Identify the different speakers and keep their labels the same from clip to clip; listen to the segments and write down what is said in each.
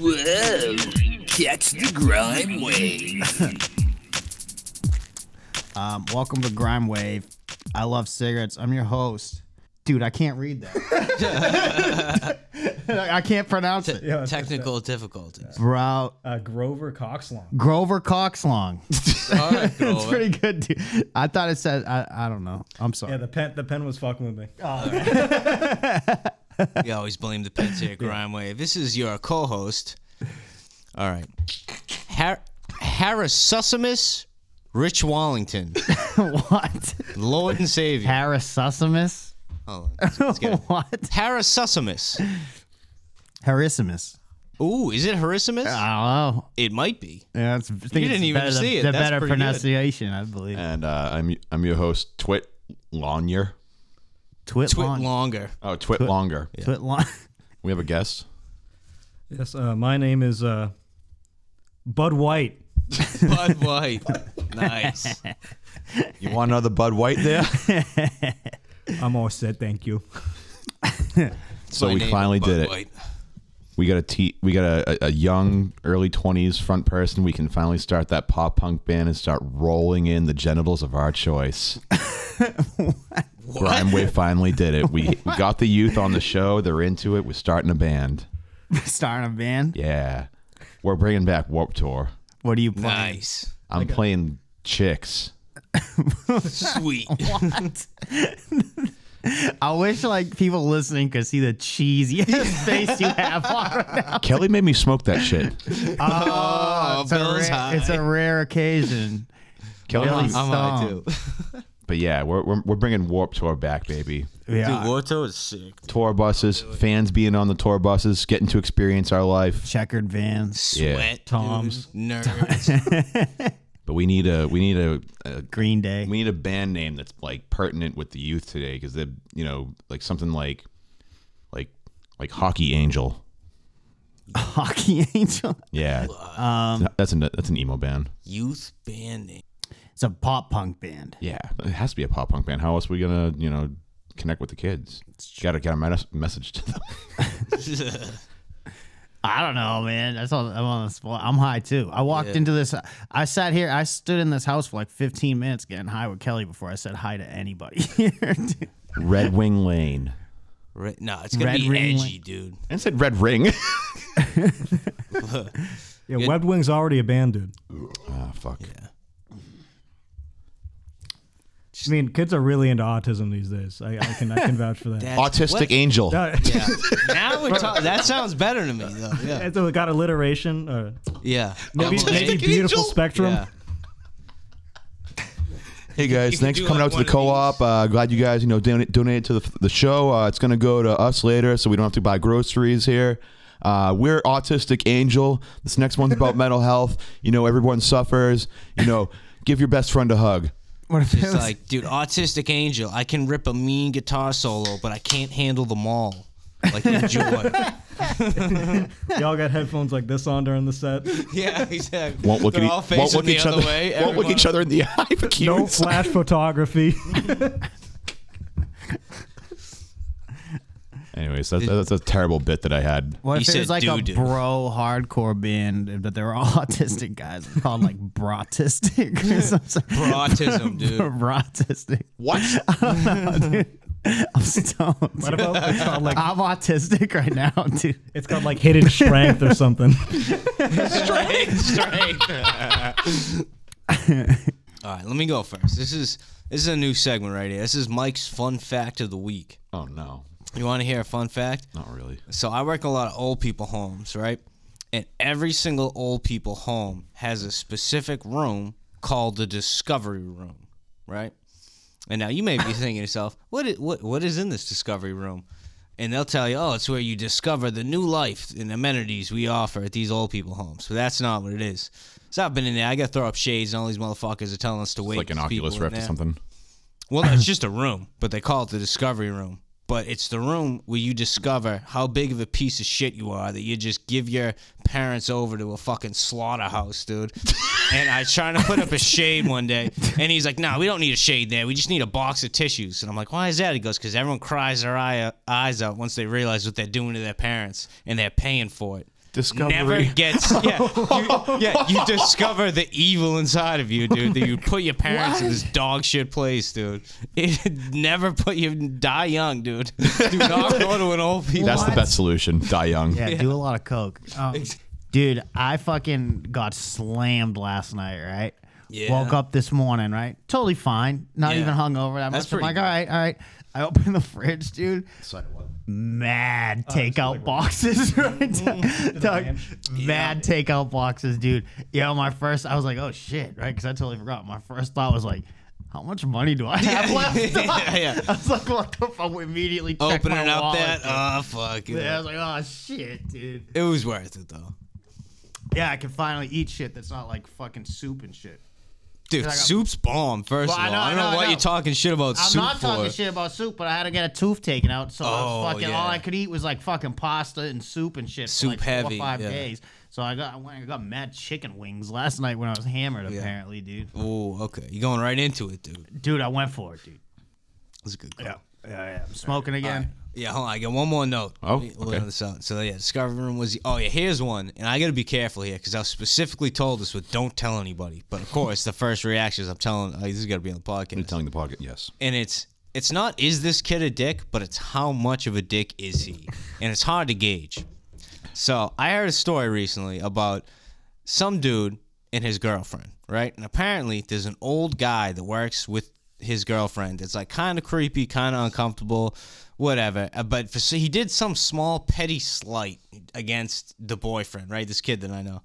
Speaker 1: Whoa! Catch the grime wave.
Speaker 2: Um, welcome to Grime Wave. I love cigarettes. I'm your host. Dude, I can't read that. I can't pronounce it.
Speaker 3: Yeah,
Speaker 4: Technical difficulties.
Speaker 2: Bro,
Speaker 3: uh, Grover Coxlong.
Speaker 2: Grover Coxlong.
Speaker 4: All right,
Speaker 2: That's
Speaker 4: Grover.
Speaker 2: pretty good, dude. I thought it said, I, I don't know. I'm sorry.
Speaker 3: Yeah, the pen the pen was fucking with me.
Speaker 4: You always blame the pits here, Grimeway. This is your co-host. All right, Har- Harris Sussimus, Rich Wallington,
Speaker 2: what?
Speaker 4: Lord and Savior.
Speaker 2: Harris Sussimus?
Speaker 4: Hold on, let's- let's get it.
Speaker 2: what?
Speaker 4: Harris Sussimus.
Speaker 2: Harrissimus.
Speaker 4: Ooh, is it Harrissimus?
Speaker 2: I don't know.
Speaker 4: it might be.
Speaker 2: Yeah, it's, I think
Speaker 4: You
Speaker 2: it's
Speaker 4: didn't even
Speaker 2: better, the-
Speaker 4: see it.
Speaker 2: The
Speaker 4: That's
Speaker 2: better
Speaker 4: pretty good.
Speaker 2: pronunciation, I believe.
Speaker 5: and uh, I'm I'm your host, Twit Lonier.
Speaker 2: Twit,
Speaker 4: Twit
Speaker 2: long.
Speaker 4: longer.
Speaker 5: Oh, Twit Longer.
Speaker 2: Twit long.
Speaker 5: We have a guest.
Speaker 3: Yes, uh, my name is uh, Bud White.
Speaker 4: Bud White. nice.
Speaker 5: You want another Bud White there?
Speaker 3: I'm all set, thank you.
Speaker 5: so
Speaker 4: My
Speaker 5: we
Speaker 4: name is
Speaker 5: finally
Speaker 4: Bud
Speaker 5: did it.
Speaker 4: White.
Speaker 5: We got a t- we got a, a, a young early 20s front person. We can finally start that pop punk band and start rolling in the genitals of our choice. Grimeway finally did it. We, we got the youth on the show. They're into it. We're starting a band.
Speaker 2: Starting a band.
Speaker 5: Yeah. We're bringing back Warp Tour.
Speaker 2: What do you play?
Speaker 4: Nice.
Speaker 5: I'm playing chicks.
Speaker 4: Sweet.
Speaker 2: What? I wish like people listening could see the cheesy face you have on right now.
Speaker 5: Kelly made me smoke that shit.
Speaker 4: Oh,
Speaker 2: It's a,
Speaker 4: Bill's
Speaker 2: rare,
Speaker 4: high.
Speaker 2: it's a rare occasion.
Speaker 5: Kelly,
Speaker 2: Really?
Speaker 5: made me-
Speaker 4: I'm high
Speaker 2: song.
Speaker 4: too.
Speaker 5: but yeah, we're, we're, we're bringing Warp Tour back, baby.
Speaker 2: Yeah.
Speaker 4: Warto is sick.
Speaker 5: Tour buses, fans being on the tour buses, getting to experience our life.
Speaker 2: Checkered vans,
Speaker 5: Yeah.
Speaker 4: Sweat.
Speaker 3: Toms.
Speaker 4: dude. Nerds.
Speaker 5: But we need a we need a, a
Speaker 2: Green Day.
Speaker 5: we need a band name that's like pertinent with the youth today because they're you know like something like like like Hockey Angel.
Speaker 2: Hockey Angel.
Speaker 5: Yeah,
Speaker 4: um,
Speaker 5: that's an that's an emo band.
Speaker 4: Youth band name.
Speaker 2: It's a pop punk band.
Speaker 5: Yeah, it has to be a pop punk band. How else are we gonna you know connect with the kids? Got to get a mes- message to them.
Speaker 2: I don't know, man. That's all. I'm on the spot. I'm high too. I walked into this. I sat here. I stood in this house for like 15 minutes getting high with Kelly before I said hi to anybody here. dude.
Speaker 5: Red Wing Lane.
Speaker 4: Right. No, it's gonna
Speaker 2: Red
Speaker 4: be
Speaker 2: ring
Speaker 4: edgy,
Speaker 2: light.
Speaker 4: dude.
Speaker 5: I said Red Ring.
Speaker 3: Yeah, Web Wing's already a band, dude.
Speaker 5: Ah, fuck.
Speaker 3: I mean, kids are really into autism these days. I, I can I can vouch for that.
Speaker 4: That's-
Speaker 5: Autistic
Speaker 4: what?
Speaker 5: Angel.
Speaker 3: Uh,
Speaker 4: Now we're talking. That sounds better to me, though. Yeah.
Speaker 3: it's got alliteration. Uh,
Speaker 4: Yeah.
Speaker 3: maybe,
Speaker 4: I'm like-
Speaker 3: maybe beautiful spectrum.
Speaker 4: Yeah.
Speaker 5: Hey guys,
Speaker 4: could
Speaker 5: thanks
Speaker 4: do,
Speaker 5: for coming
Speaker 4: like,
Speaker 5: out to
Speaker 4: one
Speaker 5: the
Speaker 4: of
Speaker 5: co-op. Uh, glad you guys, you know, don- donated to the, the show. Uh, it's gonna go to us later, so we don't have to buy groceries here. Uh, we're Autistic Angel. This next one's about mental health. You know, everyone suffers. You know, give your best friend a hug.
Speaker 2: What if it
Speaker 4: It's
Speaker 2: was-
Speaker 4: like, dude, autistic angel. I can rip a mean guitar solo, but I can't handle them all. Like enjoy.
Speaker 3: Y'all got headphones like this on during the set.
Speaker 4: yeah, exactly.
Speaker 5: Won't look
Speaker 4: They're
Speaker 5: at,
Speaker 4: all
Speaker 5: e-
Speaker 4: facing
Speaker 5: won't look
Speaker 4: the
Speaker 5: each
Speaker 4: other
Speaker 5: other.
Speaker 4: way.
Speaker 5: won't look each other in the eye. For
Speaker 3: No
Speaker 5: cues.
Speaker 3: flash photography.
Speaker 5: Anyways, that, that's a terrible bit that I had.
Speaker 2: What if
Speaker 4: You
Speaker 2: it was
Speaker 4: said
Speaker 2: like
Speaker 4: doo-doo.
Speaker 2: a bro hardcore band, but they were all autistic guys called like Bratistic or something?
Speaker 4: For autism, dude.
Speaker 2: Bratistic.
Speaker 5: What?
Speaker 2: I'm stoned.
Speaker 3: what about it's called like
Speaker 2: I'm autistic right now, dude.
Speaker 3: it's called like hidden strength or something.
Speaker 4: Straight, straight. All right, let me go first. This is this is a new segment right here. This is Mike's fun fact of the week.
Speaker 5: Oh no,
Speaker 4: You want to hear a fun fact?
Speaker 5: not really.
Speaker 4: So I work in a lot of old people homes, right? And every single old people home has a specific room called the discovery room, right? And now you may be thinking to yourself, what is, what what is in this discovery room? And they'll tell you, oh, it's where you discover the new life and amenities we offer at these old people homes. But that's not what it is. So I've been in there. I got to throw up shades, and all these motherfuckers are telling us to wait.
Speaker 5: Like an
Speaker 4: There's people
Speaker 5: Oculus
Speaker 4: in
Speaker 5: Rift or
Speaker 4: there.
Speaker 5: something.
Speaker 4: Well, no, it's just a room, but they call it the discovery room. but it's the room where you discover how big of a piece of shit you are that you just give your parents over to a fucking slaughterhouse, dude. and I was trying to put up a shade one day, and he's like, "No, we don't need a shade there. We just need a box of tissues." And I'm like, "Why is that?" He goes, "Because everyone cries their eye, eyes out once they realize what they're doing to their parents, and they're paying for it."
Speaker 5: Discovery.
Speaker 4: Never gets yeah you, yeah. You discover the evil inside of you, dude. That you put your parents in this dog shit place, dude. It never put you die young, dude. Do not go to an old people.
Speaker 5: That's the best solution. Die young.
Speaker 2: Yeah, do a lot of coke. Um, dude, I fucking got slammed last night, right?
Speaker 4: Yeah.
Speaker 2: Woke up this morning, right? Totally fine. Not
Speaker 4: Yeah.
Speaker 2: even hung over that
Speaker 4: That's
Speaker 2: much. I'm
Speaker 4: pretty
Speaker 2: like,
Speaker 4: good.
Speaker 2: all right, all right. I open the fridge, dude. Mad takeout boxes, right? Doug, mad takeout boxes, dude. Yo, my first, I was like, oh shit, right? Because I totally forgot. My first thought was like, how much money do I have left?
Speaker 4: Yeah, yeah.
Speaker 2: I was like, what the fuck? Immediately checked my
Speaker 4: Opening up
Speaker 2: wallet,
Speaker 4: that,
Speaker 2: dude.
Speaker 4: oh fuck.
Speaker 2: Yeah, I was
Speaker 4: Yeah.
Speaker 2: like, oh shit, dude.
Speaker 4: It was worth it though,
Speaker 2: Yeah, I can finally eat shit that's not like fucking soup and shit.
Speaker 4: dude.
Speaker 2: got-
Speaker 4: soup's bomb. First
Speaker 2: Well,
Speaker 4: of
Speaker 2: I
Speaker 4: all,
Speaker 2: know,
Speaker 4: I don't
Speaker 2: I
Speaker 4: know
Speaker 2: know,
Speaker 4: why
Speaker 2: I know.
Speaker 4: you're talking shit about
Speaker 2: I'm
Speaker 4: soup
Speaker 2: not
Speaker 4: for.
Speaker 2: talking shit about soup, but I had to get a tooth taken out, so I
Speaker 4: Oh,
Speaker 2: was fucking
Speaker 4: yeah.
Speaker 2: all I could eat was like fucking pasta and soup and shit for
Speaker 4: Soup
Speaker 2: like four
Speaker 4: heavy,
Speaker 2: or five
Speaker 4: yeah.
Speaker 2: days. So I got I went and got mad chicken wings last night when I was hammered. Apparently, dude.
Speaker 4: Oh, okay. You're going right into it, dude.
Speaker 2: Dude, I went for it, dude.
Speaker 4: That's a good call.
Speaker 2: Yeah, yeah. I'm smoking again.
Speaker 4: Yeah, hold on. I got one more note.
Speaker 5: Oh,
Speaker 4: Let me look
Speaker 5: okay.
Speaker 4: at this out. So yeah, discovery room was. The, oh yeah, here's one, and I got to be careful here because I was specifically told this, but don't tell anybody. But of course, the first reaction is I'm telling. Oh, this has got to be on the
Speaker 5: You're
Speaker 4: podcast.
Speaker 5: telling the pocket. Yes.
Speaker 4: and it's it's not is this kid a dick, but it's how much of a dick is he, and it's hard to gauge. So I heard a story recently about some dude and his girlfriend, right? And apparently there's an old guy that works with his girlfriend that's like kind of creepy, kind of uncomfortable, whatever. Uh, But for, so he did some small petty slight against the boyfriend, right? This kid that I know.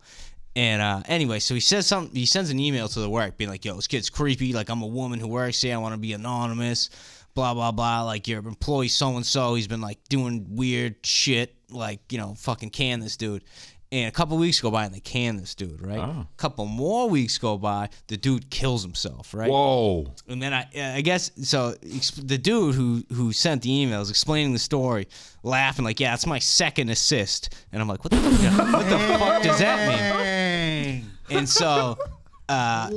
Speaker 4: And uh, anyway, so he says some. He sends an email to the work, being like, "Yo, this kid's creepy. Like, I'm a woman who works here. I want to be anonymous. Blah blah blah. Like, your employee so and so, he's been like doing weird shit. Like, you know, fucking can this dude." And a couple weeks go by, and they can this dude, right? A couple more weeks go by, the dude kills himself, right?
Speaker 5: Whoa.
Speaker 4: and then I, I guess so. Exp- the dude who who sent the emails explaining the story, laughing like, "Yeah, that's my second assist," and I'm like, "What the, what the fuck does that
Speaker 2: Dang.
Speaker 4: mean?" And so. Uh,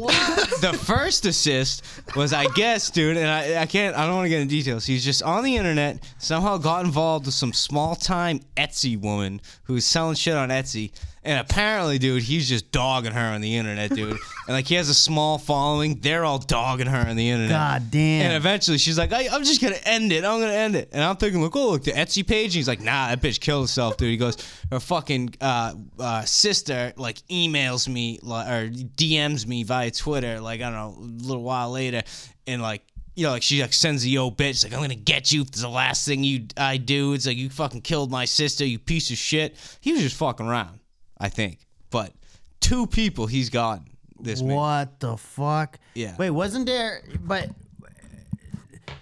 Speaker 4: the first assist was, I guess, dude, and I, I can't, I don't want to get into details. He's just on the internet, somehow got involved with some small time Etsy woman who's selling shit on Etsy. And apparently, dude, he's just dogging her on the internet, dude. and like, he has a small following. They're all dogging her on the internet.
Speaker 2: God damn.
Speaker 4: And eventually she's like, I, I'm just going to end it. I'm going to end it. And I'm thinking, look, oh, look, the Etsy page. And he's like, nah, that bitch killed herself, dude. He goes, her fucking uh, uh, sister, like, emails me like, or DMs me via Twitter, like, I don't know, a little while later. And, like, you know, like she like sends the old bitch like I'm gonna get you. If it's the last thing you I do. It's like you fucking killed my sister, you piece of shit. He was just fucking around, I think. But two people he's gotten this man.
Speaker 2: What the fuck?
Speaker 4: Yeah.
Speaker 2: Wait, wasn't there? But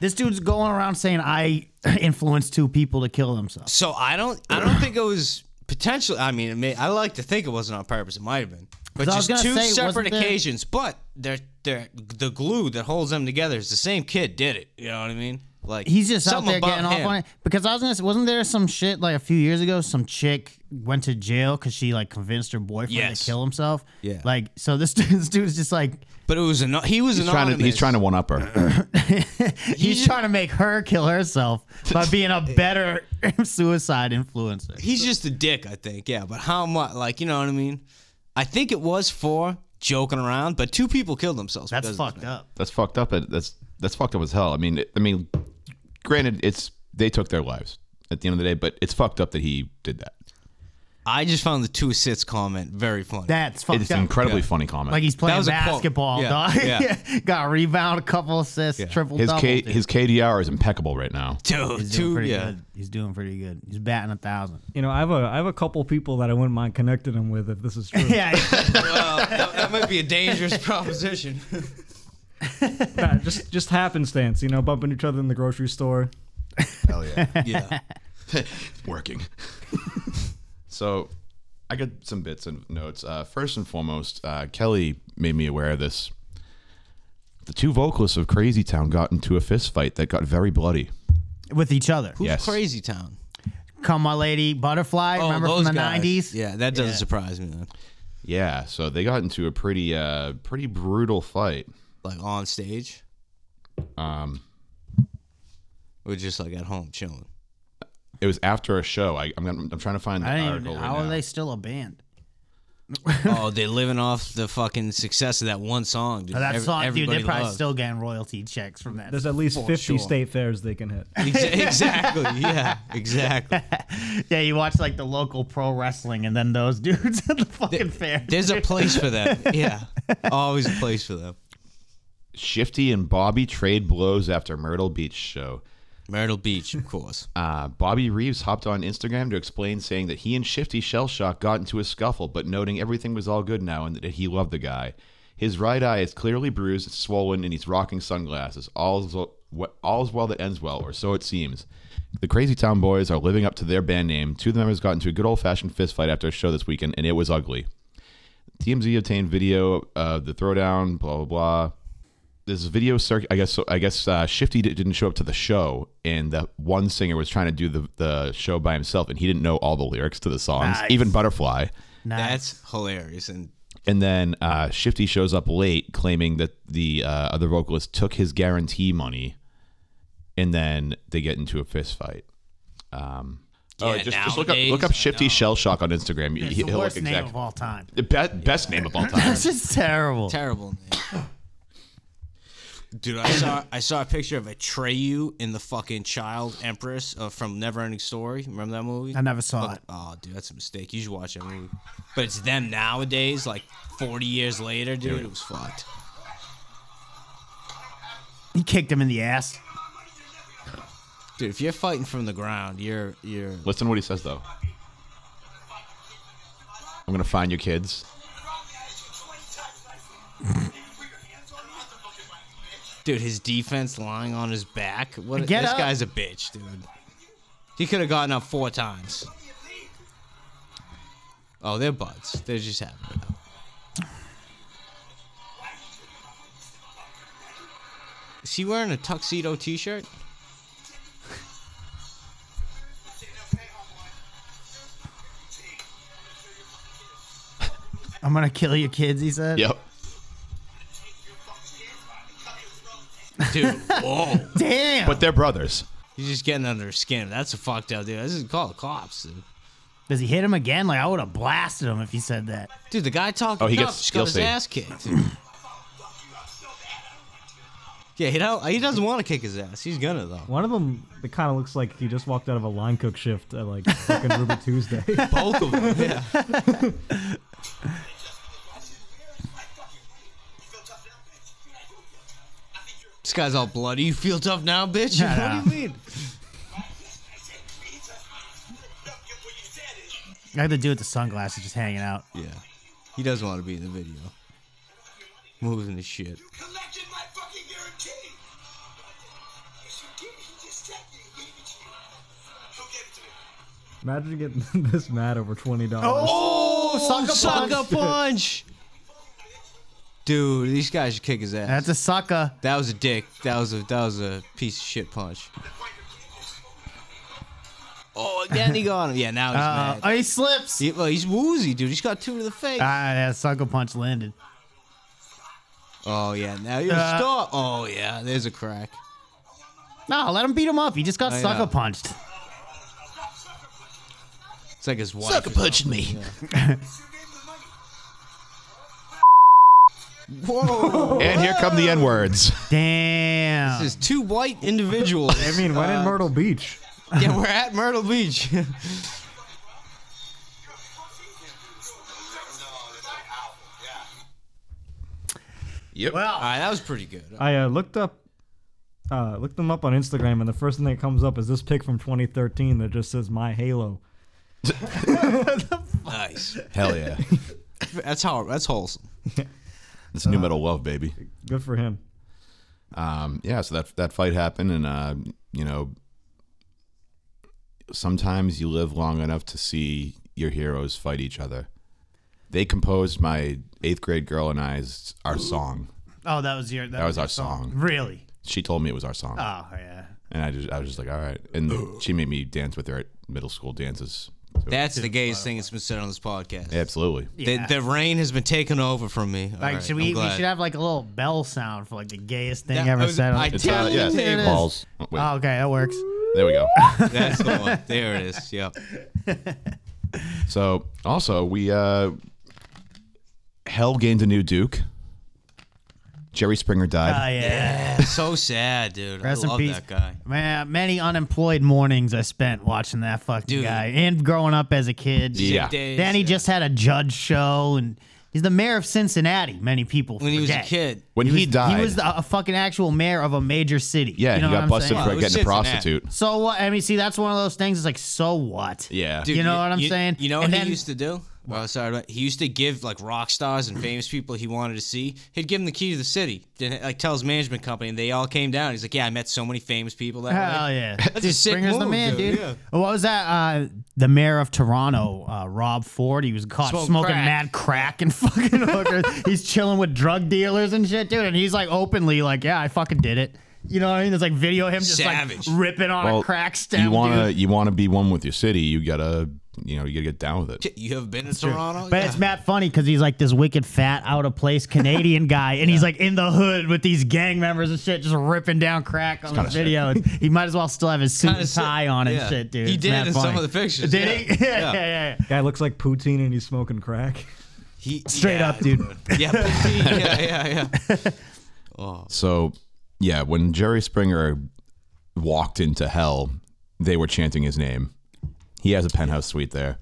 Speaker 2: this dude's going around saying I influenced two people to kill themselves.
Speaker 4: So I don't I don't think it was potentially. I mean, it may, I like to think it wasn't on purpose. It might have been, but
Speaker 2: 'Cause I was
Speaker 4: just
Speaker 2: gonna
Speaker 4: two
Speaker 2: say,
Speaker 4: separate
Speaker 2: wasn't there-
Speaker 4: occasions. But they're they're the glue that holds them together is the same kid did it. You know what I mean? Like
Speaker 2: He's just out
Speaker 4: something
Speaker 2: there
Speaker 4: about
Speaker 2: getting off
Speaker 4: him.
Speaker 2: on it because I was gonna. say, Wasn't there some shit like a few years ago? Some chick went to jail because she like convinced her boyfriend
Speaker 4: Yes.
Speaker 2: to kill himself.
Speaker 4: Yeah.
Speaker 2: Like so, this dude, this dude's just like
Speaker 4: But it was an, he was
Speaker 5: He's
Speaker 4: anonymous.
Speaker 5: trying to. He's trying to one up her.
Speaker 2: he's
Speaker 4: just-
Speaker 2: trying to make her kill herself by being a better suicide influencer.
Speaker 4: He's just a dick, I think. Yeah, but how much? Like you know what I mean? I think it was for joking around, but two people killed themselves.
Speaker 2: That's
Speaker 4: because of this
Speaker 2: fucked
Speaker 4: man.
Speaker 2: up.
Speaker 5: that's fucked up. It- That's that's fucked up as hell. I mean, it- I mean, granted, it's they took their lives at the end of the day, but it's fucked up that he did that.
Speaker 4: I just found the two assists comment very funny.
Speaker 2: That's fucked
Speaker 5: It's
Speaker 2: up.
Speaker 5: an incredibly funny comment.
Speaker 2: Like he's playing
Speaker 4: was a quote.
Speaker 2: basketball,
Speaker 4: Yeah,
Speaker 2: dog.
Speaker 4: yeah.
Speaker 2: Got a rebound, a couple assists, triple
Speaker 5: his
Speaker 2: double.
Speaker 5: K,
Speaker 2: dude.
Speaker 5: his KDR is impeccable right now.
Speaker 4: Dude,
Speaker 2: He's doing
Speaker 4: two,
Speaker 2: pretty
Speaker 4: yeah.
Speaker 2: good. He's doing pretty good. He's batting a thousand.
Speaker 3: You know, I have a I have a couple people that I wouldn't mind connecting him with if this is true.
Speaker 2: Yeah,
Speaker 4: Well, Uh, that, that might be a dangerous proposition.
Speaker 3: Nah, just just happenstance, you know, bumping each other in the grocery store.
Speaker 5: Hell yeah.
Speaker 4: Yeah.
Speaker 5: working. so, I got some bits and notes. Uh, first and foremost, uh, Kelly made me aware of this. The two vocalists of Crazy Town got into a fist fight that got very bloody.
Speaker 2: with each other.
Speaker 4: Who's
Speaker 5: Yes.
Speaker 4: Crazy Town?
Speaker 2: Come, my lady, butterfly. remember from
Speaker 4: Oh, those
Speaker 2: the
Speaker 4: guys.
Speaker 2: nineties?
Speaker 4: Yeah, that doesn't surprise me. Then.
Speaker 5: Yeah, so they got into a pretty uh pretty brutal fight.
Speaker 4: Like on stage
Speaker 5: Um
Speaker 4: or just like at home chilling.
Speaker 5: it was after a show. I, I'm, gonna- I'm trying to find the
Speaker 2: I didn't
Speaker 5: article.
Speaker 2: even.
Speaker 5: right
Speaker 2: How are
Speaker 5: now.
Speaker 2: they still a band?
Speaker 4: oh, they're living off the fucking success of that one song. Dude.
Speaker 2: Oh, that
Speaker 4: Ev-
Speaker 2: song, dude. They're
Speaker 4: everybody
Speaker 2: probably
Speaker 4: loved.
Speaker 2: still getting royalty checks from that.
Speaker 3: There's at least 50
Speaker 4: sure.
Speaker 3: state fairs they can hit.
Speaker 4: Exa- exactly. Yeah, exactly.
Speaker 2: yeah, you watch like the local pro wrestling, and then those dudes at the fucking fair.
Speaker 4: There's a place for that. Yeah, always a place for them.
Speaker 5: Shifty and Bobby trade blows after Myrtle Beach show.
Speaker 4: Myrtle Beach, of course.
Speaker 5: Uh, Bobby Reeves hopped on Instagram to explain, saying that he and Shifty Shell Shock got into a scuffle, but noting everything was all good now and that he loved the guy. His right eye is clearly bruised, it's swollen, and he's rocking sunglasses. All's, wh- all's well that ends well, or so it seems. The Crazy Town Boys are living up to their band name. Two of the members got into a good old fashioned fist fight after a show this weekend, and it was ugly. TMZ obtained video of the throwdown. Blah blah blah. This video circ. I guess. So, I guess uh, Shifty di- didn't show up to the show, and the one singer was trying to do the the show by himself, and he didn't know all the lyrics to the songs, even Butterfly.
Speaker 4: That's hilarious. And
Speaker 5: And then uh, Shifty shows up late, claiming that the uh, other vocalist took his guarantee money, and then they get into a fist fight. Um, oh,
Speaker 4: Yeah,
Speaker 5: just, just look up
Speaker 4: nowadays,
Speaker 5: look up Shifty Shell Shock on Instagram.
Speaker 2: It's
Speaker 5: He-
Speaker 2: the
Speaker 5: he'll look
Speaker 2: worst name
Speaker 5: exact-
Speaker 2: of all time.
Speaker 5: the be- best name of all time.
Speaker 2: That's just terrible.
Speaker 4: terrible name. Dude, I saw I saw a picture of a Treyu in the fucking Child Empress uh, from Neverending Story. Remember that movie?
Speaker 2: I never saw it.
Speaker 4: Oh, dude, that's a mistake. You should watch that movie. But it's them nowadays, like 40 years later, dude. It was fucked.
Speaker 2: He kicked him in the ass.
Speaker 4: Dude, if you're fighting from the ground, you're you're
Speaker 5: Listen to what he says, though. I'm gonna find your kids.
Speaker 4: dude. His defense lying on his back. What? a-
Speaker 2: Get
Speaker 4: this
Speaker 2: up.
Speaker 4: guy's a bitch, dude. He could have gotten up four times. Oh, they're buds. They're just having it. out. Is he wearing a tuxedo T-shirt?
Speaker 2: I'm gonna kill your kids. He said.
Speaker 5: Yep.
Speaker 4: Dude, whoa!
Speaker 2: Damn.
Speaker 5: But they're brothers.
Speaker 4: He's just getting under his skin. That's a fucked up, dude. This is called the cops, dude.
Speaker 2: Does he hit him again? Like I would have blasted him if he said that.
Speaker 4: Dude, the guy talking
Speaker 5: Oh, he
Speaker 4: tough
Speaker 5: gets
Speaker 4: just got his
Speaker 5: guilty.
Speaker 4: ass kicked. yeah, he don't, he doesn't want to kick his ass. He's gonna though.
Speaker 3: One of them, it kind of looks like he just walked out of a line cook shift at like fucking Ruby Tuesday.
Speaker 4: Both of them. Yeah. This guy's all bloody. You feel tough now, bitch?
Speaker 2: Shut
Speaker 4: what
Speaker 2: up.
Speaker 4: do you mean?
Speaker 2: I had to do with the sunglasses, just hanging out.
Speaker 4: Yeah. He doesn't want to be in the video. Moving the shit.
Speaker 6: collected my fucking guarantee. Yes, you did. He just said that he gave it to you. Who gave it to me?
Speaker 3: Imagine getting this mad over twenty dollars.
Speaker 4: Oh,
Speaker 2: sucker punch.
Speaker 4: punch. Dude, these guys should kick his ass.
Speaker 2: That's a sucker.
Speaker 4: That was a dick. That was a that was a piece of shit punch. Oh, again he got him. Yeah, now he's
Speaker 2: Uh,
Speaker 4: mad.
Speaker 2: oh, he slips.
Speaker 4: He- well, he's woozy, dude. He's got two to the face.
Speaker 2: Ah, that sucker punch landed.
Speaker 4: oh yeah, now you
Speaker 2: Uh,
Speaker 4: stop. Oh yeah, there's a crack.
Speaker 2: No, let him beat him up. He just got
Speaker 4: I
Speaker 2: sucker
Speaker 4: know.
Speaker 2: punched.
Speaker 4: It's like his wife. Sucker
Speaker 1: punched me.
Speaker 4: Whoa!
Speaker 5: And here come the N words.
Speaker 2: Damn.
Speaker 4: There's two white individuals. Uh,
Speaker 3: I mean, when in Myrtle Beach,
Speaker 4: yeah, we're at Myrtle Beach.
Speaker 5: Yep.
Speaker 4: All right, that was pretty good.
Speaker 3: I uh, looked up, uh, looked them up on Instagram, and the first thing that comes up is this pic from 2013 that just says "My Halo."
Speaker 4: Nice.
Speaker 5: Hell yeah.
Speaker 4: That's how. That's wholesome.
Speaker 5: It's new metal love, baby.
Speaker 3: Good for him.
Speaker 5: Um, yeah. So that that fight happened, and uh, you know, sometimes you live long enough to see your heroes fight each other. They composed my eighth grade girl and I's our song.
Speaker 2: Oh, that was your.
Speaker 5: That was our song.
Speaker 2: Really?
Speaker 4: Ah.
Speaker 5: She told me it was our song.
Speaker 2: Oh yeah.
Speaker 5: And I just I was just like, all right. And she made me dance with her at middle school dances.
Speaker 4: That's the gayest thing that's been said on this podcast.
Speaker 5: Absolutely.
Speaker 4: The, the rain has been taken over from me. All
Speaker 2: Like,
Speaker 4: right,
Speaker 2: should
Speaker 4: I'm
Speaker 2: we? We
Speaker 4: glad.
Speaker 2: should have like a little bell sound for like the gayest thing
Speaker 4: That-
Speaker 2: ever
Speaker 4: I was-
Speaker 2: said. On
Speaker 4: I
Speaker 2: the-
Speaker 5: It's, uh, yeah.
Speaker 4: There it is. Um,
Speaker 5: Balls. Oh, wait,
Speaker 2: oh, okay, that works.
Speaker 5: There we go.
Speaker 4: That's the one. There it is. Yep.
Speaker 5: So also we uh Hell gained a new Duke. Jerry Springer died.
Speaker 2: Oh yeah.
Speaker 4: So sad, dude.
Speaker 2: Rest
Speaker 4: I
Speaker 2: in
Speaker 4: love
Speaker 2: peace.
Speaker 4: that guy.
Speaker 2: Man, many unemployed mornings I spent watching that fucking
Speaker 4: Dude.
Speaker 2: guy and growing up as a kid.
Speaker 5: Yeah.
Speaker 4: Days,
Speaker 2: Then he
Speaker 4: yeah.
Speaker 2: just had a judge show, and he's the mayor of Cincinnati. Many people
Speaker 4: when he was a
Speaker 2: forget.
Speaker 4: kid.
Speaker 5: when he,
Speaker 2: he,
Speaker 5: died,
Speaker 2: he was the- a fucking actual mayor of a major city.
Speaker 5: yeah,
Speaker 2: you know
Speaker 5: he
Speaker 2: what
Speaker 5: got
Speaker 2: I'm
Speaker 5: busted
Speaker 2: saying?
Speaker 4: Well,
Speaker 5: for
Speaker 4: it was
Speaker 5: getting a
Speaker 4: Cincinnati.
Speaker 5: prostitute.
Speaker 2: So what? I mean, see, that's one of those things. It's like, so what?
Speaker 5: Yeah.
Speaker 4: Dude,
Speaker 2: You know what I'm saying?
Speaker 4: You know what
Speaker 2: And
Speaker 4: he
Speaker 2: then-
Speaker 4: used to do? Well, sorry, but he used to give like rock stars and famous people he wanted to see. He'd give them the key to the city. Then like tell his management company, and they all came down. He's like, "Yeah, I met so many famous people that
Speaker 2: Hell
Speaker 4: way."
Speaker 2: yeah.
Speaker 4: That's a sick
Speaker 2: Springer's the
Speaker 4: move,
Speaker 2: man,
Speaker 4: dude.
Speaker 2: dude. What was that? Uh, the mayor of Toronto, uh, Rob Ford, he was caught
Speaker 4: Smoked
Speaker 2: smoking
Speaker 4: crack.
Speaker 2: mad crack and fucking hookers. he's chilling with drug dealers and shit, dude. And he's like openly like, yeah, I fucking did it. You know what I mean? There's like video of him just
Speaker 4: Savage.
Speaker 2: like ripping on
Speaker 5: Well,
Speaker 2: a crack stem,
Speaker 5: you wanna
Speaker 2: dude.
Speaker 5: you wanna be one with your city, you gotta you know, you gotta get down with it.
Speaker 4: You have been to Toronto,
Speaker 2: But
Speaker 4: Oh, Yeah.
Speaker 2: it's Matt funny because he's like this wicked fat, out of place Canadian guy, and he's like in the hood with these gang members and shit, just ripping down crack on the
Speaker 5: kinda sick.
Speaker 2: video. It's- he might as well still have his suit
Speaker 4: Kinda
Speaker 2: and
Speaker 4: sick.
Speaker 2: tie on and
Speaker 4: Yeah.
Speaker 2: shit, dude.
Speaker 4: He
Speaker 2: It's
Speaker 4: did
Speaker 2: mad
Speaker 4: in some
Speaker 2: funny.
Speaker 4: of the pictures,
Speaker 2: Did
Speaker 4: yeah.
Speaker 2: he? Yeah, yeah,
Speaker 4: Yeah.
Speaker 2: yeah. yeah.
Speaker 3: Guy looks like poutine and he's smoking crack.
Speaker 4: He,
Speaker 2: Straight
Speaker 4: yeah,
Speaker 2: up, dude.
Speaker 4: Yeah, yeah, yeah, yeah.
Speaker 5: So, yeah, when Jerry Springer walked into hell, they were chanting his name. He has a penthouse suite there.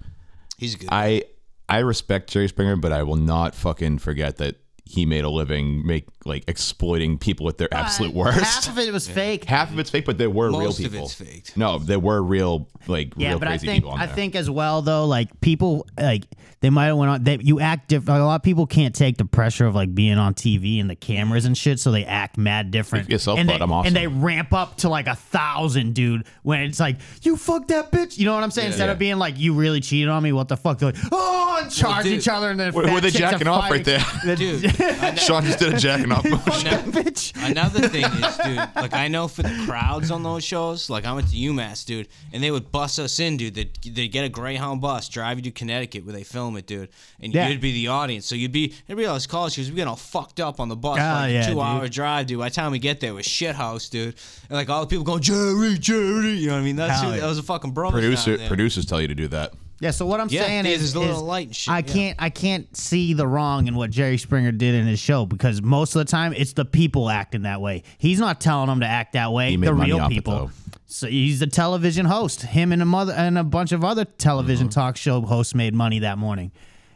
Speaker 4: He's good.
Speaker 5: I I respect Jerry Springer, but I will not fucking forget that he made a living make like exploiting people at their absolute worst.
Speaker 2: Uh, Half of it was fake.
Speaker 5: Half of it's fake, but there were
Speaker 4: Most
Speaker 5: real
Speaker 4: of
Speaker 5: people.
Speaker 4: it's faked.
Speaker 5: No, there were real like
Speaker 2: Yeah,
Speaker 5: real
Speaker 2: but I
Speaker 5: crazy
Speaker 2: think
Speaker 5: people on
Speaker 2: I
Speaker 5: there.
Speaker 2: think as well though, like people like they might have went on. They, you act different. a lot of people can't take the pressure of like being on TV and the cameras and shit, so they act mad different.
Speaker 5: Speak for yourself,
Speaker 2: and
Speaker 5: bud,
Speaker 2: they,
Speaker 5: I'm awesome.
Speaker 2: And they ramp up to like a thousand, dude. When it's like you fuck that bitch, you know what I'm saying? Instead of being like you really cheated on me, what the fuck? They're like oh, and charge
Speaker 4: dude,
Speaker 2: each other and then
Speaker 5: were, were
Speaker 2: fat
Speaker 5: they
Speaker 2: chicks are
Speaker 5: jacking off right
Speaker 2: fighting.
Speaker 5: there?
Speaker 4: dude, I know-
Speaker 5: Sean just did a jacking off. motion.
Speaker 4: I know-
Speaker 2: Bitch.
Speaker 4: Another thing is, dude, like I know for the crowds on those shows, like I went to UMass, dude, and they would bus us in, dude. They'd, they'd get a Greyhound bus, drive you to Connecticut where they film it, dude. And
Speaker 2: Yeah.
Speaker 4: you'd be the audience. So you'd be, everybody else college kids, we get all fucked up on the bus.
Speaker 2: Ah,
Speaker 4: like
Speaker 2: yeah,
Speaker 4: two
Speaker 2: dude.
Speaker 4: hour drive, dude. By the time we get there, it was shit house, dude. And like all the people going, Jerry, Jerry. You know what I mean? That's
Speaker 2: Hell
Speaker 4: who,
Speaker 2: yeah.
Speaker 4: that was a fucking bro.
Speaker 5: Producer, producers tell you to do that.
Speaker 2: Yeah, so what I'm
Speaker 4: Yeah,
Speaker 2: saying
Speaker 4: there's
Speaker 2: is,
Speaker 4: this little
Speaker 2: is
Speaker 4: light and shit,
Speaker 2: I
Speaker 4: yeah.
Speaker 2: can't I can't see the wrong in what Jerry Springer did in his show because most of the time it's the people acting that way. He's not telling them to act that way.
Speaker 5: He made
Speaker 2: the
Speaker 5: money
Speaker 2: real
Speaker 5: off it,
Speaker 2: people.
Speaker 5: though.
Speaker 2: so he's a television host. Him and a mother and a bunch of other television
Speaker 5: Mm-hmm.
Speaker 2: talk show hosts made money that morning.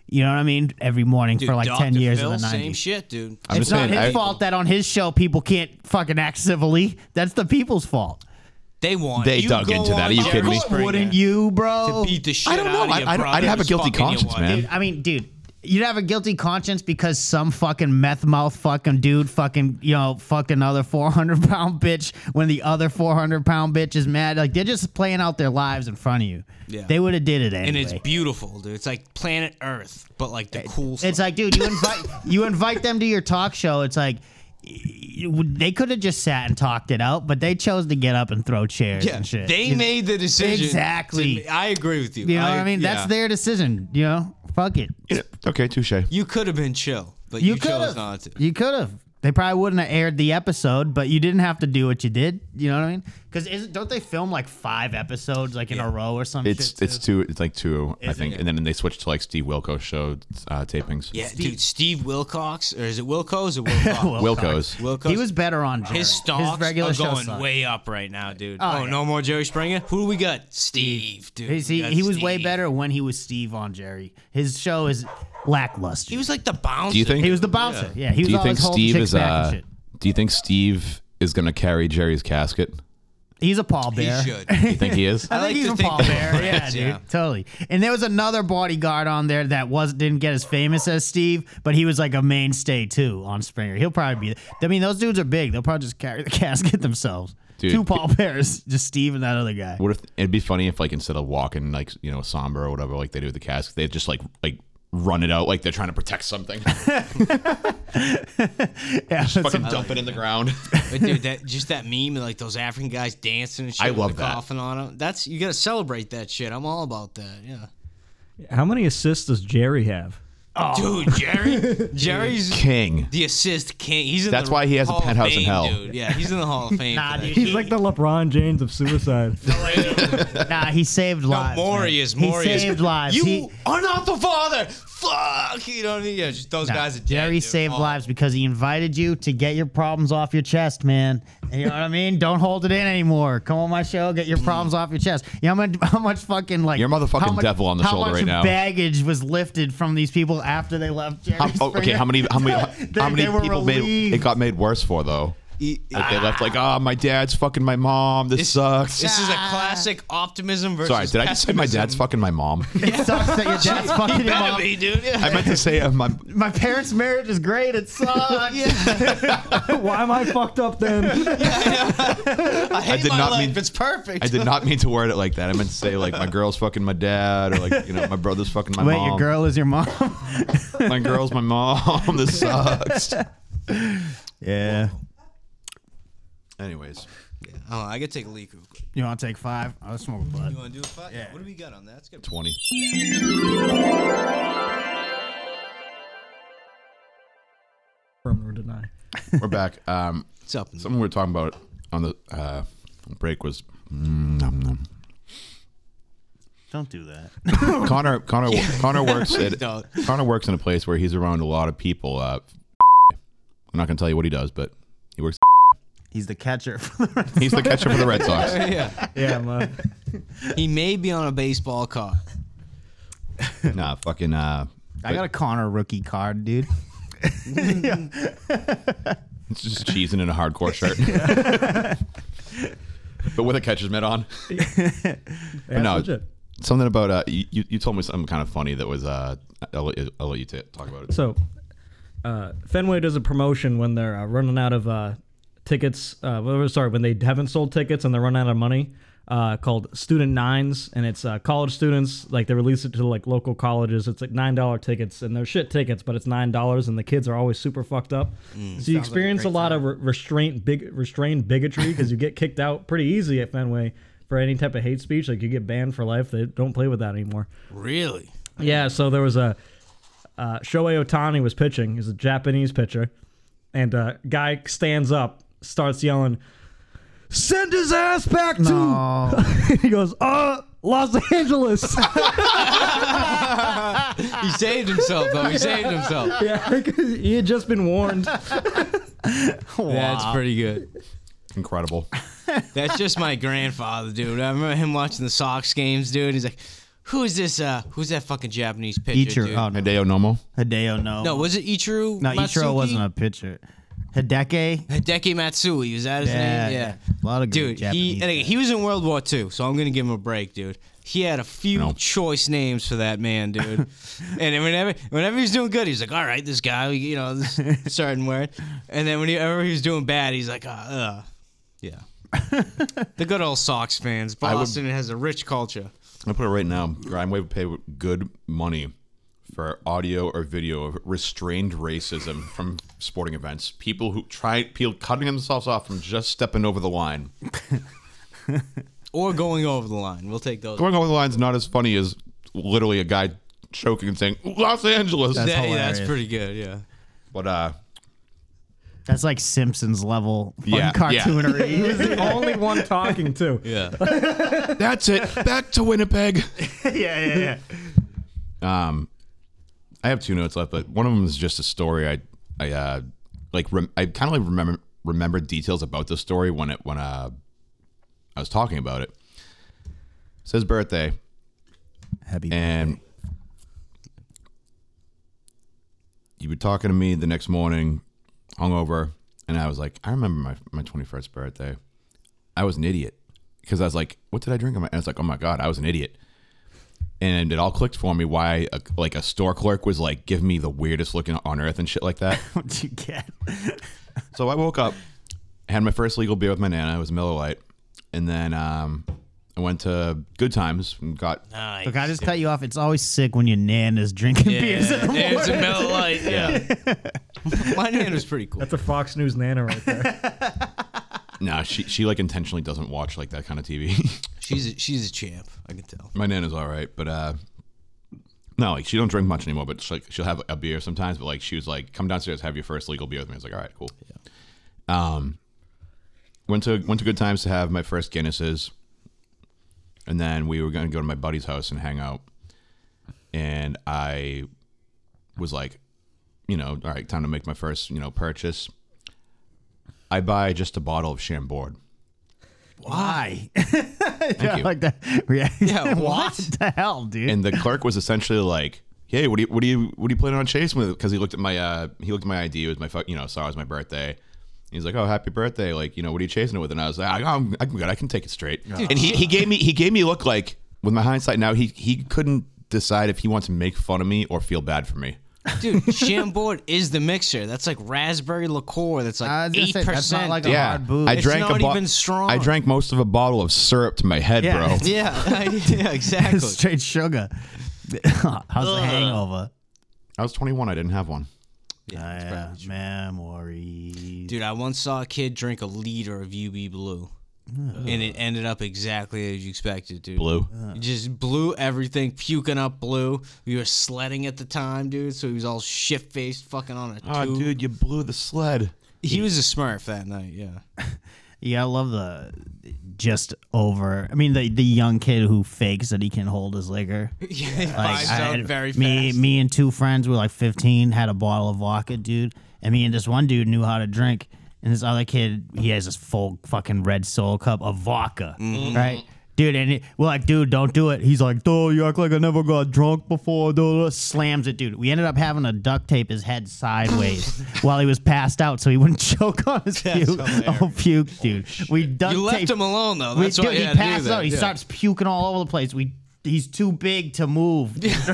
Speaker 2: You know what I mean? Every morning
Speaker 4: Dude,
Speaker 2: for like
Speaker 4: Dr.
Speaker 2: ten years
Speaker 4: Phil,
Speaker 2: in the
Speaker 4: Same
Speaker 2: nineties.
Speaker 4: shit, dude.
Speaker 5: I'm
Speaker 2: It's
Speaker 5: just
Speaker 2: not
Speaker 5: saying,
Speaker 2: his
Speaker 5: I-
Speaker 2: fault that on his show people can't fucking act civilly. That's the people's fault.
Speaker 4: They want
Speaker 5: They
Speaker 4: you
Speaker 5: dug
Speaker 4: go
Speaker 5: into that.
Speaker 4: on
Speaker 5: Are you
Speaker 4: Jerry
Speaker 5: kidding me?
Speaker 4: Springer
Speaker 2: Wouldn't you, bro?
Speaker 4: To beat the shit
Speaker 5: I don't
Speaker 4: out
Speaker 5: know.
Speaker 4: of
Speaker 5: I-
Speaker 4: your
Speaker 5: I- I'd
Speaker 4: brother
Speaker 5: have a
Speaker 4: who's
Speaker 5: guilty
Speaker 4: fucking your
Speaker 5: conscience,
Speaker 4: wife.
Speaker 5: man.
Speaker 2: Dude, I mean, dude, you'd have a guilty conscience because some fucking meth mouth fucking dude fucking, you know, fucked another 400 pound bitch when the other 400 pound bitch is mad. Like, they're just playing out their lives in front of you.
Speaker 4: Yeah.
Speaker 2: They would have did it anyway.
Speaker 4: and it's beautiful, dude. It's like planet Earth, but like the cool stuff.
Speaker 2: It's like, dude, you invite you invite them to your talk show. It's like y- y- they could have just sat and talked it out, but they chose to get up and throw chairs
Speaker 4: yeah,
Speaker 2: and shit.
Speaker 4: they
Speaker 2: You know?
Speaker 4: made the decision.
Speaker 2: Exactly.
Speaker 4: to- I agree with you.
Speaker 2: You know what I mean? That's
Speaker 4: yeah.
Speaker 2: their decision. You know, fuck it.
Speaker 5: Yeah, Okay, touche.
Speaker 4: You could have been chill, but you,
Speaker 2: You could
Speaker 4: chose
Speaker 2: have.
Speaker 4: not to.
Speaker 2: You could have. They probably wouldn't have aired the episode, but you didn't have to do what you did. You know what I mean? Because don't they film like five episodes like in a row or something?
Speaker 5: It's it's two. It's like two, I think, and then they switched to like Steve Wilco show uh, tapings.
Speaker 4: Yeah, dude. Steve Wilcox, or is it Wilco's or Wilcox?
Speaker 5: Wilco's.
Speaker 4: Wilcox.
Speaker 2: he was better on Jerry.
Speaker 4: his stocks
Speaker 2: regular
Speaker 4: are
Speaker 2: show
Speaker 4: going
Speaker 2: sucked.
Speaker 4: way up right now, dude.
Speaker 2: Oh,
Speaker 4: Oh,
Speaker 2: yeah.
Speaker 4: no more Jerry Springer. Who do we got? Steve, dude.
Speaker 2: He's-
Speaker 4: We
Speaker 2: he,
Speaker 4: got
Speaker 2: he was way
Speaker 4: Steve.
Speaker 2: better when he was Steve on Jerry. His show is lackluster.
Speaker 4: He was like the bouncer.
Speaker 5: Do you think?
Speaker 2: He was the bouncer. Yeah, he was
Speaker 5: do you
Speaker 2: always
Speaker 5: think
Speaker 2: holding
Speaker 5: Steve
Speaker 2: chicks
Speaker 5: is
Speaker 2: back and
Speaker 5: uh,
Speaker 2: shit.
Speaker 5: Do you think Steve is gonna carry Jerry's casket?
Speaker 2: He's a
Speaker 4: He
Speaker 2: pallbearer.
Speaker 4: should.
Speaker 5: You think he is?
Speaker 2: I,
Speaker 4: I
Speaker 2: think
Speaker 4: like
Speaker 2: he's
Speaker 4: to
Speaker 2: a
Speaker 4: think
Speaker 2: Paul
Speaker 4: they were
Speaker 2: Bear. Yeah,
Speaker 4: friends,
Speaker 2: dude,
Speaker 4: yeah.
Speaker 2: totally. And there was another bodyguard on there that was didn't get as famous as Steve, but he was like a mainstay too on Springer. He'll probably be. I mean, those dudes are big. They'll probably just carry the casket themselves.
Speaker 5: Dude.
Speaker 2: Two Paul Bears, just Steve and that other guy.
Speaker 5: What if it'd be funny if like instead of walking like you know somber or whatever like they do with the casket, they just like like run it out like they're trying to protect something.
Speaker 2: Yeah,
Speaker 5: Just fucking dump it in the ground.
Speaker 4: But dude, that just that meme of like those African guys dancing and shit
Speaker 5: I
Speaker 4: with
Speaker 5: love
Speaker 4: the
Speaker 5: that.
Speaker 4: coffin on them. That's you gotta celebrate that shit. I'm all about that. Yeah.
Speaker 3: How many assists does Jerry have?
Speaker 2: Oh.
Speaker 4: Dude, Jerry Jerry's
Speaker 5: King.
Speaker 4: the assist king. He's in
Speaker 5: That's
Speaker 4: the
Speaker 5: why he has a
Speaker 4: Hall of
Speaker 5: penthouse in
Speaker 4: Fame,
Speaker 5: hell.
Speaker 4: Dude. Yeah, he's in the Hall of Fame.
Speaker 2: Nah,
Speaker 4: for that
Speaker 2: dude,
Speaker 4: shit.
Speaker 3: He's like the LeBron James of suicide.
Speaker 2: nah, he saved lives.
Speaker 4: Morius,
Speaker 2: man.
Speaker 4: Morius.
Speaker 2: He saved lives.
Speaker 4: You
Speaker 2: he,
Speaker 4: are not the father. Fuck. You know what I mean? Yeah, just those
Speaker 2: Nah,
Speaker 4: guys are dead,
Speaker 2: Jerry
Speaker 4: dude.
Speaker 2: saved
Speaker 4: Oh.
Speaker 2: lives because he invited you to get your problems off your chest, man. You know what I mean? Don't hold it in anymore. Come on my show, get your problems off your chest. You know how much, how much fucking like
Speaker 5: You're a motherfucking
Speaker 2: how much-
Speaker 5: devil on the
Speaker 2: how
Speaker 5: shoulder
Speaker 2: much
Speaker 5: right now.
Speaker 2: Baggage was lifted from these people after they left. Jerry
Speaker 5: How, oh, okay,
Speaker 2: Springer.
Speaker 5: how many how many
Speaker 2: They-
Speaker 5: how many
Speaker 2: they were
Speaker 5: people made it
Speaker 2: relieved.
Speaker 5: got made worse for though?
Speaker 4: E-
Speaker 2: Ah.
Speaker 5: Like they left like, oh, my dad's fucking my mom. This sucks.
Speaker 4: This is a classic optimism versus.
Speaker 5: Sorry, did I just say my dad's
Speaker 4: pessimism.
Speaker 5: fucking my mom?
Speaker 2: It sucks that your dad's fucking your
Speaker 4: Better
Speaker 2: mom.
Speaker 4: be, dude. Yeah.
Speaker 5: I meant to say uh, my
Speaker 2: My parents' marriage is great. It sucks.
Speaker 3: Why am I fucked up then?
Speaker 4: I hate
Speaker 5: did
Speaker 4: my
Speaker 5: not
Speaker 4: life.
Speaker 5: mean-
Speaker 4: it's perfect.
Speaker 5: I did not mean to word it like that. I meant to say like my girl's fucking my dad or like you know my brother's fucking my
Speaker 2: Wait,
Speaker 5: mom.
Speaker 2: your girl is your mom?
Speaker 5: My girl's my mom. This sucks.
Speaker 2: yeah.
Speaker 5: Anyways,
Speaker 4: Oh, I could take a leak real quick.
Speaker 2: You want to take five? I was smoking blood.
Speaker 4: You want to do a five? What do we got on that? It's good.
Speaker 5: twenty.
Speaker 3: Affirm or deny.
Speaker 5: We're back. Um,
Speaker 4: What's up?
Speaker 5: something we were talking about on the uh, break was mm, nom, nom.
Speaker 2: Don't do that.
Speaker 5: Connor. Connor. Connor works at
Speaker 4: don't.
Speaker 5: Connor works in a place where he's around a lot of people. Uh, I'm not gonna tell you what he does, but he works.
Speaker 2: He's the catcher for the Red
Speaker 5: He's the catcher for the Red Sox.
Speaker 4: yeah.
Speaker 3: Yeah, uh, man.
Speaker 4: He may be on a baseball card.
Speaker 5: Nah, fucking. Uh,
Speaker 2: I got a Connor rookie card, dude.
Speaker 5: It's just cheesing in a hardcore shirt. but with a catcher's mitt on.
Speaker 3: That's
Speaker 5: no.
Speaker 3: legit.
Speaker 5: Something about uh, you, you- you told me something kind of funny that was uh, I'll, let you- I'll let you t- talk about it.
Speaker 3: So, uh, Fenway does a promotion when they're uh, running out of uh, tickets. Uh, well, sorry, when they haven't sold tickets and they're running out of money. Uh, called Student Nines, and it's uh, college students. Like they release it to like local colleges. It's like nine dollar tickets, and they're shit tickets, but it's nine dollars, and the kids are always super fucked up. So you experience a, lot of re- restraint, big restrained bigotry because you get kicked out pretty easy at Fenway for any type of hate speech. Like you get banned for life. They don't play with that anymore.
Speaker 4: Really?
Speaker 3: Yeah, so there was a uh, Shohei Otani was pitching. He's a Japanese pitcher, and uh, guy stands up, starts yelling, "Send his ass back to!" he goes, "Uh, Los Angeles."
Speaker 4: He saved himself, though. He saved himself.
Speaker 3: yeah, 'cause he had just been warned.
Speaker 4: That's pretty good.
Speaker 5: Incredible.
Speaker 4: That's just my grandfather, dude. I remember him watching the Sox games, dude. He's like, "Who is this? Uh, who's that fucking Japanese pitcher?"
Speaker 2: Ichiro.
Speaker 4: Dude?
Speaker 2: Oh, no.
Speaker 5: Hideo Nomo.
Speaker 2: Hideo, no.
Speaker 4: no, was it Ichiro?
Speaker 2: no Ichiro wasn't a pitcher. Hideki?
Speaker 4: Hideki Matsui. Was that his
Speaker 2: Yeah,
Speaker 4: name?
Speaker 2: yeah.
Speaker 4: Yeah.
Speaker 2: A lot of good
Speaker 4: dude.
Speaker 2: Japanese
Speaker 4: he and again,
Speaker 2: guys.
Speaker 4: he was in World War II, so I'm gonna give him a break, dude. He had a few
Speaker 5: No.
Speaker 4: choice names for that man, dude. and whenever whenever he was doing good, he's like, "All right, this guy, you know, this certain word." And then whenever he was doing bad, he's like, "Uh, uh yeah." the good old Sox fans. Boston has a rich culture.
Speaker 5: I put it right now. Grindwave would pay good money for audio or video of restrained racism from sporting events. People who try people cutting themselves off from just stepping over the line.
Speaker 4: or going over the line. We'll take those.
Speaker 5: Going over the line's not as funny as literally a guy choking and saying Los Angeles.
Speaker 4: That- yeah, that's
Speaker 2: hilarious.
Speaker 4: pretty good. Yeah.
Speaker 5: But uh,
Speaker 2: That's like Simpsons level fucking
Speaker 5: Yeah, yeah.
Speaker 2: cartoonery.
Speaker 3: He was the only one talking too.
Speaker 4: Yeah.
Speaker 5: that's it. Back to Winnipeg.
Speaker 2: yeah, yeah, yeah.
Speaker 5: Um, I have two notes left, but one of them is just a story. I, I, uh, like rem- I kind of like remember remember details about the story when it when uh, I was talking about it. It's his birthday,
Speaker 2: Happy
Speaker 5: and you were talking to me the next morning, hungover, and I was like, I remember my my twenty first birthday. I was an idiot because I was like, what did I drink? on my-" And I was like, oh my god, I was an idiot and it all clicked for me why a, like a store clerk was like give me the weirdest looking on earth and shit like that
Speaker 2: what you get.
Speaker 5: so i woke up had my first legal beer with my nana it was miller light and then um, I went to Good Times and got
Speaker 4: Nice.
Speaker 2: Look, I just cut you off. It's always sick when your nan is drinking beers in the morning.
Speaker 4: It's a Miller Lite. Yeah. My name is pretty cool.
Speaker 3: That's a Fox News nana right there.
Speaker 5: Nah, she she like intentionally doesn't watch like that kind of TV.
Speaker 4: She's a, she's a champ. I can tell.
Speaker 5: My nana's all right, but uh, no, like she don't drink much anymore. But she, like she'll have a beer sometimes. But like she was like, come downstairs, have your first legal beer with me. I was like, all right, cool. Um, went to went to good times to have my first Guinnesses, and then we were gonna go to my buddy's house and hang out. And I was like, you know, all right, time to make my first you know purchase. I buy just a bottle of Chambord.
Speaker 2: Why?
Speaker 5: Thank you.
Speaker 2: like that reaction.
Speaker 4: Yeah,
Speaker 2: what
Speaker 4: what?
Speaker 2: the hell, dude?
Speaker 5: and the clerk was essentially like, "Hey, what do you what do you what are you planning on chasing with?" Because he looked at my uh, he looked at my ID. It was my fu- you know saw it was my birthday. He's like, "Oh, happy birthday!" Like you know, what are you chasing it with? And I was like, I- "I'm I'm good. I can take it straight." And he, he gave me he gave me a look like with my hindsight now he he couldn't decide if he wanted to make fun of me or feel bad for me.
Speaker 4: Dude, Chambord is the mixer. That's like raspberry liqueur. That's
Speaker 2: I
Speaker 4: like
Speaker 2: was gonna
Speaker 4: eight
Speaker 2: say, that's not
Speaker 4: percent.
Speaker 2: like a
Speaker 5: Yeah,
Speaker 2: hard booze.
Speaker 5: I
Speaker 4: It's
Speaker 5: drank
Speaker 4: not
Speaker 5: a bo-
Speaker 4: even strong.
Speaker 5: I drank most of a bottle of syrup to my head,
Speaker 2: Yeah.
Speaker 5: bro.
Speaker 4: yeah, yeah, exactly.
Speaker 2: Straight sugar. How's the hangover?
Speaker 5: I was 21. I didn't have one.
Speaker 4: Yeah, it's
Speaker 2: Yeah,
Speaker 4: probably true.
Speaker 2: memories.
Speaker 4: Dude, I once saw a kid drink a liter of UB Blue, and it ended up exactly as you expected, dude.
Speaker 5: Blue.
Speaker 4: Just blew everything, puking up blue. We were sledding at the time, dude, so he was all shit faced, fucking on a
Speaker 5: Ah,
Speaker 2: Oh,
Speaker 4: tube.
Speaker 5: dude, you blew the sled.
Speaker 4: He was a smurf that night, yeah.
Speaker 2: Yeah, I love the just over. I mean, the the young kid who fakes that he can hold his liquor.
Speaker 4: yeah, he
Speaker 2: Like,
Speaker 4: vibes
Speaker 2: I
Speaker 4: out
Speaker 2: had-
Speaker 4: very
Speaker 2: me,
Speaker 4: fast.
Speaker 2: me and two friends were like 15, had a bottle of vodka, dude. And me and this one dude knew how to drink. And this other kid, he has this full fucking red soul cup of vodka,
Speaker 4: Mm-hmm.
Speaker 2: right? Dude, and it, we're like, dude, don't do it. He's like, dude, you act like I never got drunk before. Duh. Slams it, dude. We ended up having to duct tape his head sideways while he was passed out so he wouldn't choke on his puke. Oh, puke, dude. We duct
Speaker 4: You left
Speaker 2: taped-
Speaker 4: him alone though.
Speaker 2: we-
Speaker 4: That's why
Speaker 2: dude,
Speaker 4: you
Speaker 2: he
Speaker 4: had to do
Speaker 2: passes
Speaker 4: that.
Speaker 2: out. He
Speaker 4: yeah.
Speaker 2: starts puking all over the place. We he's too big to move.
Speaker 4: He's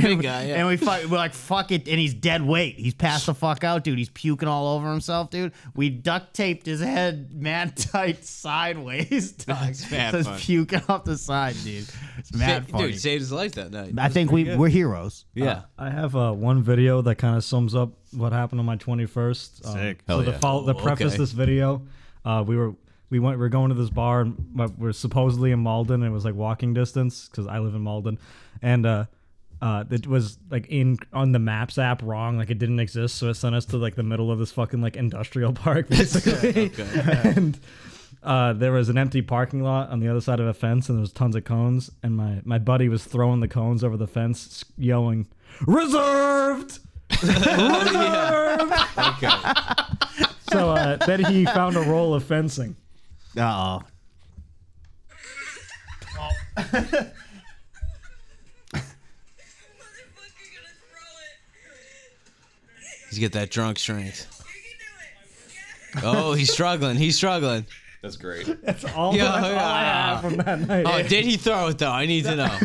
Speaker 4: big guy.
Speaker 2: And
Speaker 4: Yeah.
Speaker 2: we fuck, we're like, fuck it. And he's dead weight. He's passed the fuck out, dude. He's puking all over himself, dude. We duct taped his head man tight sideways. dog.
Speaker 4: That's mad
Speaker 2: so he's
Speaker 4: fun.
Speaker 2: puking off the side, dude. It's mad
Speaker 4: Sa-
Speaker 2: funny.
Speaker 4: Dude, saved his life that night.
Speaker 2: I think we, we're heroes.
Speaker 4: yeah.
Speaker 3: I have uh, one video that kind of sums up what happened on my 21st. Um,
Speaker 2: Sick.
Speaker 3: So
Speaker 5: Hell
Speaker 3: the
Speaker 5: yeah.
Speaker 3: fol- the preface
Speaker 4: okay.
Speaker 3: this video, uh, we were we went we are going to this bar and we we're supposedly in Malden and it was like walking distance because I live in Malden, and uh, uh, it was like in on the Maps app wrong like it didn't exist so it sent us to like the middle of this fucking like industrial park basically, and uh, there was an empty parking lot on the other side of a fence, and there was tons of cones. And my my buddy was throwing the cones over the fence, s- yelling, "Reserved!" Reserved! So uh, then he found a roll of fencing.
Speaker 2: Uh oh.
Speaker 6: Motherfucker gonna throw it.
Speaker 4: He's got that drunk strength.
Speaker 6: You can do it.
Speaker 4: Oh, he's struggling. He's struggling.
Speaker 5: That's great.
Speaker 3: That's all,
Speaker 4: Yeah,
Speaker 3: that's all I
Speaker 4: yeah.
Speaker 3: have from that night.
Speaker 4: Oh, did he throw it though? I need to know.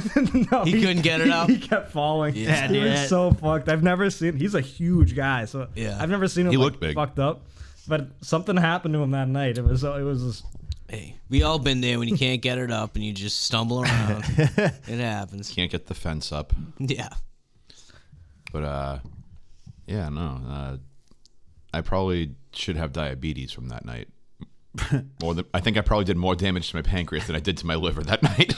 Speaker 3: No,
Speaker 4: Oh, he couldn't get it up?
Speaker 3: He kept falling.
Speaker 4: Yeah,
Speaker 3: he was
Speaker 2: dude.
Speaker 3: so fucked. I've never seen. He's a huge guy, so
Speaker 4: Yeah.
Speaker 3: I've never seen him.
Speaker 5: He
Speaker 3: like,
Speaker 5: looked big.
Speaker 3: fucked up. But something happened to him that night. It was. It was. Just,
Speaker 4: Hey, we all been there when you can't get it up and you just stumble around. it happens.
Speaker 5: Can't get the fence up.
Speaker 4: Yeah.
Speaker 5: But uh, yeah, no, uh, I probably should have diabetes from that night. More than I think I probably did more damage to my pancreas than I did to my liver that night.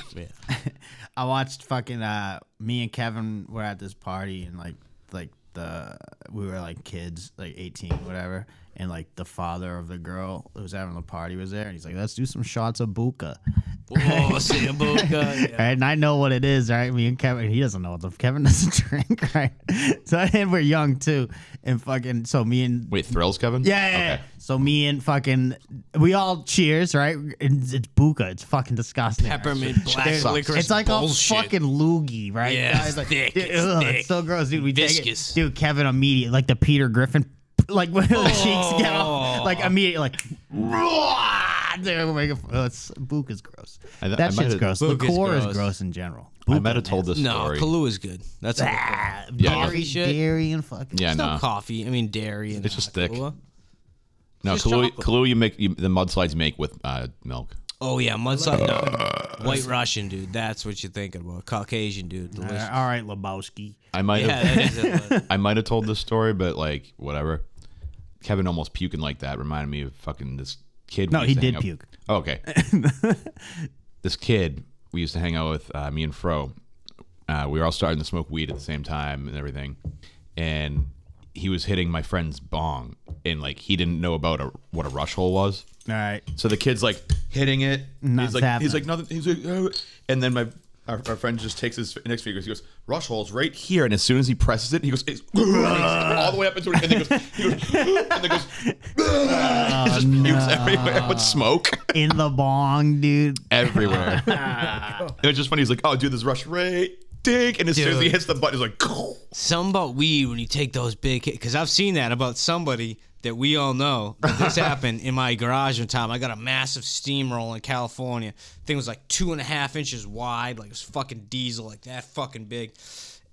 Speaker 2: I watched fucking uh me and Kevin were at this party and like like the we were like kids, like eighteen, whatever, and like the father of the girl who was having the party was there and he's like, Let's do some shots of buka.
Speaker 4: Oh, Sambuca. Yeah.
Speaker 2: Right, and I know what it is, right? Me and Kevin, he doesn't know what the Kevin doesn't drink, right? So and we're young too, and fucking so me and
Speaker 5: Wait, thrills, Kevin?
Speaker 2: yeah, yeah, yeah. So me and fucking we all cheers, right? And it's buka, it's fucking disgusting. right?
Speaker 4: Peppermint black
Speaker 2: There's-
Speaker 4: licorice.
Speaker 2: It's like
Speaker 4: bullshit.
Speaker 2: a fucking loogie, right?
Speaker 4: Yeah,
Speaker 2: Guys,
Speaker 4: it's
Speaker 2: like,
Speaker 4: thick,
Speaker 2: dude,
Speaker 4: it's
Speaker 2: ugh,
Speaker 4: thick.
Speaker 2: so gross, dude. We
Speaker 4: Viscous. Oh.
Speaker 2: take it, dude. Kevin immediate, like the Peter Griffin, like when the cheeks get off, like immediate, like. Dude, make a, uh, it's, book is gross.
Speaker 5: I- I
Speaker 2: that
Speaker 5: might
Speaker 2: shit's
Speaker 5: have-
Speaker 2: gross.
Speaker 4: Book is
Speaker 2: Liqueur is
Speaker 4: gross.
Speaker 2: gross in general.
Speaker 5: I
Speaker 2: Book-
Speaker 5: might have told this
Speaker 4: No,
Speaker 5: story.
Speaker 4: Kahlua is good. That's a good thing.
Speaker 2: Ah,
Speaker 5: Yeah.
Speaker 2: dairy,
Speaker 4: Shit.
Speaker 2: dairy, and fucking.
Speaker 5: yeah,
Speaker 4: It's
Speaker 5: no,
Speaker 4: not coffee. I mean dairy. And
Speaker 5: It's
Speaker 4: uh,
Speaker 5: just thick.
Speaker 4: Kahlua.
Speaker 5: no.
Speaker 4: just
Speaker 5: Kahlua,
Speaker 4: chocolate.
Speaker 5: Kahlua you make you, the mudslides make with uh, milk.
Speaker 4: Oh yeah, Mudslide. No. White Russian dude. That's what you're thinking about. Caucasian dude.
Speaker 2: All
Speaker 4: Delicious.
Speaker 2: right, Lebowski.
Speaker 5: I might
Speaker 4: Yeah,
Speaker 5: have
Speaker 4: that is it.
Speaker 5: I might have told this story, but like whatever. Kevin almost puking like that reminded me of fucking this kid. we
Speaker 2: No,
Speaker 5: used
Speaker 2: he
Speaker 5: to hang
Speaker 2: did
Speaker 5: out-
Speaker 2: puke.
Speaker 5: Oh, okay. this kid we used to hang out with, uh, me and Fro. Uh, we were all starting to smoke weed at the same time and everything, and he was hitting my friend's bong, and like he didn't know about a, what a rush hole was.
Speaker 2: All right.
Speaker 5: So the kid's like hitting it.
Speaker 2: Nothing's
Speaker 5: he's like
Speaker 2: happening.
Speaker 5: he's like nothing. He's like, "Oh," and then my our, our friend just takes his next finger. He goes, "Rush hole's right here." And as soon as he presses it, he goes it's, all the way up into it, and then goes, he goes, and then goes, it just pukes everywhere with smoke
Speaker 2: In the bong, dude.
Speaker 5: everywhere. it was just funny. He's like, "Oh, dude, this rush right." Dig, and as soon as he
Speaker 4: Dude.
Speaker 5: hits the button, he's like,
Speaker 4: Something about weed when you take those big hits. Because I've seen that about somebody that we all know. This happened in my garage one time. I got a massive steamroll in California. Thing was like two and a half inches wide. Like it was fucking diesel, like that fucking big.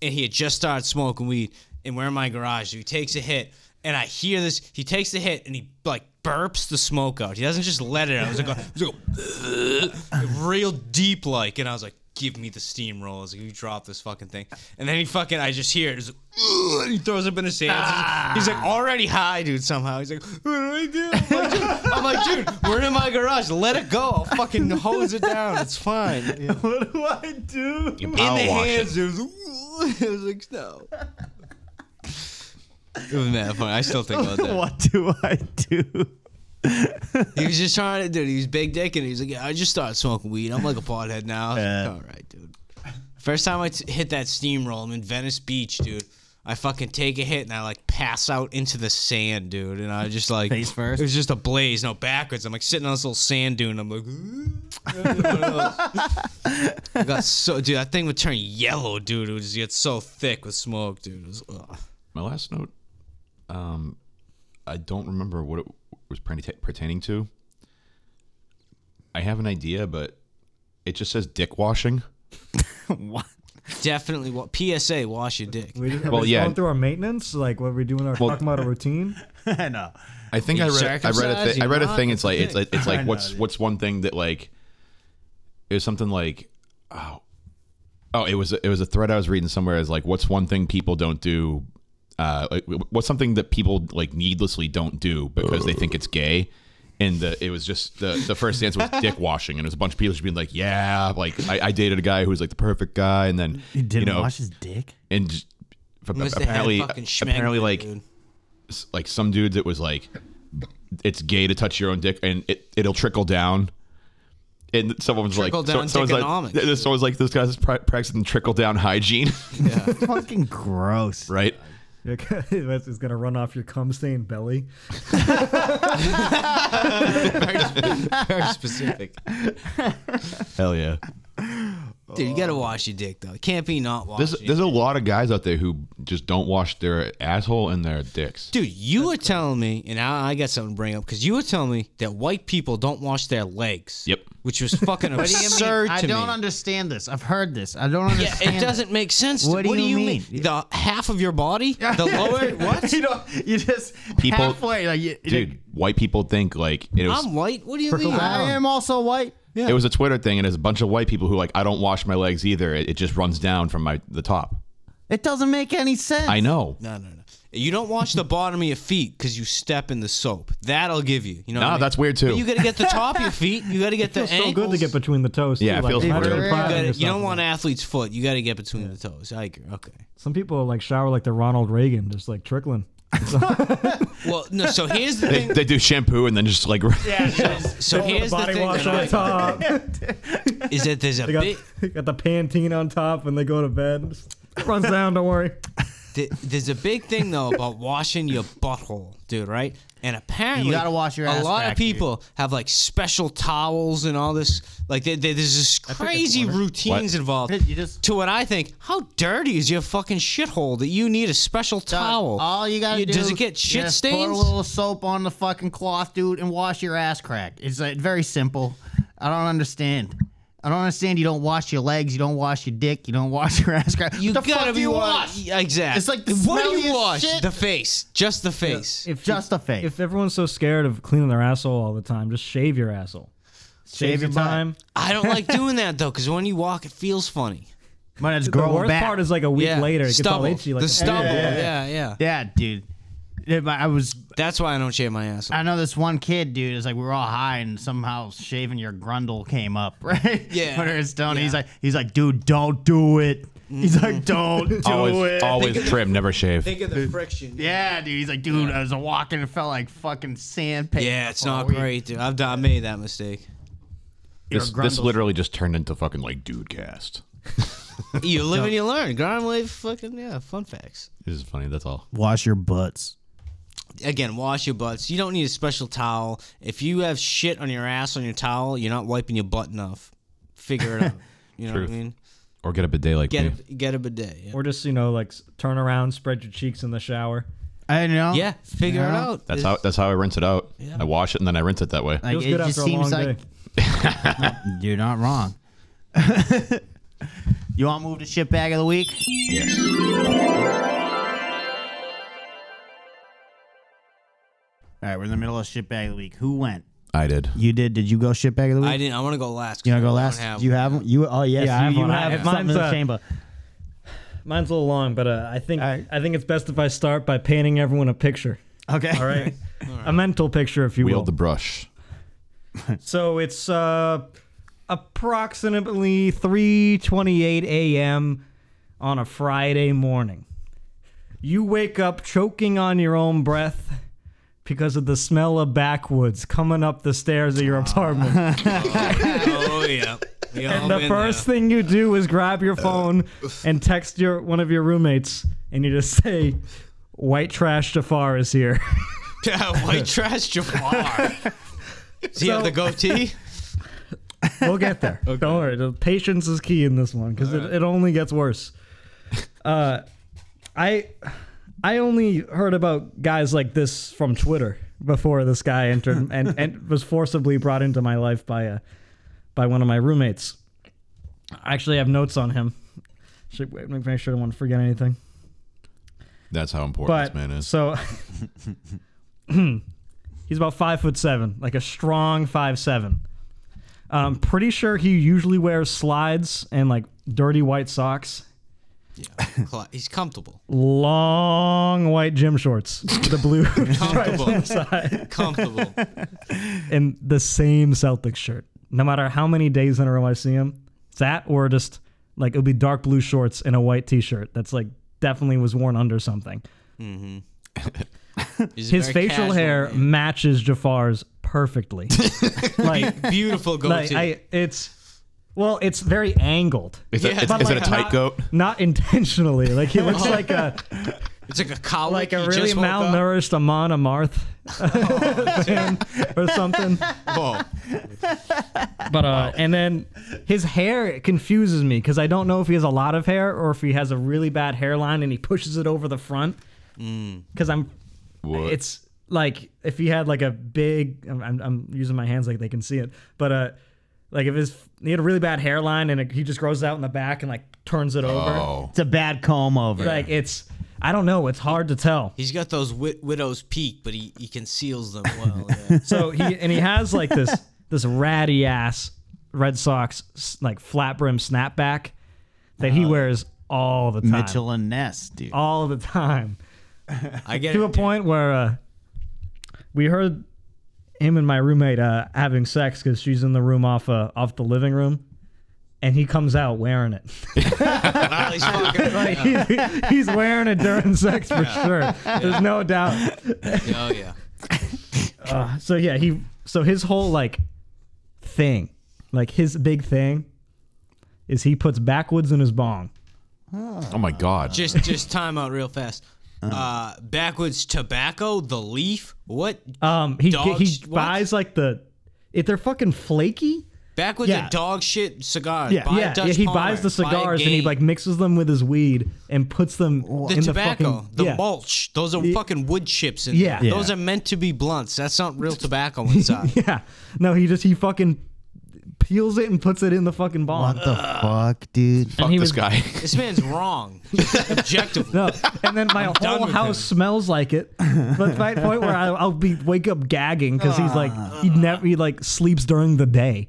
Speaker 4: And he had just started smoking weed. And we're in my garage. So he takes a hit. And I hear this. He takes the hit and he like burps the smoke out. He doesn't just let it out. He's like, he's like real deep like and I was like give me the steamroll I was like you drop this fucking thing and then he fucking I just hear it It's like, "Ugh," and he throws up in his hands he's, like already high dude somehow he's like what do I do I'm like, dude, I'm like, dude, we're in my garage let it go I'll fucking hose it down it's fine in
Speaker 2: What do I do?
Speaker 5: "In the
Speaker 4: the hands it was, like, "Ugh." it was like no it was mad funny I still think about that
Speaker 2: What do I do?
Speaker 4: he was just trying to dude he was big dick and he was like yeah I just started smoking weed I'm like a pothead now I was like, all right dude First time I t- hit that steamroll, I'm in Venice Beach, dude. I fucking take a hit and I like pass out into the sand, dude. And I just like
Speaker 2: Face first?
Speaker 4: It was just a blaze, no backwards. I'm like sitting on this little sand dune. I'm like, I got so dude. That thing would turn yellow, dude. It would just get so thick with smoke, dude. It was, ugh.
Speaker 5: My last note, um, I don't remember what it was pertain- pertaining to. I have an idea, but it just says dick washing.
Speaker 2: What?
Speaker 4: Definitely. Wa- PSA: Wash your dick.
Speaker 3: We just,
Speaker 5: Well,
Speaker 3: well,
Speaker 5: yeah.
Speaker 3: Going through our maintenance, like what we doing, our talking about a routine.
Speaker 2: I know.
Speaker 5: I think
Speaker 4: You
Speaker 5: I read. I read a
Speaker 4: circumcised,
Speaker 5: thing. I
Speaker 4: you
Speaker 5: read a
Speaker 4: not,
Speaker 5: thing.
Speaker 4: it's
Speaker 5: It's like it's
Speaker 4: okay.
Speaker 5: like it's like
Speaker 2: I
Speaker 5: what's
Speaker 2: know.
Speaker 5: what's one thing that like it was something like oh oh it was it was a thread I was reading somewhere is like what's one thing people don't do uh like what's something that people like needlessly don't do because they think it's gay. And the, it was just the, the first answer was dick washing, and it was a bunch of people just being like, "Yeah, like I, I dated a guy who was like the perfect guy, and then
Speaker 2: He didn't
Speaker 5: you know,
Speaker 2: wash his dick.
Speaker 5: and just,
Speaker 4: Must have had
Speaker 5: apparently,
Speaker 4: fucking schmegma,
Speaker 5: apparently, like
Speaker 4: dude.
Speaker 5: s- like some dudes it was like it's gay to touch your own dick and it, it'll trickle down and someone's
Speaker 4: Trickle
Speaker 5: like
Speaker 4: down
Speaker 5: someone's like
Speaker 4: dickonomics.
Speaker 5: th- someone's like this guy's pra- practicing trickle down hygiene
Speaker 2: Fucking gross.
Speaker 5: right
Speaker 3: Like, it's it's gonna run off your cum stained belly.
Speaker 4: very specific.
Speaker 5: hell yeah
Speaker 4: Dude, you gotta wash your dick though. It can't be not washing.
Speaker 5: there's, there's a lot of guys out there who just don't wash their asshole and their dicks
Speaker 4: Dude, you were telling me, and I, I got something to bring up because you were telling me that white people don't wash their legs.
Speaker 5: Yep.
Speaker 4: Which was fucking
Speaker 2: What do you
Speaker 4: absurd
Speaker 2: mean? I
Speaker 4: to
Speaker 2: don't
Speaker 4: me.
Speaker 2: understand this. I've heard this. I don't
Speaker 4: yeah,
Speaker 2: understand.
Speaker 4: it doesn't make sense. to-
Speaker 2: What do you
Speaker 4: mean?
Speaker 2: mean?
Speaker 4: The half of your body, the lower what?
Speaker 2: You know, you just
Speaker 5: People-
Speaker 2: halfway like you,
Speaker 5: dude white people think like it was
Speaker 4: I'm white. What do you mean?
Speaker 2: I am also white.
Speaker 5: it was a twitter thing and there's a bunch of white people who like i don't wash my legs either it, it just runs down from my the top
Speaker 2: It doesn't make any sense.
Speaker 5: i know
Speaker 4: No, no, no. You don't wash the bottom of your feet because you step in the soap. That'll give you. You know.
Speaker 5: no
Speaker 4: what I mean?
Speaker 5: that's weird too
Speaker 4: But you gotta get the top of your feet. You gotta get the
Speaker 3: It's so
Speaker 4: ankles.
Speaker 3: good to get between the toes.
Speaker 5: Yeah,
Speaker 3: too.
Speaker 5: it feels
Speaker 3: like,
Speaker 5: great.
Speaker 3: really
Speaker 5: You
Speaker 3: proud of
Speaker 4: You gotta- you
Speaker 3: yourself.
Speaker 4: don't want athlete's foot. You gotta get between the toes. I agree. Okay.
Speaker 3: Some people like shower like the Ronald Reagan, just like trickling.
Speaker 4: Well, no. So here's the
Speaker 5: they,
Speaker 4: thing.
Speaker 5: they do shampoo and then just like
Speaker 4: So here's the
Speaker 3: Body
Speaker 4: thing.
Speaker 3: wash
Speaker 4: that I-
Speaker 3: on top.
Speaker 4: is that there's a
Speaker 3: They got,
Speaker 4: big
Speaker 3: they got the Pantene on top when they go to bed. Just runs down, don't worry.
Speaker 4: th- there's a big thing though about washing your butthole, dude. Right? And apparently,
Speaker 2: You gotta wash your
Speaker 4: A
Speaker 2: ass
Speaker 4: lot
Speaker 2: crack,
Speaker 4: of people have like special towels and all this. Like they, they, there's this crazy routines
Speaker 5: What?
Speaker 4: involved.
Speaker 2: You just-
Speaker 4: to what I think, how dirty is your fucking shithole that you need a special towel?
Speaker 2: All you gotta do
Speaker 4: Does it get
Speaker 2: is
Speaker 4: shit
Speaker 2: just
Speaker 4: stains?
Speaker 2: Put a little soap on the fucking cloth, dude, and wash your ass crack. It's like, very simple. I don't understand. I don't understand. You don't wash your legs. You don't wash your dick. You don't wash your ass crack.
Speaker 4: You
Speaker 2: the
Speaker 4: gotta
Speaker 2: fuck
Speaker 4: be
Speaker 2: do you
Speaker 4: wash-
Speaker 2: wash?
Speaker 4: Yeah, Exactly.
Speaker 2: It's like the
Speaker 4: what do
Speaker 2: smelliest
Speaker 4: you wash?
Speaker 2: shit.
Speaker 4: The face, just the face.
Speaker 3: If
Speaker 2: Just a fake.
Speaker 3: If everyone's so scared of cleaning their asshole all the time, just shave your asshole. Save your time.
Speaker 4: I don't like doing that though, because when you walk, it feels funny.
Speaker 2: But it's
Speaker 3: The
Speaker 2: growing
Speaker 3: worst
Speaker 2: back.
Speaker 3: part is like a week
Speaker 4: yeah.
Speaker 3: later, it gets all
Speaker 4: stubble.
Speaker 3: itchy. Like
Speaker 4: the stubble.
Speaker 3: Yeah.
Speaker 4: Yeah yeah.
Speaker 2: yeah, dude. Yeah, but I was
Speaker 4: That's why I don't shave my ass.
Speaker 2: I know this one kid, dude. It's like we were all high, and somehow shaving your grundle came up, right?
Speaker 4: Yeah.
Speaker 2: Under his stone, he's
Speaker 4: Yeah.
Speaker 2: like, he's like, dude, don't do it. He's like, don't do
Speaker 5: Always,
Speaker 2: it.
Speaker 5: always trim, never shave.
Speaker 4: Think of the friction.
Speaker 2: Yeah, dude. He's like, dude, I was walking and felt like fucking sandpaper.
Speaker 4: Yeah, it's
Speaker 2: for a
Speaker 4: not
Speaker 2: week.
Speaker 4: great, dude. I've done, I made that mistake.
Speaker 2: Your
Speaker 5: This, this
Speaker 2: grundle's-
Speaker 5: literally just turned into fucking like dude cast.
Speaker 4: You live and you learn. Grind wave, fucking yeah. Fun facts.
Speaker 5: This is funny. That's all.
Speaker 2: Wash your butts.
Speaker 4: Again, wash your butts. You don't need a special towel. If you have shit on your ass on your towel, you're not wiping your butt enough. Figure it out. You know
Speaker 5: Truth.
Speaker 4: what I mean?
Speaker 5: Or get a bidet like
Speaker 4: Get
Speaker 5: me.
Speaker 4: a, get a bidet. Yeah.
Speaker 3: Or just you know like s- turn around, spread your cheeks in the shower.
Speaker 2: I know.
Speaker 4: Yeah, figure it out.
Speaker 5: That's
Speaker 4: It's-
Speaker 5: how that's how I rinse it out. I wash it and then I rinse it that way.
Speaker 2: Like,
Speaker 3: Feels
Speaker 2: it
Speaker 3: good
Speaker 2: just
Speaker 3: after a long
Speaker 2: seems like
Speaker 3: day.
Speaker 2: you're not wrong. you want to move to shit bag of the week? All right, we're in the middle of shit bag of the week. Who went?
Speaker 5: I did.
Speaker 2: You did. Did you go shit bag of the week?
Speaker 4: I didn't. I want to go last. 'cause
Speaker 2: You wanna
Speaker 4: I
Speaker 2: go
Speaker 4: don't
Speaker 2: last?
Speaker 4: have
Speaker 2: Do you
Speaker 4: one.
Speaker 2: have one? You oh yes,
Speaker 3: Yeah, I have
Speaker 2: you, you
Speaker 3: one. I
Speaker 2: have
Speaker 3: have-
Speaker 2: something in
Speaker 3: mine's,
Speaker 2: the
Speaker 3: uh,
Speaker 2: chamber.
Speaker 3: Mine's a little long, but uh, I think
Speaker 2: right.
Speaker 3: I think it's best if I start by painting everyone a picture.
Speaker 2: Okay.
Speaker 3: All right, a mental picture, if you will.
Speaker 5: Wield the brush.
Speaker 3: So it's uh, approximately 3:28 a.m. on a Friday morning. You wake up choking on your own breath because of the smell of backwoods coming up the stairs of your apartment.
Speaker 4: Oh yeah. We all
Speaker 3: and the
Speaker 4: been
Speaker 3: first
Speaker 4: there.
Speaker 3: thing you do is grab your phone and text your one of your roommates, and you just say, "White trash Jafar is here."
Speaker 4: Yeah, white trash Jafar. Does he have the goatee?
Speaker 3: We'll get there. Don't worry. The patience is key in this one because it, it only gets worse. Uh, I I only heard about guys like this from Twitter before this guy entered and, and was forcibly brought into my life by a by one of my roommates. I actually have notes on him. Should wait, make sure I don't want to forget anything.
Speaker 5: That's how important
Speaker 3: But
Speaker 5: this man is.
Speaker 3: so he's about five foot seven, like a strong five seven. I'm pretty sure he usually wears slides and like dirty white socks,
Speaker 4: Cla- He's comfortable.
Speaker 3: long white gym shorts, with the blue
Speaker 4: Comfortable.
Speaker 3: side,
Speaker 4: comfortable.
Speaker 3: and the same Celtics shirt. No matter how many days in a row I see him, it's that or just like it'll be dark blue shorts and a white T-shirt. That's like definitely was worn under something.
Speaker 4: He's a
Speaker 3: His
Speaker 4: very
Speaker 3: facial
Speaker 4: casual
Speaker 3: hair
Speaker 4: man.
Speaker 3: matches Jafar's perfectly. like,
Speaker 4: Beautiful
Speaker 3: like
Speaker 4: goatee.
Speaker 3: I, it's well, it's very angled.
Speaker 5: Is,
Speaker 4: Yeah,
Speaker 5: that, is,
Speaker 4: but
Speaker 5: is it a
Speaker 3: like
Speaker 5: tight
Speaker 3: not-
Speaker 5: goat?
Speaker 3: Not intentionally. Like he looks like a
Speaker 4: it's like a colic.
Speaker 3: like a
Speaker 4: he
Speaker 3: really
Speaker 4: just woke up.
Speaker 3: malnourished Amon Amarth man, or something.
Speaker 4: Whoa.
Speaker 3: But uh, and then his hair confuses me because I don't know if he has a lot of hair or if he has a really bad hairline and he pushes it over the front. Because I'm,
Speaker 5: Mm. What?
Speaker 3: it's like if he had like a big, I'm, I'm, I'm using my hands like they can see it, but uh, like if his he had a really bad hairline and it, he just grows out in the back and like turns it over.
Speaker 5: oh,
Speaker 2: It's a bad comb over.
Speaker 3: Like it's, I don't know, it's hard to tell.
Speaker 4: He's got those wi- widow's peak, but he, he conceals them well. yeah.
Speaker 3: So he and he has like this this ratty ass Red Sox s- like flat brim snapback that he wears all the time,
Speaker 2: Mitchell and Ness, dude.
Speaker 3: all the time
Speaker 4: I get
Speaker 3: to
Speaker 4: it.
Speaker 3: a point where uh, we heard him and my roommate uh, having sex because she's in the room off uh, off the living room. And he comes out wearing it.
Speaker 4: Wow, he's fucking-
Speaker 3: Like, he's, he's wearing it during sex for sure. There's no doubt.
Speaker 4: oh yeah.
Speaker 3: So yeah, he so his whole like thing, like his big thing, is he puts backwoods in his bong.
Speaker 5: oh my god.
Speaker 4: Just just time out real fast.
Speaker 3: Uh-huh.
Speaker 4: Uh, backwards tobacco, the leaf. What?
Speaker 3: Um, he
Speaker 4: Dogs-
Speaker 3: he
Speaker 4: what?
Speaker 3: buys like the if they're fucking flaky.
Speaker 4: Backwards
Speaker 3: yeah.
Speaker 4: a dog shit cigar.
Speaker 3: Yeah,
Speaker 4: Buy a
Speaker 3: yeah,
Speaker 4: Dutch
Speaker 3: yeah, He
Speaker 4: Palmer.
Speaker 3: buys the
Speaker 4: Buy a
Speaker 3: cigars and he
Speaker 4: Gain.
Speaker 3: like mixes them with his weed and puts them
Speaker 4: the
Speaker 3: in
Speaker 4: tobacco, the,
Speaker 3: the fucking yeah.
Speaker 4: mulch. Those are fucking wood chips. In
Speaker 3: Yeah.
Speaker 4: there.
Speaker 3: Yeah.
Speaker 4: those are meant to be blunts. That's not real tobacco inside.
Speaker 3: Yeah, no, he just he fucking peels it and puts it in the fucking bomb.
Speaker 2: What the fuck, dude?
Speaker 5: Fuck
Speaker 3: he
Speaker 5: this
Speaker 3: was-
Speaker 5: guy.
Speaker 4: This man's wrong, objectively.
Speaker 3: No, and then my
Speaker 4: done
Speaker 3: whole
Speaker 4: with
Speaker 3: house smells like it. But by the point where I, I'll be wake up gagging because he's like he never he like sleeps during the day.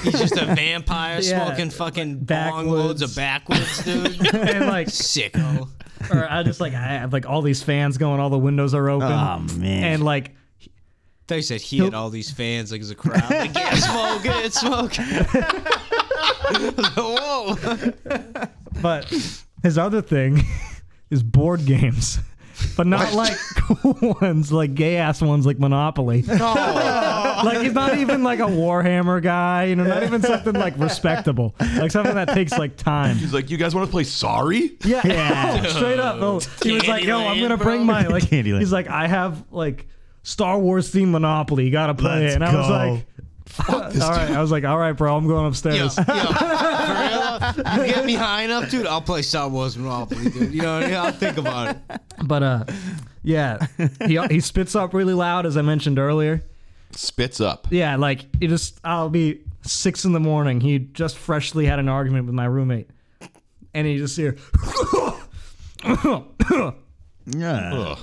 Speaker 4: He's just a vampire
Speaker 3: Yeah.
Speaker 4: smoking fucking bong
Speaker 3: Backwoods.
Speaker 4: loads of backwoods, dude.
Speaker 3: And like,
Speaker 4: Sicko.
Speaker 3: or I just like I have like all these fans going, all the windows are open,
Speaker 2: Oh man.
Speaker 3: and like
Speaker 4: They said he had all these fans like as a crowd. Like, yeah, smoke it, smoke it. Whoa.
Speaker 3: But his other thing is board games. But not like cool ones, like gay ass ones like Monopoly. like he's not even like a Warhammer guy, you know, not even something like respectable. Like something that takes like time.
Speaker 5: He's like, you guys want to play Sorry?
Speaker 3: Yeah. Straight up. Oh, he was like, yo, I'm
Speaker 4: Candyland,
Speaker 3: gonna bring my like
Speaker 2: Candyland.
Speaker 3: he's like, I have like Star Wars themed Monopoly, you gotta play
Speaker 2: Let's
Speaker 3: it. And I was
Speaker 2: go.
Speaker 3: like "Uh, all right, I was like, all right, bro, I'm going
Speaker 4: Yo, yo,
Speaker 3: upstairs.
Speaker 4: for real, you get me high enough, dude. I'll play Star Wars Monopoly, dude. You know what I mean? I'll think about it.
Speaker 3: But uh yeah. He he spits up really loud as I mentioned earlier.
Speaker 5: Spits up.
Speaker 3: Yeah, like it just I'll be six in the morning. He just freshly had an argument with my roommate. And he just hear
Speaker 2: Yeah.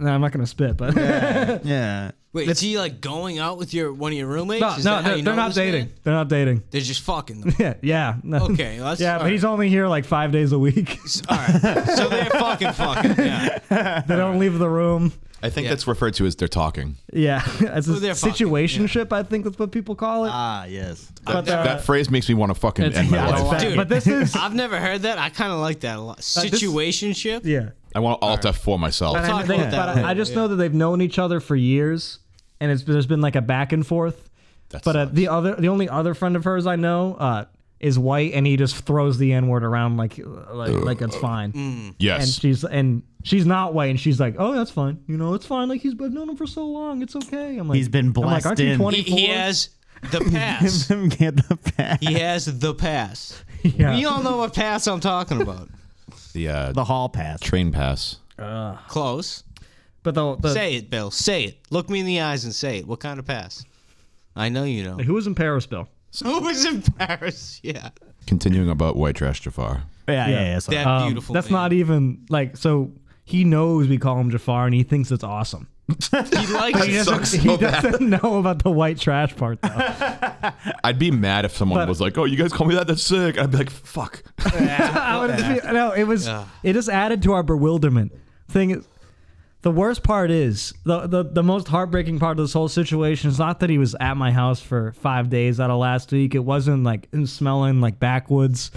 Speaker 3: no, I'm not gonna spit, but
Speaker 2: Yeah.
Speaker 4: Wait, is he like going out with your one of your roommates?
Speaker 3: no,
Speaker 4: Is
Speaker 3: no,
Speaker 4: that how
Speaker 3: they're,
Speaker 4: you
Speaker 3: they're
Speaker 4: know
Speaker 3: not
Speaker 4: this
Speaker 3: dating.
Speaker 4: man?
Speaker 3: They're not dating.
Speaker 4: They're just fucking them.
Speaker 3: Yeah, yeah. no.
Speaker 4: Okay, well, that's-
Speaker 3: yeah, but
Speaker 4: all
Speaker 3: he's
Speaker 4: right.
Speaker 3: only here like five days a week.
Speaker 4: All right, so they're fucking fucking. Yeah,
Speaker 3: They don't leave the room.
Speaker 5: I think
Speaker 4: Yeah.
Speaker 5: that's referred to as they're talking.
Speaker 3: Yeah, it's a
Speaker 4: Well, they're fucking, Uh,
Speaker 3: situationship. I think that's what people call it.
Speaker 2: Ah, yes.
Speaker 3: but uh,
Speaker 5: that phrase makes me want to fucking
Speaker 3: it's-
Speaker 5: end my
Speaker 3: yeah, it's
Speaker 5: life.
Speaker 3: bad.
Speaker 4: Dude.
Speaker 3: But this is
Speaker 4: I've never heard that. I kind of like that a lot.
Speaker 3: Uh, this-
Speaker 4: Situationship.
Speaker 3: yeah.
Speaker 5: I want Alt F4 myself.
Speaker 3: And I
Speaker 4: talk
Speaker 3: know they-
Speaker 4: about that
Speaker 3: but
Speaker 4: later,
Speaker 3: I just
Speaker 4: yeah.
Speaker 3: know that they've known each other for years, and it's there's been like a back and forth.
Speaker 5: That
Speaker 3: but uh,
Speaker 5: sucks.
Speaker 3: the other, the only other friend of hers I know uh, is white, and he just throws the n word around like like, like it's fine. And
Speaker 5: yes.
Speaker 3: she's and she's not white, and she's like, oh, that's fine. You know, it's fine. Like he's I've known him for so long, it's okay. I'm like,
Speaker 2: He's been
Speaker 3: I'm like,
Speaker 2: blessed
Speaker 3: aren't you
Speaker 2: in.
Speaker 3: 24?
Speaker 4: He, he has the pass.
Speaker 2: Him get the pass.
Speaker 4: He has the pass.
Speaker 3: Yeah.
Speaker 4: You all know what pass I'm talking about.
Speaker 5: The, uh,
Speaker 2: The hall pass.
Speaker 5: train pass.
Speaker 4: Close.
Speaker 3: But the, the
Speaker 4: Say it, Bill. Say it. Look me in the eyes and say it. What kind of pass? I know you know.
Speaker 3: who was in Paris, Bill?
Speaker 4: Who was in Paris? Yeah.
Speaker 5: Continuing about white trash Jafar.
Speaker 2: Yeah, yeah,
Speaker 3: Yeah.
Speaker 2: yeah. so-
Speaker 4: That
Speaker 3: Um,
Speaker 4: beautiful.
Speaker 3: That's
Speaker 4: man.
Speaker 3: not even like so. He knows we call him Jafar, and he thinks it's awesome.
Speaker 4: He likes
Speaker 3: He
Speaker 4: it.
Speaker 3: doesn't, he doesn't know about the white trash part though.
Speaker 5: I'd be mad if someone
Speaker 3: But-
Speaker 5: was like, "Oh, you guys call me that? That's sick." I'd be like, "Fuck."
Speaker 3: I would just be- no, it was it just added to our bewilderment. Thing is, the worst part is the, the the most heartbreaking part of this whole situation is not that he was at my house for five days out of last week. It wasn't like him smelling like backwoods.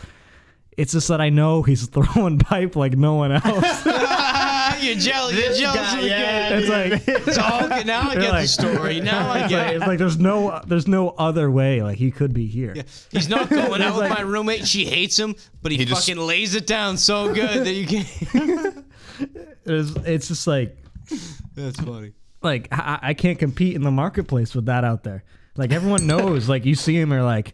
Speaker 3: It's just that I know he's throwing pipe like no one else.
Speaker 4: Ah, you're jealous. You're jealous of the
Speaker 2: yeah,
Speaker 4: kid.
Speaker 3: It's like
Speaker 4: It's all good. Now I get the
Speaker 3: like-
Speaker 4: story. Now I get it.
Speaker 3: it's like there's no there's no other way. Like he could be here.
Speaker 4: He's not going out with
Speaker 3: like-
Speaker 4: my roommate. She hates him, but he,
Speaker 5: He just-
Speaker 4: fucking lays it down so good that you can't.
Speaker 3: It's, it's just like
Speaker 4: That's funny.
Speaker 3: like I, I can't compete in the marketplace with that out there. Like everyone knows, like you see him, you're like,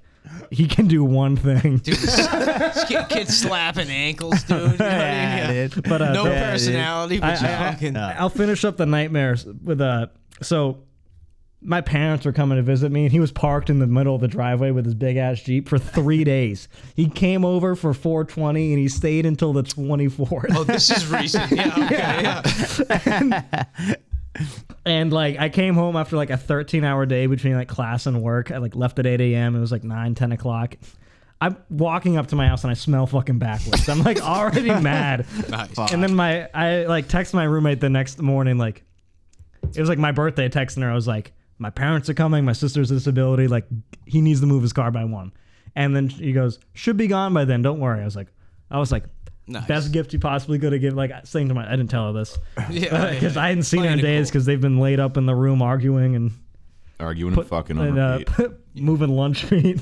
Speaker 3: he can do one thing.
Speaker 4: Dude, this, this kid, kid's slapping ankles, dude. You know what I mean? Yeah.
Speaker 2: "Ah, dude.
Speaker 3: But uh,
Speaker 4: No
Speaker 3: the-
Speaker 4: personality, but
Speaker 3: I-
Speaker 4: you're
Speaker 3: I-
Speaker 4: fucking.
Speaker 3: I'll finish up the nightmares with uh so my parents were coming to visit me and he was parked in the middle of the driveway with his big ass Jeep for 3 days. He came over for 420 and he stayed until the 24th.
Speaker 4: oh, this is recent. Yeah, okay, yeah.
Speaker 3: And like I came home after like a 13 hour day between like class and work. I like left at 8 a.m. It was like 9, 10 o'clock. I'm walking up to my house and I smell fucking backwards. I'm like already mad.
Speaker 4: Nice.
Speaker 3: And then my I like text my roommate the next morning like it was like my birthday texting her. I was like, my parents are coming. My sister's disability. Like he needs to move his car by one. And then he goes, should be gone by then. Don't worry. I was like, I was like,
Speaker 4: Nice.
Speaker 3: best gift you possibly could have given. Like saying to my, I didn't tell her this
Speaker 4: Yeah,
Speaker 3: because I hadn't seen her
Speaker 4: Playing
Speaker 3: in
Speaker 4: it
Speaker 3: days
Speaker 4: cool.
Speaker 3: because they've been laid up in the room arguing and,
Speaker 5: Arguing and fucking on
Speaker 3: and uh,
Speaker 5: repeat.
Speaker 3: moving lunch meat.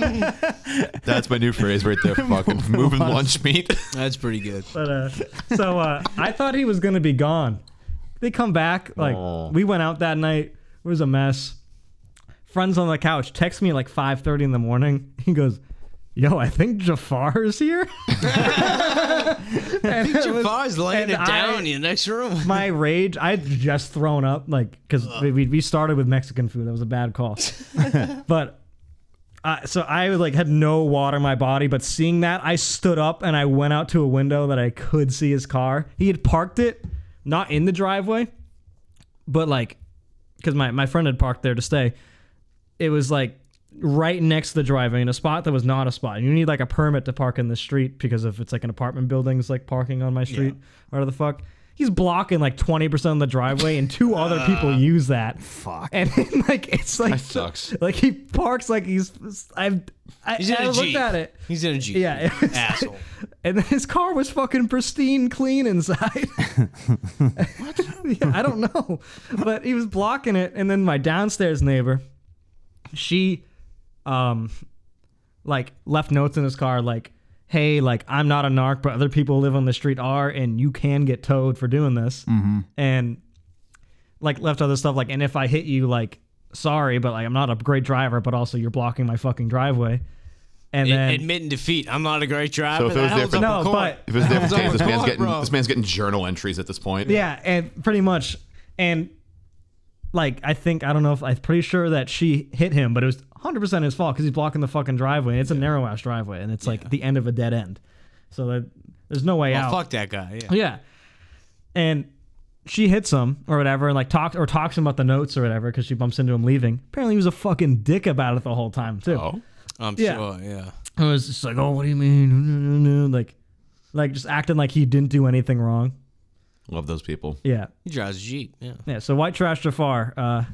Speaker 5: That's my new phrase right there. Fucking moving lunch meat.
Speaker 4: That's pretty good.
Speaker 3: But uh, so uh, I thought he was gonna be gone. They come back like
Speaker 5: Aw.
Speaker 3: we went out that night. It was a mess. Friends on the couch text me at like 5:30 in the morning. He goes, yo, I think Jafar's here. And it was-
Speaker 4: Jafar's laying
Speaker 3: and
Speaker 4: it down
Speaker 3: I-
Speaker 4: in the next room.
Speaker 3: my rage, I had just thrown up, like, because we, we started with Mexican food. That was a bad call. but uh, so I like had no water in my body, but seeing that, I stood up and I went out to a window that I could see his car. He had parked it, not in the driveway, but like, because my, my friend had parked there to stay. It was like right next to the driveway in a spot that was not a spot. You need like a permit to park in the street because if it's like an apartment building, it's like parking on my street. Whatever the fuck. He's blocking like 20% of the driveway and two other people use that. Fuck. And like, it's like,
Speaker 5: sucks.
Speaker 3: like he parks like he's I've I,
Speaker 4: He's in
Speaker 3: I
Speaker 4: a
Speaker 3: looked
Speaker 4: Jeep.
Speaker 3: at it.
Speaker 4: He's in a Jeep.
Speaker 3: Yeah, it was-
Speaker 4: Asshole.
Speaker 3: And then his car was fucking pristine clean inside. yeah, I don't know. But he was blocking it and then my downstairs neighbor, she um like left notes in his car like hey like i'm not a narc but other people who live on the street are and you can get towed for doing this and like left other stuff like and if i hit you like sorry but like i'm not a great driver but also you're blocking my fucking driveway and
Speaker 4: Ad-
Speaker 3: then
Speaker 4: Admitting defeat. I'm not a great driver.
Speaker 5: So if it
Speaker 4: That holds
Speaker 5: was there
Speaker 4: up
Speaker 5: for-
Speaker 4: in
Speaker 3: No,
Speaker 4: court.
Speaker 3: but-
Speaker 5: If it's different times, this
Speaker 4: Oh my
Speaker 5: man's
Speaker 4: God,
Speaker 5: getting
Speaker 4: bro.
Speaker 5: this man's getting journal entries at this point.
Speaker 3: Yeah, and pretty much, and like I think I don't know if I'm pretty sure that she hit him, but it was 100 percent his fault because he's blocking the fucking driveway. And it's a narrow ass driveway, and it's like the end of a dead end, so that there's no way
Speaker 4: Oh,
Speaker 3: out.
Speaker 4: fuck that guy. Yeah.
Speaker 3: Yeah, and she hits him or whatever, and like talks or talks him about the notes or whatever because she bumps into him leaving. Apparently, he was a fucking dick about it the whole time too.
Speaker 5: Oh.
Speaker 4: I'm
Speaker 3: Yeah.
Speaker 4: sure. Yeah.
Speaker 3: I was just like, oh, what do you mean? Like, like just acting like he didn't do anything wrong.
Speaker 5: Love those people.
Speaker 3: Yeah,
Speaker 4: He drives a Jeep. Yeah.
Speaker 3: yeah. So white trash Jafar. Uh,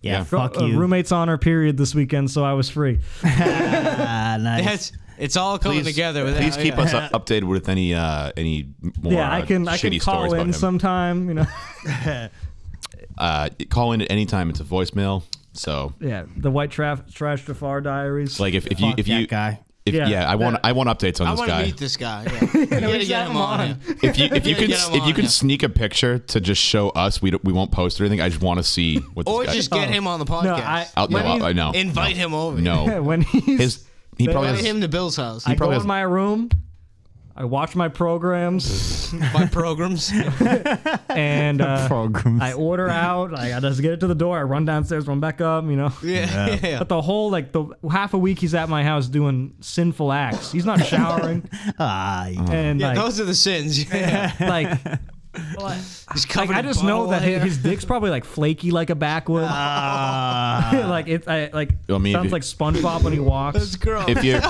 Speaker 2: Yeah,
Speaker 5: Yeah.
Speaker 2: fuck
Speaker 3: Uh,
Speaker 2: you.
Speaker 3: roommates honor period this weekend, so I was free.
Speaker 2: Ah, nice.
Speaker 4: It's, it's all coming together. With
Speaker 5: Please
Speaker 4: that,
Speaker 5: keep
Speaker 4: yeah.
Speaker 5: us up- updated with any uh, any more
Speaker 3: yeah, I can
Speaker 5: uh,
Speaker 3: I
Speaker 5: shitty
Speaker 3: can call
Speaker 5: stories about
Speaker 3: in
Speaker 5: him.
Speaker 3: sometime. You know,
Speaker 5: uh, call in at any time. It's a voicemail. So
Speaker 3: yeah, the white tra- trash Jafar diaries.
Speaker 5: like if, if you
Speaker 2: Fuck
Speaker 5: if you
Speaker 2: that guy.
Speaker 5: if
Speaker 3: Yeah,
Speaker 5: yeah, I want
Speaker 3: that-
Speaker 5: I want updates on
Speaker 4: I
Speaker 5: this
Speaker 4: want to
Speaker 5: guy.
Speaker 4: meet this guy. Yeah. You gotta get him on. yeah.
Speaker 5: If you if you
Speaker 4: Yeah,
Speaker 5: can
Speaker 4: get him
Speaker 5: if you
Speaker 4: on,
Speaker 5: can
Speaker 4: yeah.
Speaker 5: sneak a picture to just show us, we don't, we won't post or anything. I just want to see what this
Speaker 4: Or
Speaker 5: guy.
Speaker 4: just get him on the podcast.
Speaker 3: no, I
Speaker 5: I'll- no,
Speaker 3: when he's-
Speaker 5: I I know.
Speaker 4: Invite him over.
Speaker 3: yeah,
Speaker 5: No,
Speaker 3: when he's
Speaker 5: his he probably
Speaker 4: Invite
Speaker 5: has.
Speaker 4: him to Bill's house.
Speaker 3: I go
Speaker 5: probably
Speaker 3: in
Speaker 5: has-
Speaker 3: my room, I watch my programs,
Speaker 4: My programs.
Speaker 3: and uh,
Speaker 2: Programs.
Speaker 3: I order out. I, I just get it to the door. I run downstairs, run back up. You know.
Speaker 4: Yeah. yeah.
Speaker 3: But the whole like the half a week he's at my house doing sinful acts. He's not showering
Speaker 2: ah, you-
Speaker 3: and
Speaker 4: Yeah,
Speaker 3: like
Speaker 4: those are the sins. Yeah.
Speaker 3: like
Speaker 4: He's
Speaker 3: Like,
Speaker 4: covered
Speaker 3: I
Speaker 4: in
Speaker 3: just know
Speaker 4: bottle
Speaker 3: that his,
Speaker 4: hair.
Speaker 3: his dick's probably like flaky like a backwood. like it, I, like
Speaker 5: I mean, if
Speaker 3: sounds
Speaker 5: you-
Speaker 3: like SpongeBob when he walks.
Speaker 4: This girl.
Speaker 5: If you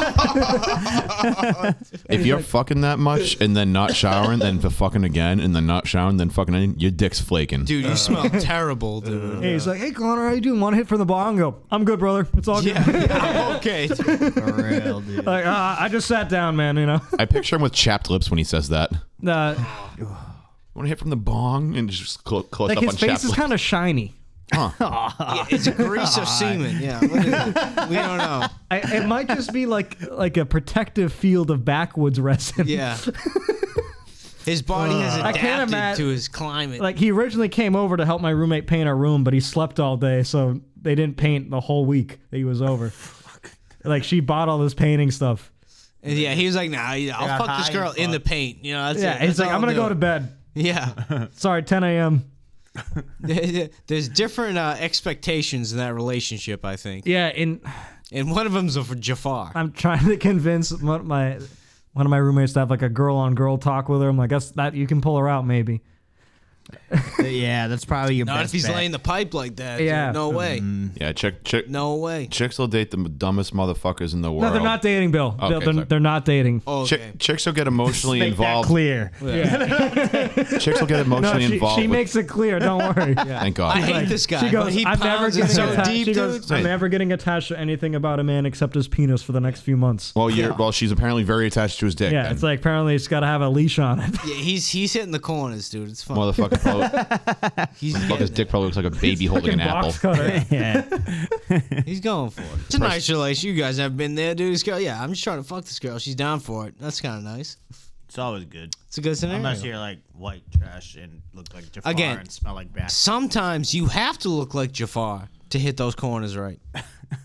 Speaker 5: if you're fucking that much and then not showering, then for fucking again and then not showering, then fucking again, your dick's flaking.
Speaker 4: Dude,
Speaker 3: Uh.
Speaker 4: you smell terrible, dude.
Speaker 3: Hey, he's like, "Hey, Connor, how you doing? Want to hit from the bottom?" Go, "I'm good, brother. It's all good."
Speaker 4: Yeah, yeah, okay.
Speaker 2: for real, dude.
Speaker 3: Like, uh, I just sat down, man. You know,
Speaker 5: I picture him with chapped lips when he says that.
Speaker 3: uh,
Speaker 5: Want to hit from the bong and just cl- close
Speaker 3: like
Speaker 5: up
Speaker 3: his
Speaker 5: on
Speaker 3: face is
Speaker 5: Chaplin.
Speaker 3: kind of shiny.
Speaker 4: It's a grease of semen. Yeah, what is it? we don't know.
Speaker 3: I, it might just be like like a protective field of backwoods resin.
Speaker 4: Yeah, his body has
Speaker 3: Uh. I can't
Speaker 4: adapted
Speaker 3: imma-
Speaker 4: to his climate.
Speaker 3: Like he originally came over to help my roommate paint our room, but he slept all day, so they didn't paint the whole week that he was over. Like she bought all this painting stuff.
Speaker 4: And yeah, he was like, "Nah, yeah, I'll
Speaker 2: got
Speaker 4: fuck this
Speaker 2: high
Speaker 4: girl
Speaker 2: and
Speaker 4: in the
Speaker 2: fucked.
Speaker 4: paint." You know, that's
Speaker 3: Yeah,
Speaker 4: it.
Speaker 3: he's
Speaker 4: That's
Speaker 3: like,
Speaker 4: all
Speaker 3: I'm gonna
Speaker 4: I'll
Speaker 3: go to
Speaker 4: do."
Speaker 3: bed.
Speaker 4: Yeah,
Speaker 3: Sorry, 10 a.m.
Speaker 4: there's different uh, expectations in that relationship, I think,
Speaker 3: Yeah, and
Speaker 4: and one of them's of Jafar.
Speaker 3: I'm trying to convince my, my one of my roommates to have like a girl on girl talk with her. I'm like, that's that you can pull her out maybe.
Speaker 2: yeah, that's probably your
Speaker 4: Not
Speaker 2: best
Speaker 4: if he's
Speaker 2: bet.
Speaker 4: laying the pipe like that. dude.
Speaker 3: Yeah.
Speaker 4: no way,
Speaker 5: yeah, chick, chick,
Speaker 4: no way.
Speaker 5: chicks will date the dumbest motherfuckers in the world.
Speaker 3: No, they're not dating, Bill.
Speaker 5: Okay,
Speaker 3: Bill, they're,
Speaker 5: sorry.
Speaker 3: they're not dating.
Speaker 4: Oh,
Speaker 5: Chick,
Speaker 4: okay.
Speaker 5: Chicks will get emotionally
Speaker 2: Make that
Speaker 5: involved.
Speaker 2: clear.
Speaker 5: Chicks will get
Speaker 3: no,
Speaker 5: emotionally
Speaker 3: she,
Speaker 5: involved.
Speaker 3: she
Speaker 5: with-
Speaker 3: makes it clear. Don't worry.
Speaker 5: thank
Speaker 4: I
Speaker 5: God.
Speaker 4: hate this guy.
Speaker 3: She
Speaker 4: but
Speaker 3: goes,
Speaker 4: he
Speaker 3: I'm never
Speaker 4: pounds it
Speaker 3: getting
Speaker 4: so
Speaker 3: attached.
Speaker 4: deep,
Speaker 3: she
Speaker 4: dude.
Speaker 3: goes, I'm
Speaker 5: Right.
Speaker 3: never getting attached to anything about a man except his penis for the next few months.
Speaker 5: well, you're, well, she's apparently very attached to his dick.
Speaker 3: yeah,
Speaker 5: then.
Speaker 3: it's like apparently it's got to have a leash on it.
Speaker 4: Yeah, he's he's hitting the corners, dude. It's fun.
Speaker 5: motherfucker. Probably,
Speaker 4: he's
Speaker 5: his
Speaker 4: getting
Speaker 5: dick probably looks like a baby holding
Speaker 3: Fucking
Speaker 5: an apple.
Speaker 3: box cutter.
Speaker 2: Yeah.
Speaker 4: it. He's going for it. It's a nice relation. You guys have been there, dude. This girl, yeah, I'm just trying to fuck this girl. She's down for it. That's kind of nice.
Speaker 2: It's always good.
Speaker 4: It's a good scenario.
Speaker 2: Unless you're like white trash and look like Jafar
Speaker 4: Again.
Speaker 2: and smell like bat.
Speaker 4: Sometimes you have to look like Jafar to hit those corners right.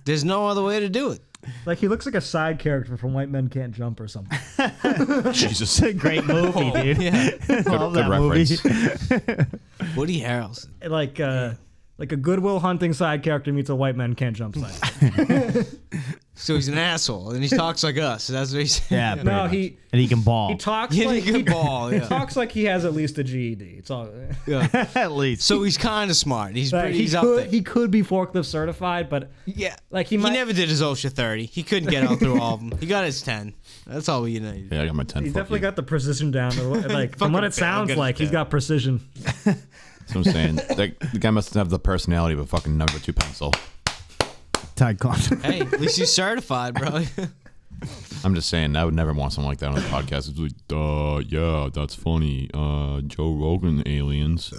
Speaker 4: There's no other way to do it.
Speaker 3: Like he looks like a side character from White Men Can't Jump or something.
Speaker 5: Jesus.
Speaker 2: It's a great movie, dude.
Speaker 4: Oh, yeah.
Speaker 2: Love
Speaker 5: good
Speaker 2: that movie.
Speaker 4: Woody Harrelson.
Speaker 3: Like uh, like a Goodwill Hunting side character meets a White Men Can't Jump side.
Speaker 4: So he's an asshole, and he talks like us. So that's what he's saying.
Speaker 2: Yeah, pretty
Speaker 3: no,
Speaker 2: much.
Speaker 3: he
Speaker 2: and he can ball
Speaker 3: he talks
Speaker 4: Yeah,
Speaker 3: like
Speaker 4: he
Speaker 3: he
Speaker 4: can ball. Yeah.
Speaker 3: talks like he has at least a GED. It's all.
Speaker 2: at least.
Speaker 4: So he's kind of smart. He's
Speaker 3: Like,
Speaker 4: pretty,
Speaker 3: he
Speaker 4: he's up
Speaker 3: could
Speaker 4: there.
Speaker 3: he could be forklift certified, but
Speaker 4: yeah,
Speaker 3: like he
Speaker 4: he,
Speaker 3: might-
Speaker 4: never did his OSHA 30. He couldn't get out through all of them. He got his 10. That's all we need.
Speaker 5: Yeah, I got my 10.
Speaker 3: he's
Speaker 5: fuck
Speaker 3: definitely
Speaker 5: you.
Speaker 3: got the precision down. Like from what
Speaker 4: Fucking
Speaker 3: it sounds
Speaker 4: bad.
Speaker 3: like, he's got precision.
Speaker 5: That's what I'm saying. That, the guy must have the personality of a fucking number two pencil.
Speaker 2: Todd Condon.
Speaker 4: Hey, at least he's certified, bro.
Speaker 5: I'm just saying, I would never want someone like that on the podcast. It's like, uh, yeah, that's funny. Uh, Joe Rogan aliens.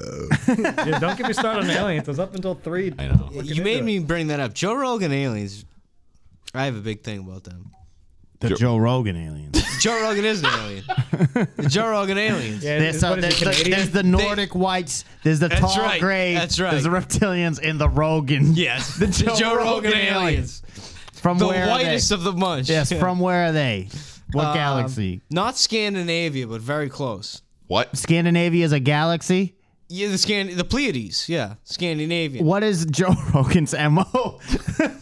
Speaker 3: Dude, don't get me started on aliens. It was up until three.
Speaker 5: I know.
Speaker 4: you made me bring that up. Joe Rogan aliens. I have a big thing about them.
Speaker 2: The
Speaker 5: Joe-
Speaker 2: Joe Rogan aliens.
Speaker 4: Joe Rogan is an alien. The Joe Rogan aliens.
Speaker 3: Yeah,
Speaker 2: There's,
Speaker 3: it's-
Speaker 2: so
Speaker 3: what is
Speaker 2: there's, the,
Speaker 3: he, Canadian?
Speaker 2: there's the Nordic whites. There's the
Speaker 4: That's
Speaker 2: tall
Speaker 4: right,
Speaker 2: gray.
Speaker 4: that's right.
Speaker 2: There's the reptilians and the Rogan.
Speaker 4: Yes,
Speaker 2: The Joe, Rogan, aliens.
Speaker 4: aliens.
Speaker 2: From
Speaker 4: The
Speaker 2: where
Speaker 4: whitest
Speaker 2: are
Speaker 4: of the bunch.
Speaker 2: they? yes. From where are they? What
Speaker 4: Um,
Speaker 2: galaxy?
Speaker 4: Not Scandinavia, but very close.
Speaker 5: What?
Speaker 2: Scandinavia is a galaxy.
Speaker 4: Yeah, the Scan, the Pleiades. Yeah, Scandinavian.
Speaker 2: What is Joe Rogan's mo? Cattle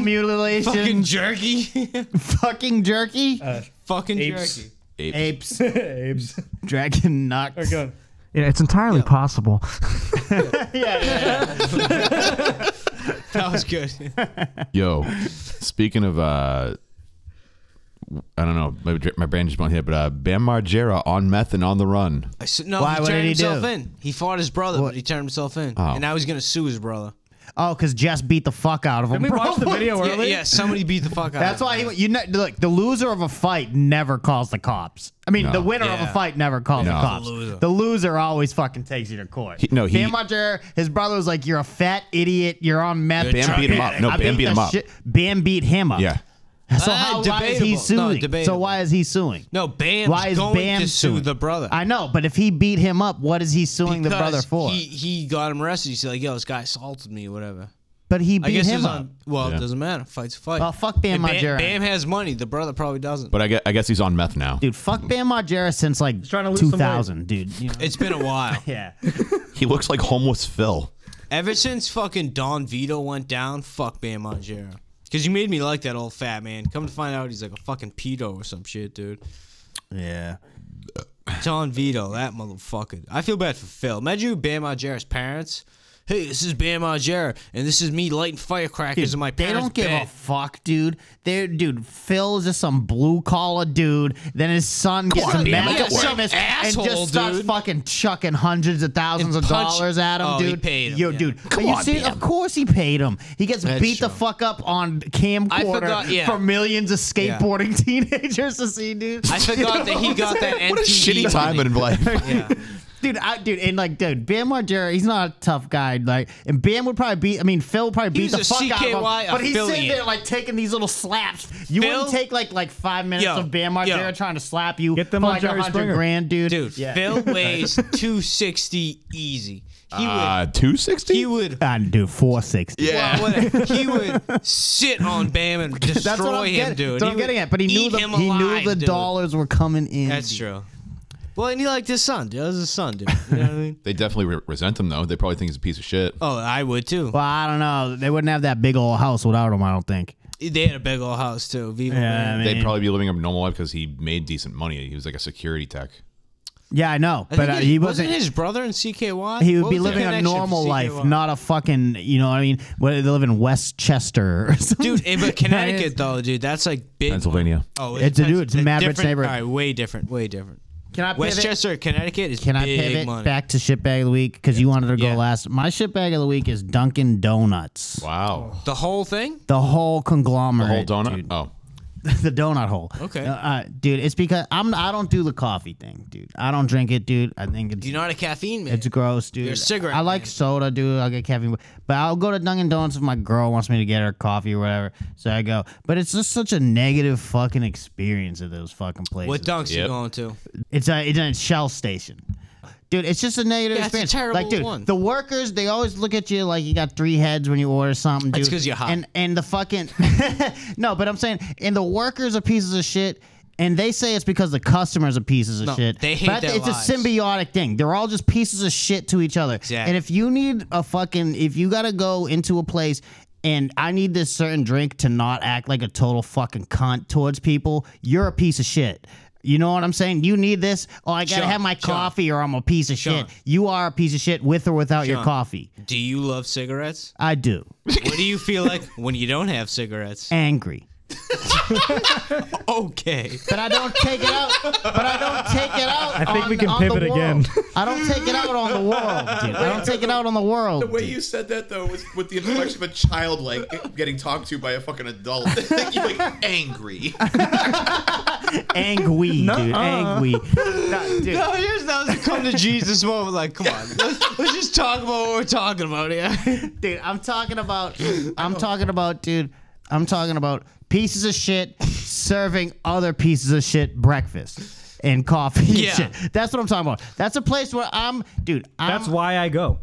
Speaker 4: Wrestling,
Speaker 2: mutilation,
Speaker 4: fucking Uh,
Speaker 2: fucking,
Speaker 4: jerky,
Speaker 2: jerky,
Speaker 4: fucking
Speaker 3: apes.
Speaker 4: jerky.
Speaker 2: apes,
Speaker 3: Apes.
Speaker 2: dragon nuts.
Speaker 3: Yeah, it's entirely possible.
Speaker 4: That was good.
Speaker 5: Yo, speaking of, uh, I don't know, my, my brain just went here, but uh, Bam Margera on meth and on the run.
Speaker 4: I said, no,
Speaker 2: Why,
Speaker 4: he
Speaker 2: what
Speaker 4: turned
Speaker 2: did he
Speaker 4: himself
Speaker 2: do?
Speaker 4: in. He fought his brother,
Speaker 2: What?
Speaker 4: but he turned himself in.
Speaker 5: Oh.
Speaker 4: And now he's gonna sue his brother.
Speaker 2: Oh, because Jess beat the fuck out of him.
Speaker 3: Didn't we
Speaker 2: bro.
Speaker 3: watch the video
Speaker 4: Yeah,
Speaker 3: earlier?
Speaker 4: yeah, somebody beat the fuck out.
Speaker 2: That's
Speaker 4: of him.
Speaker 2: why he, you know, look. The loser of a fight never calls the cops. I mean,
Speaker 5: No.
Speaker 2: the winner of
Speaker 4: Yeah.
Speaker 2: a fight never calls
Speaker 5: No.
Speaker 2: the cops.
Speaker 4: The
Speaker 2: The
Speaker 4: loser.
Speaker 2: loser. always fucking takes you to court.
Speaker 5: He- no, he-
Speaker 2: Bam Margera, his brother was like, "You're a fat idiot. You're on meth."
Speaker 5: Bam
Speaker 2: Try-
Speaker 5: beat him up. No,
Speaker 2: I
Speaker 5: Bam beat
Speaker 2: the
Speaker 5: him up.
Speaker 2: shit- Bam beat him up.
Speaker 5: Yeah.
Speaker 2: So
Speaker 4: Ah,
Speaker 2: how, why is he
Speaker 4: debatable. No,
Speaker 2: suing? so
Speaker 4: debatable.
Speaker 2: why is he suing?
Speaker 4: No, Bam's
Speaker 2: why is
Speaker 4: going
Speaker 2: Bam
Speaker 4: to sue
Speaker 2: suing?
Speaker 4: the brother.
Speaker 2: I know, but if he beat him up, what is he suing the brother
Speaker 4: Because
Speaker 2: for?
Speaker 4: He, he got him arrested. He's like, yo, this guy assaulted me, whatever.
Speaker 2: but he
Speaker 4: I
Speaker 2: beat
Speaker 4: guess it
Speaker 2: him
Speaker 4: was
Speaker 2: up.
Speaker 4: on. Well,
Speaker 5: Yeah.
Speaker 4: it doesn't matter. Fight's a fight.
Speaker 2: Well, fuck Bam
Speaker 4: And Bam,
Speaker 2: Margera.
Speaker 4: Bam has money. The brother probably doesn't.
Speaker 5: But I guess, I guess he's on meth now.
Speaker 2: Dude, fuck Bam Margera since like
Speaker 3: trying to lose some weight.
Speaker 2: 2000, dude. You know?
Speaker 4: it's been a while.
Speaker 2: Yeah.
Speaker 5: He looks like homeless Phil.
Speaker 4: Ever since fucking Don Vito went down, fuck Bam Margera. Because you made me like that old fat man. Come to find out, he's like a fucking pedo or some shit, dude.
Speaker 2: Yeah.
Speaker 4: Don Vito, that motherfucker. I feel bad for Phil. Imagine you Bam Margera's parents. Hey, this is Bam Margera, and this is me lighting firecrackers in my
Speaker 2: they
Speaker 4: parents'
Speaker 2: don't give
Speaker 4: bed.
Speaker 2: a fuck, dude. They, dude, Phil is just some blue collar dude. Then his son gets
Speaker 4: on,
Speaker 2: a
Speaker 4: man,
Speaker 2: mad
Speaker 4: make it
Speaker 2: famous
Speaker 4: work. Some
Speaker 2: and
Speaker 4: asshole,
Speaker 2: just starts
Speaker 4: dude.
Speaker 2: fucking chucking hundreds of thousands
Speaker 4: And
Speaker 2: of
Speaker 4: punch-
Speaker 2: dollars at him,
Speaker 4: Oh, he
Speaker 2: dude.
Speaker 4: paid him,
Speaker 2: Yo,
Speaker 4: yeah.
Speaker 2: dude,
Speaker 4: Come
Speaker 2: you
Speaker 4: on,
Speaker 2: see, of course he paid him. He gets
Speaker 4: That's
Speaker 2: beat the
Speaker 4: true.
Speaker 2: fuck up on camcorder
Speaker 4: forgot- yeah.
Speaker 2: for millions of skateboarding teenagers to see, dude.
Speaker 4: I forgot that he got that MTV
Speaker 5: What a shitty time
Speaker 4: money.
Speaker 5: in life.
Speaker 4: Yeah.
Speaker 2: Dude, I, dude, and like, dude, Bam Margera, he's not a tough guy. Like, and Bam would probably beat. I mean, Phil would probably
Speaker 4: He's
Speaker 2: beat the
Speaker 4: a
Speaker 2: fuck out of him.
Speaker 4: CKY
Speaker 2: But he's sitting
Speaker 4: affiliate.
Speaker 2: there like taking these little slaps. You
Speaker 4: Phil-
Speaker 2: wouldn't take like like five minutes
Speaker 4: Yo,
Speaker 2: of Bam Margera
Speaker 4: yo.
Speaker 2: trying to slap you
Speaker 3: Get them
Speaker 2: for
Speaker 3: on
Speaker 2: like
Speaker 3: Jerry
Speaker 2: a hundred
Speaker 3: Springer.
Speaker 2: grand, dude.
Speaker 4: Dude, Phil weighs 260 easy. He would.
Speaker 5: Uh,
Speaker 4: he
Speaker 5: 260?
Speaker 4: would.
Speaker 2: I do four sixty.
Speaker 5: Yeah.
Speaker 4: Well, whatever. he would sit on Bam and destroy
Speaker 2: That's what I'm
Speaker 4: him,
Speaker 2: getting.
Speaker 4: dude.
Speaker 2: That's what
Speaker 4: He
Speaker 2: I'm
Speaker 4: would
Speaker 2: getting at. But he knew
Speaker 4: eat
Speaker 2: the
Speaker 4: him
Speaker 2: he knew
Speaker 4: alive,
Speaker 2: the
Speaker 4: dude.
Speaker 2: dollars were coming in.
Speaker 4: That's
Speaker 2: dude.
Speaker 4: true. Well, and he liked his son, dude. That was his son, dude. You know what I mean?
Speaker 5: They definitely re- resent him, though. They probably think he's a piece of shit.
Speaker 4: Oh, I would too.
Speaker 2: Well, I don't know. They wouldn't have that big old house without him. I don't think.
Speaker 4: They had a big old house too. Viva
Speaker 2: Yeah,
Speaker 4: Bam.
Speaker 2: I mean-
Speaker 5: They'd probably be living a normal life because he made decent money. He was like a security tech.
Speaker 2: Yeah, I know.
Speaker 4: I
Speaker 2: but uh,
Speaker 4: think
Speaker 2: he
Speaker 4: it-
Speaker 2: wasn't.
Speaker 4: his brother in CKY.
Speaker 2: He
Speaker 4: What
Speaker 2: would be
Speaker 4: was the
Speaker 2: living a
Speaker 4: connection for
Speaker 2: normal life,
Speaker 4: CKY?
Speaker 2: not a fucking, you know what I mean? What, they live in Westchester or something.
Speaker 4: Dude, eh, but Connecticut though, dude, that's like big.
Speaker 5: Pennsylvania.
Speaker 4: Oh,
Speaker 2: It's a
Speaker 4: Pens-
Speaker 2: dude, it's a mad rich
Speaker 4: different-
Speaker 2: neighborhood.
Speaker 4: All right, way different, way different.
Speaker 2: can I pivot,
Speaker 4: Westchester, Connecticut is
Speaker 2: can I
Speaker 4: big
Speaker 2: pivot
Speaker 4: money.
Speaker 2: back to shitbag of the week? Because you wanted to go
Speaker 4: Yeah.
Speaker 2: last. My shitbag of the week is Dunkin' Donuts.
Speaker 5: Wow.
Speaker 4: The whole thing?
Speaker 2: The whole
Speaker 5: The whole
Speaker 2: conglomerate.
Speaker 5: donut? Oh.
Speaker 2: the donut hole.
Speaker 4: Okay.
Speaker 2: Uh, uh, dude, it's because I'm, I don't do the coffee thing, dude. I don't drink it, dude. I think it's
Speaker 4: You're not a caffeine man.
Speaker 2: It's gross, dude.
Speaker 4: a cigarette
Speaker 2: I like
Speaker 4: man.
Speaker 2: soda, dude. I'll get caffeine, but I'll go to Dunkin' Donuts if my girl wants me to get her coffee or whatever. So I go, but it's just such a negative fucking experience at those fucking places.
Speaker 4: what dunks you
Speaker 5: Yep.
Speaker 4: going to?
Speaker 2: It's a it's a Shell station. Dude, it's just a negative
Speaker 4: Yeah, it's a
Speaker 2: experience.
Speaker 4: terrible
Speaker 2: like, dude,
Speaker 4: one.
Speaker 2: the workers they always look at you like you got three heads when you order something. Dude.
Speaker 4: That's 'cause you're hot.
Speaker 2: And and the fucking no, but I'm saying and the workers are pieces of shit. And they say it's because the customers are pieces of
Speaker 4: No,
Speaker 2: shit.
Speaker 4: they hate
Speaker 2: but
Speaker 4: their
Speaker 2: it's
Speaker 4: lives.
Speaker 2: a symbiotic thing. They're all just pieces of shit to each other.
Speaker 4: Exactly.
Speaker 2: And if you need a fucking, if you gotta go into a place and I need this certain drink to not act like a total fucking cunt towards people, you're a piece of shit. You know what I'm saying? You need this. Oh, I gotta
Speaker 4: Sean,
Speaker 2: have my
Speaker 4: Sean.
Speaker 2: coffee or I'm a piece of
Speaker 4: Sean.
Speaker 2: shit. You are a piece of shit with or without your
Speaker 4: Sean.
Speaker 2: coffee.
Speaker 4: Do you love cigarettes?
Speaker 2: I do.
Speaker 4: What do you feel like when you don't have cigarettes?
Speaker 2: Angry.
Speaker 4: Okay.
Speaker 2: But I don't take it out. But I don't take it out.
Speaker 3: I think
Speaker 2: on,
Speaker 3: we can
Speaker 2: on the
Speaker 3: pivot again.
Speaker 2: world. I don't take it out on the world, dude. I don't take it out on the world.
Speaker 7: The way
Speaker 2: dude.
Speaker 7: you said that though was with the inflection of a child, like getting talked to by a fucking adult. You're like angry.
Speaker 2: angry, dude.
Speaker 3: Nuh-uh.
Speaker 2: Angry. Nah, dude.
Speaker 4: No, here's that was a come to Jesus moment. Like, come on, let's, let's just talk about what we're talking about here.
Speaker 2: dude. I'm talking about. I'm talking about, dude. I'm talking about pieces of shit serving other pieces of shit breakfast and coffee. and
Speaker 4: Yeah.
Speaker 2: shit. that's what I'm talking about. That's a place where I'm, dude. I'm,
Speaker 3: That's why I go.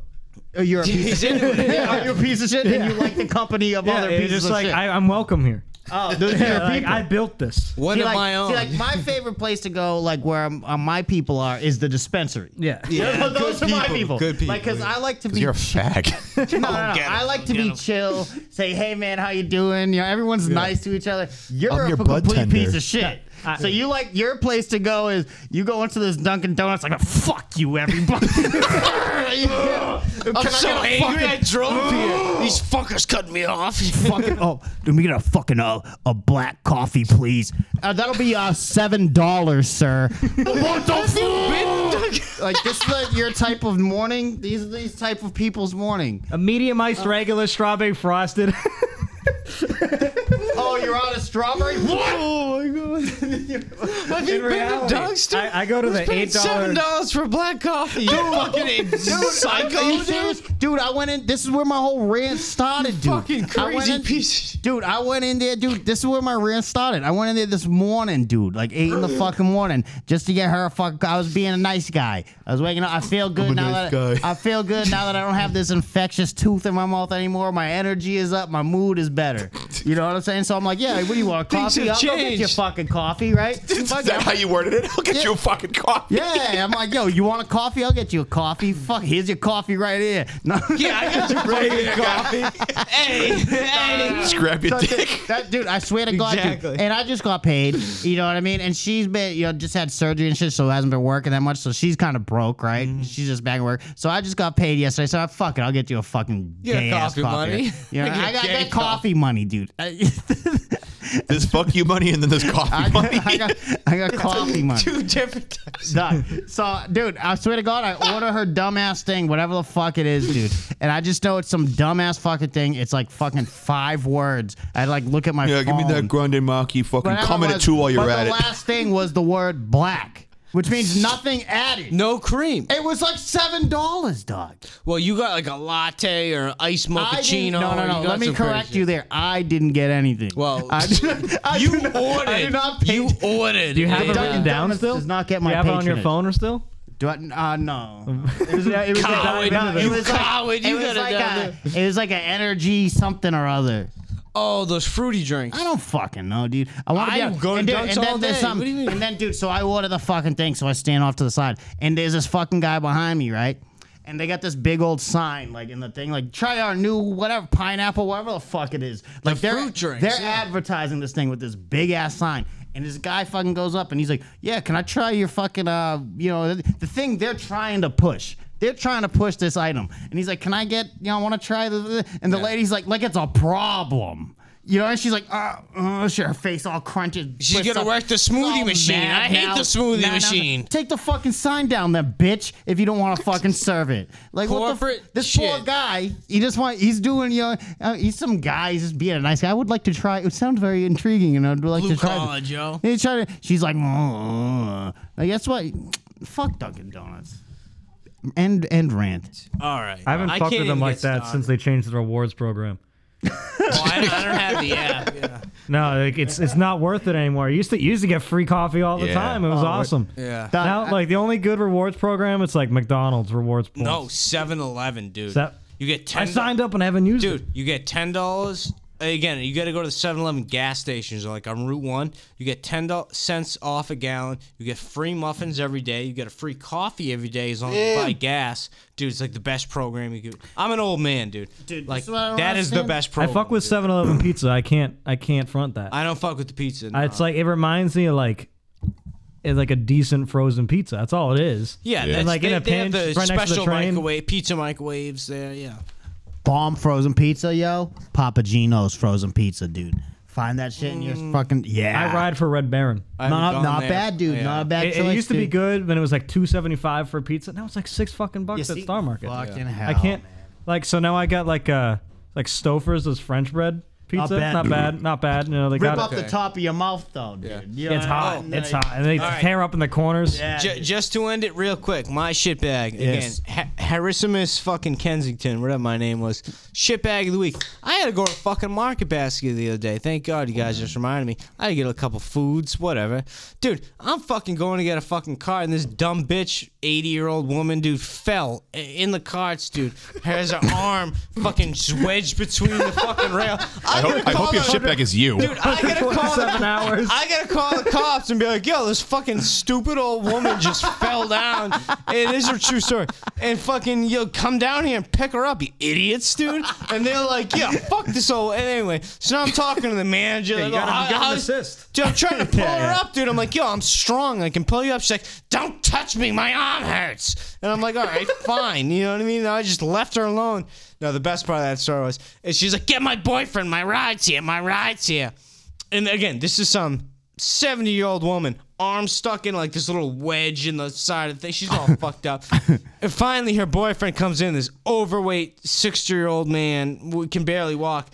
Speaker 2: uh, you're a piece.
Speaker 4: He's into it.
Speaker 2: Yeah, you're a piece of shit, and you like the company of
Speaker 3: Yeah,
Speaker 2: other
Speaker 3: it's
Speaker 2: pieces
Speaker 3: just
Speaker 2: of
Speaker 3: like
Speaker 2: shit.
Speaker 3: I, I'm welcome here.
Speaker 2: oh, those are
Speaker 3: Yeah,
Speaker 2: your
Speaker 3: like,
Speaker 2: people.
Speaker 3: I built this.
Speaker 4: One
Speaker 2: See,
Speaker 4: of
Speaker 2: like,
Speaker 4: my own.
Speaker 2: see, like my favorite place to go, like where um, uh, my people are, is the dispensary.
Speaker 3: Yeah.
Speaker 4: Yeah,
Speaker 2: those
Speaker 4: good
Speaker 2: are my
Speaker 4: people,
Speaker 2: people.
Speaker 4: good people,
Speaker 2: Like, cause
Speaker 4: yeah.
Speaker 2: I like to be
Speaker 5: You're a fag.
Speaker 2: No, no, no.
Speaker 4: get 'em.
Speaker 2: I like to
Speaker 4: Get
Speaker 2: be
Speaker 4: 'em.
Speaker 2: chill. Say, hey man, how you doing? You know, everyone's nice to each other. You're
Speaker 5: I'm
Speaker 2: a
Speaker 5: your
Speaker 2: complete
Speaker 5: bud tender.
Speaker 2: piece of shit. so you like your place to go is you go into this Dunkin' Donuts like fuck you everybody.
Speaker 4: I'm so angry. I drove here. These fuckers cut me off.
Speaker 2: fucking oh, let me get a fucking uh, a black coffee, please. Uh, that'll be uh seven dollars, sir. what the fuck? like this is like your type of morning. These are these type of people's morning.
Speaker 3: A medium iced regular strawberry frosted.
Speaker 2: Oh, you're on a strawberry. What?
Speaker 3: oh my god.
Speaker 4: Have you been to Dogster?
Speaker 3: I, I go to the eight
Speaker 4: Seven
Speaker 3: dollar.
Speaker 4: dollars for black coffee. You fucking
Speaker 2: Are you
Speaker 4: psycho,
Speaker 2: serious?
Speaker 4: dude.
Speaker 2: Dude, I went in. This is where my whole rant started, dude.
Speaker 4: Fucking
Speaker 2: I went
Speaker 4: crazy
Speaker 2: in-
Speaker 4: piece.
Speaker 2: Dude, I went in there, dude. This is where my rant started. I went in there this morning, dude, like eight in the fucking morning, just to get her a fuck. I was being a nice guy. I was waking up. I feel good
Speaker 5: a
Speaker 2: now
Speaker 5: nice
Speaker 2: that
Speaker 5: guy.
Speaker 2: I feel good now that I don't have this infectious tooth in my mouth anymore. My energy is up. My mood is better. You know what I'm saying? So I'm like, yeah. What do you want? a
Speaker 4: Things
Speaker 2: Coffee?
Speaker 4: have
Speaker 2: I'll go get
Speaker 4: changed.
Speaker 2: you fucking coffee, right?
Speaker 7: Is that how you worded it? I'll get you a fucking coffee.
Speaker 2: Yeah, I'm like, yo, you want a coffee? I'll get you a coffee. Fuck, here's your coffee right here. No.
Speaker 4: Yeah, I got your fucking coffee. hey, hey.
Speaker 7: Just grab your
Speaker 2: Dude,
Speaker 7: dick.
Speaker 2: that dude, I swear to God, dude.
Speaker 4: Exactly.
Speaker 2: and I just got paid. You know what I mean? And she's been, you know, just had surgery and shit, so hasn't been working that much. So she's kind of broke, right? She's just back at work. So I just got paid yesterday. So I fuck it, I'll get you a fucking
Speaker 4: You got
Speaker 2: gay ass
Speaker 4: coffee
Speaker 2: coffee
Speaker 4: money?
Speaker 2: You know,
Speaker 4: You got
Speaker 2: I got
Speaker 4: gay
Speaker 2: that coffee money, dude. I,
Speaker 5: There's fuck you money and then there's coffee
Speaker 2: I
Speaker 5: money.
Speaker 2: got, I got, I got coffee money.
Speaker 4: Two different types.
Speaker 2: Done. So, dude, I swear to God, I order her dumbass thing, whatever the fuck it is, dude. And I just know it's some dumbass fucking thing. It's like fucking five words. I like look at my
Speaker 5: Yeah, give me
Speaker 2: phone.
Speaker 5: that grande marquee fucking
Speaker 2: Whatever
Speaker 5: comment
Speaker 2: it
Speaker 5: at
Speaker 2: was,
Speaker 5: two while you're
Speaker 2: but
Speaker 5: at
Speaker 2: the
Speaker 5: it.
Speaker 2: last thing was the word black, which means nothing added.
Speaker 4: No cream.
Speaker 2: It was like seven dollars, dog.
Speaker 4: Well, you got like a latte or an iced
Speaker 2: I didn't-
Speaker 4: mochaccino.
Speaker 2: no,
Speaker 4: or
Speaker 2: no,
Speaker 4: you
Speaker 2: no.
Speaker 4: got
Speaker 2: Let me
Speaker 4: some crazy
Speaker 2: correct
Speaker 4: shit.
Speaker 2: you there. I didn't get anything.
Speaker 4: Well,
Speaker 2: I, I
Speaker 4: you
Speaker 2: do not-
Speaker 4: ordered.
Speaker 2: I do not pay.
Speaker 4: you ordered.
Speaker 3: Do you have it
Speaker 2: Dunkin'
Speaker 3: written down
Speaker 2: Donuts
Speaker 3: still?
Speaker 2: does not get
Speaker 3: Do
Speaker 2: my
Speaker 3: you have it on your
Speaker 2: patronage.
Speaker 3: phone or still?
Speaker 2: Do I, uh, no. It was, it was
Speaker 4: Coward,
Speaker 2: no, it
Speaker 4: you
Speaker 2: was
Speaker 4: coward,
Speaker 2: Like,
Speaker 4: you
Speaker 2: it, was
Speaker 4: gotta
Speaker 2: like
Speaker 4: down
Speaker 2: a, it was like an energy something or other.
Speaker 4: Oh, those fruity drinks.
Speaker 2: I don't fucking know, dude. I want
Speaker 4: I
Speaker 2: to be
Speaker 4: go to
Speaker 2: and, dude,
Speaker 4: Dunks
Speaker 2: and then
Speaker 4: all
Speaker 2: there's
Speaker 4: day.
Speaker 2: some-
Speaker 4: What do you mean?
Speaker 2: And then, dude, so I order the fucking thing, so I stand off to the side, and there's this fucking guy behind me, right? And they got this big old sign, like in the thing, like try our new whatever pineapple, whatever the fuck it is. Like they're
Speaker 4: fruit drinks,
Speaker 2: they're
Speaker 4: yeah.
Speaker 2: advertising this thing with this big ass sign. And this guy fucking goes up and he's like, "Yeah, can I try your fucking uh, you know, the, the thing they're trying to push." They're trying to push this item, and he's like, "Can I get? You know, I want to try the, the." And the lady's like, "Like it's a problem." You know, and she's like, uh, uh she, her face all crunches.
Speaker 4: She's
Speaker 2: twisted
Speaker 4: gonna
Speaker 2: up.
Speaker 4: work the smoothie
Speaker 2: She's all
Speaker 4: machine.
Speaker 2: mad
Speaker 4: I hate
Speaker 2: now.
Speaker 4: the smoothie
Speaker 2: No, no, no.
Speaker 4: machine.
Speaker 2: Take the fucking sign down, then, bitch. If you don't want to fucking serve it, like what the
Speaker 4: Corporate
Speaker 2: f- this
Speaker 4: shit.
Speaker 2: poor guy, he just want he's doing you know uh, he's some guy, he's just being a nice guy. I would like to try. It sounds very intriguing, and I'd like
Speaker 4: Blue
Speaker 2: to try.
Speaker 4: collar,
Speaker 2: it.
Speaker 4: Joe.
Speaker 2: And He's trying to. She's like, "Mm." like guess what? Fuck Dunkin' Donuts. End end rant.
Speaker 4: All right.
Speaker 3: I haven't fucked
Speaker 4: can't
Speaker 3: with them
Speaker 4: even
Speaker 3: like
Speaker 4: get
Speaker 3: that
Speaker 4: started.
Speaker 3: since they changed the rewards program.
Speaker 4: Oh, I, I don't have the app. Yeah.
Speaker 3: No, like it's it's not worth it anymore. You used to you used to get free coffee all the
Speaker 7: Yeah.
Speaker 3: time. It was awesome.
Speaker 4: Oh, Yeah.
Speaker 2: That-
Speaker 3: Now, like the only good rewards program, it's like McDonald's rewards points.
Speaker 4: No, 7-Eleven, dude.
Speaker 3: Is that-
Speaker 4: you get ten.
Speaker 3: I signed up and I haven't used it.
Speaker 4: Dude, you get ten dollars. Again, you got to go to the 7-Eleven gas stations, like on Route One. You get ten cents off a gallon. You get free muffins every day. You get a free coffee every day as long as you buy gas. Dude, it's like the best program you could. I'm an old man, dude. Dude, like that is the best
Speaker 3: I
Speaker 4: program.
Speaker 3: fuck with
Speaker 4: dude.
Speaker 3: 7-Eleven pizza. I can't I can't front that.
Speaker 4: I don't fuck with the pizza.
Speaker 3: Uh,
Speaker 4: no.
Speaker 3: It's like it reminds me of like it's like a decent frozen pizza. That's all it is.
Speaker 4: yeah, that's,
Speaker 3: And like
Speaker 4: they,
Speaker 3: in a
Speaker 4: they have
Speaker 3: pinch,
Speaker 4: the
Speaker 3: right next to the
Speaker 4: special
Speaker 3: train.
Speaker 4: microwave pizza microwaves there. Yeah,
Speaker 2: Bomb frozen pizza, yo. Papa Gino's frozen pizza, dude. Find that shit in your
Speaker 4: Mm.
Speaker 2: fucking yeah.
Speaker 3: I ride for Red Baron.
Speaker 4: I haven't
Speaker 2: Not
Speaker 4: gone
Speaker 2: not
Speaker 4: there.
Speaker 2: bad, dude.
Speaker 4: Yeah.
Speaker 2: Not a bad.
Speaker 3: It, it
Speaker 2: choice,
Speaker 3: used to be
Speaker 2: dude.
Speaker 3: good when it was like two seventy five for a pizza. Now it's like six fucking bucks
Speaker 2: You
Speaker 3: at
Speaker 2: see?
Speaker 3: Star Market.
Speaker 2: Fucking hell.
Speaker 3: I can't
Speaker 2: man.
Speaker 3: like so now I got like uh like Stouffer's this French bread pizza.
Speaker 2: Not bad.
Speaker 3: Not bad, not bad. You know they
Speaker 2: Rip
Speaker 3: got
Speaker 2: off
Speaker 3: it.
Speaker 2: the top Oh, of your mouth, though, dude. You know
Speaker 3: It's
Speaker 2: what I
Speaker 3: hot.
Speaker 2: mean?
Speaker 3: It's
Speaker 2: Like,
Speaker 3: hot, and they
Speaker 4: right.
Speaker 3: tear up in the corners.
Speaker 2: yeah,
Speaker 4: Ju-
Speaker 2: dude.
Speaker 4: just to end it real quick, my shitbag
Speaker 2: Yes.
Speaker 4: again. Ha- Harrisimus fucking Kensington, whatever my name was. Shitbag of the week. I had to go to fucking Market Basket the other day. Thank God you guys just reminded me. I had to get a couple foods, whatever. Dude, I'm fucking going to get a fucking cart, and this dumb bitch, 80 year old woman, dude, fell i- in the carts, dude. Has her arm fucking wedged between the fucking rail. I,
Speaker 5: hope, I hope your shitbag is you.
Speaker 4: Dude, I gotta call the,
Speaker 3: 27 hours.
Speaker 4: I gotta call the cops and be like, "Yo, this fucking stupid old woman just fell down. It is a true story. And fucking, yo, come down here and pick her up, you idiots, dude." And they're like, "Yeah, fuck this old." And anyway, so now I'm talking to the manager.
Speaker 3: you
Speaker 4: Like,
Speaker 3: gotta- you
Speaker 4: "How-
Speaker 3: gotta
Speaker 4: how's-
Speaker 3: assist."
Speaker 4: Dude, I'm trying to pull her up, dude. I'm like, "Yo, I'm strong. I can pull you up." She's like, "Don't touch me. My arm hurts." And I'm like, "All right, fine." You know what I mean? And I just left her alone. No, the best part of that story was, is she's like, "Get my boyfriend. My ride's here. My ride's here." and again, this is some 70 year old woman, arm stuck in like this little wedge in the side of the thing. She's all fucked up. And finally, her boyfriend comes in, this overweight 60 year old man who can barely walk.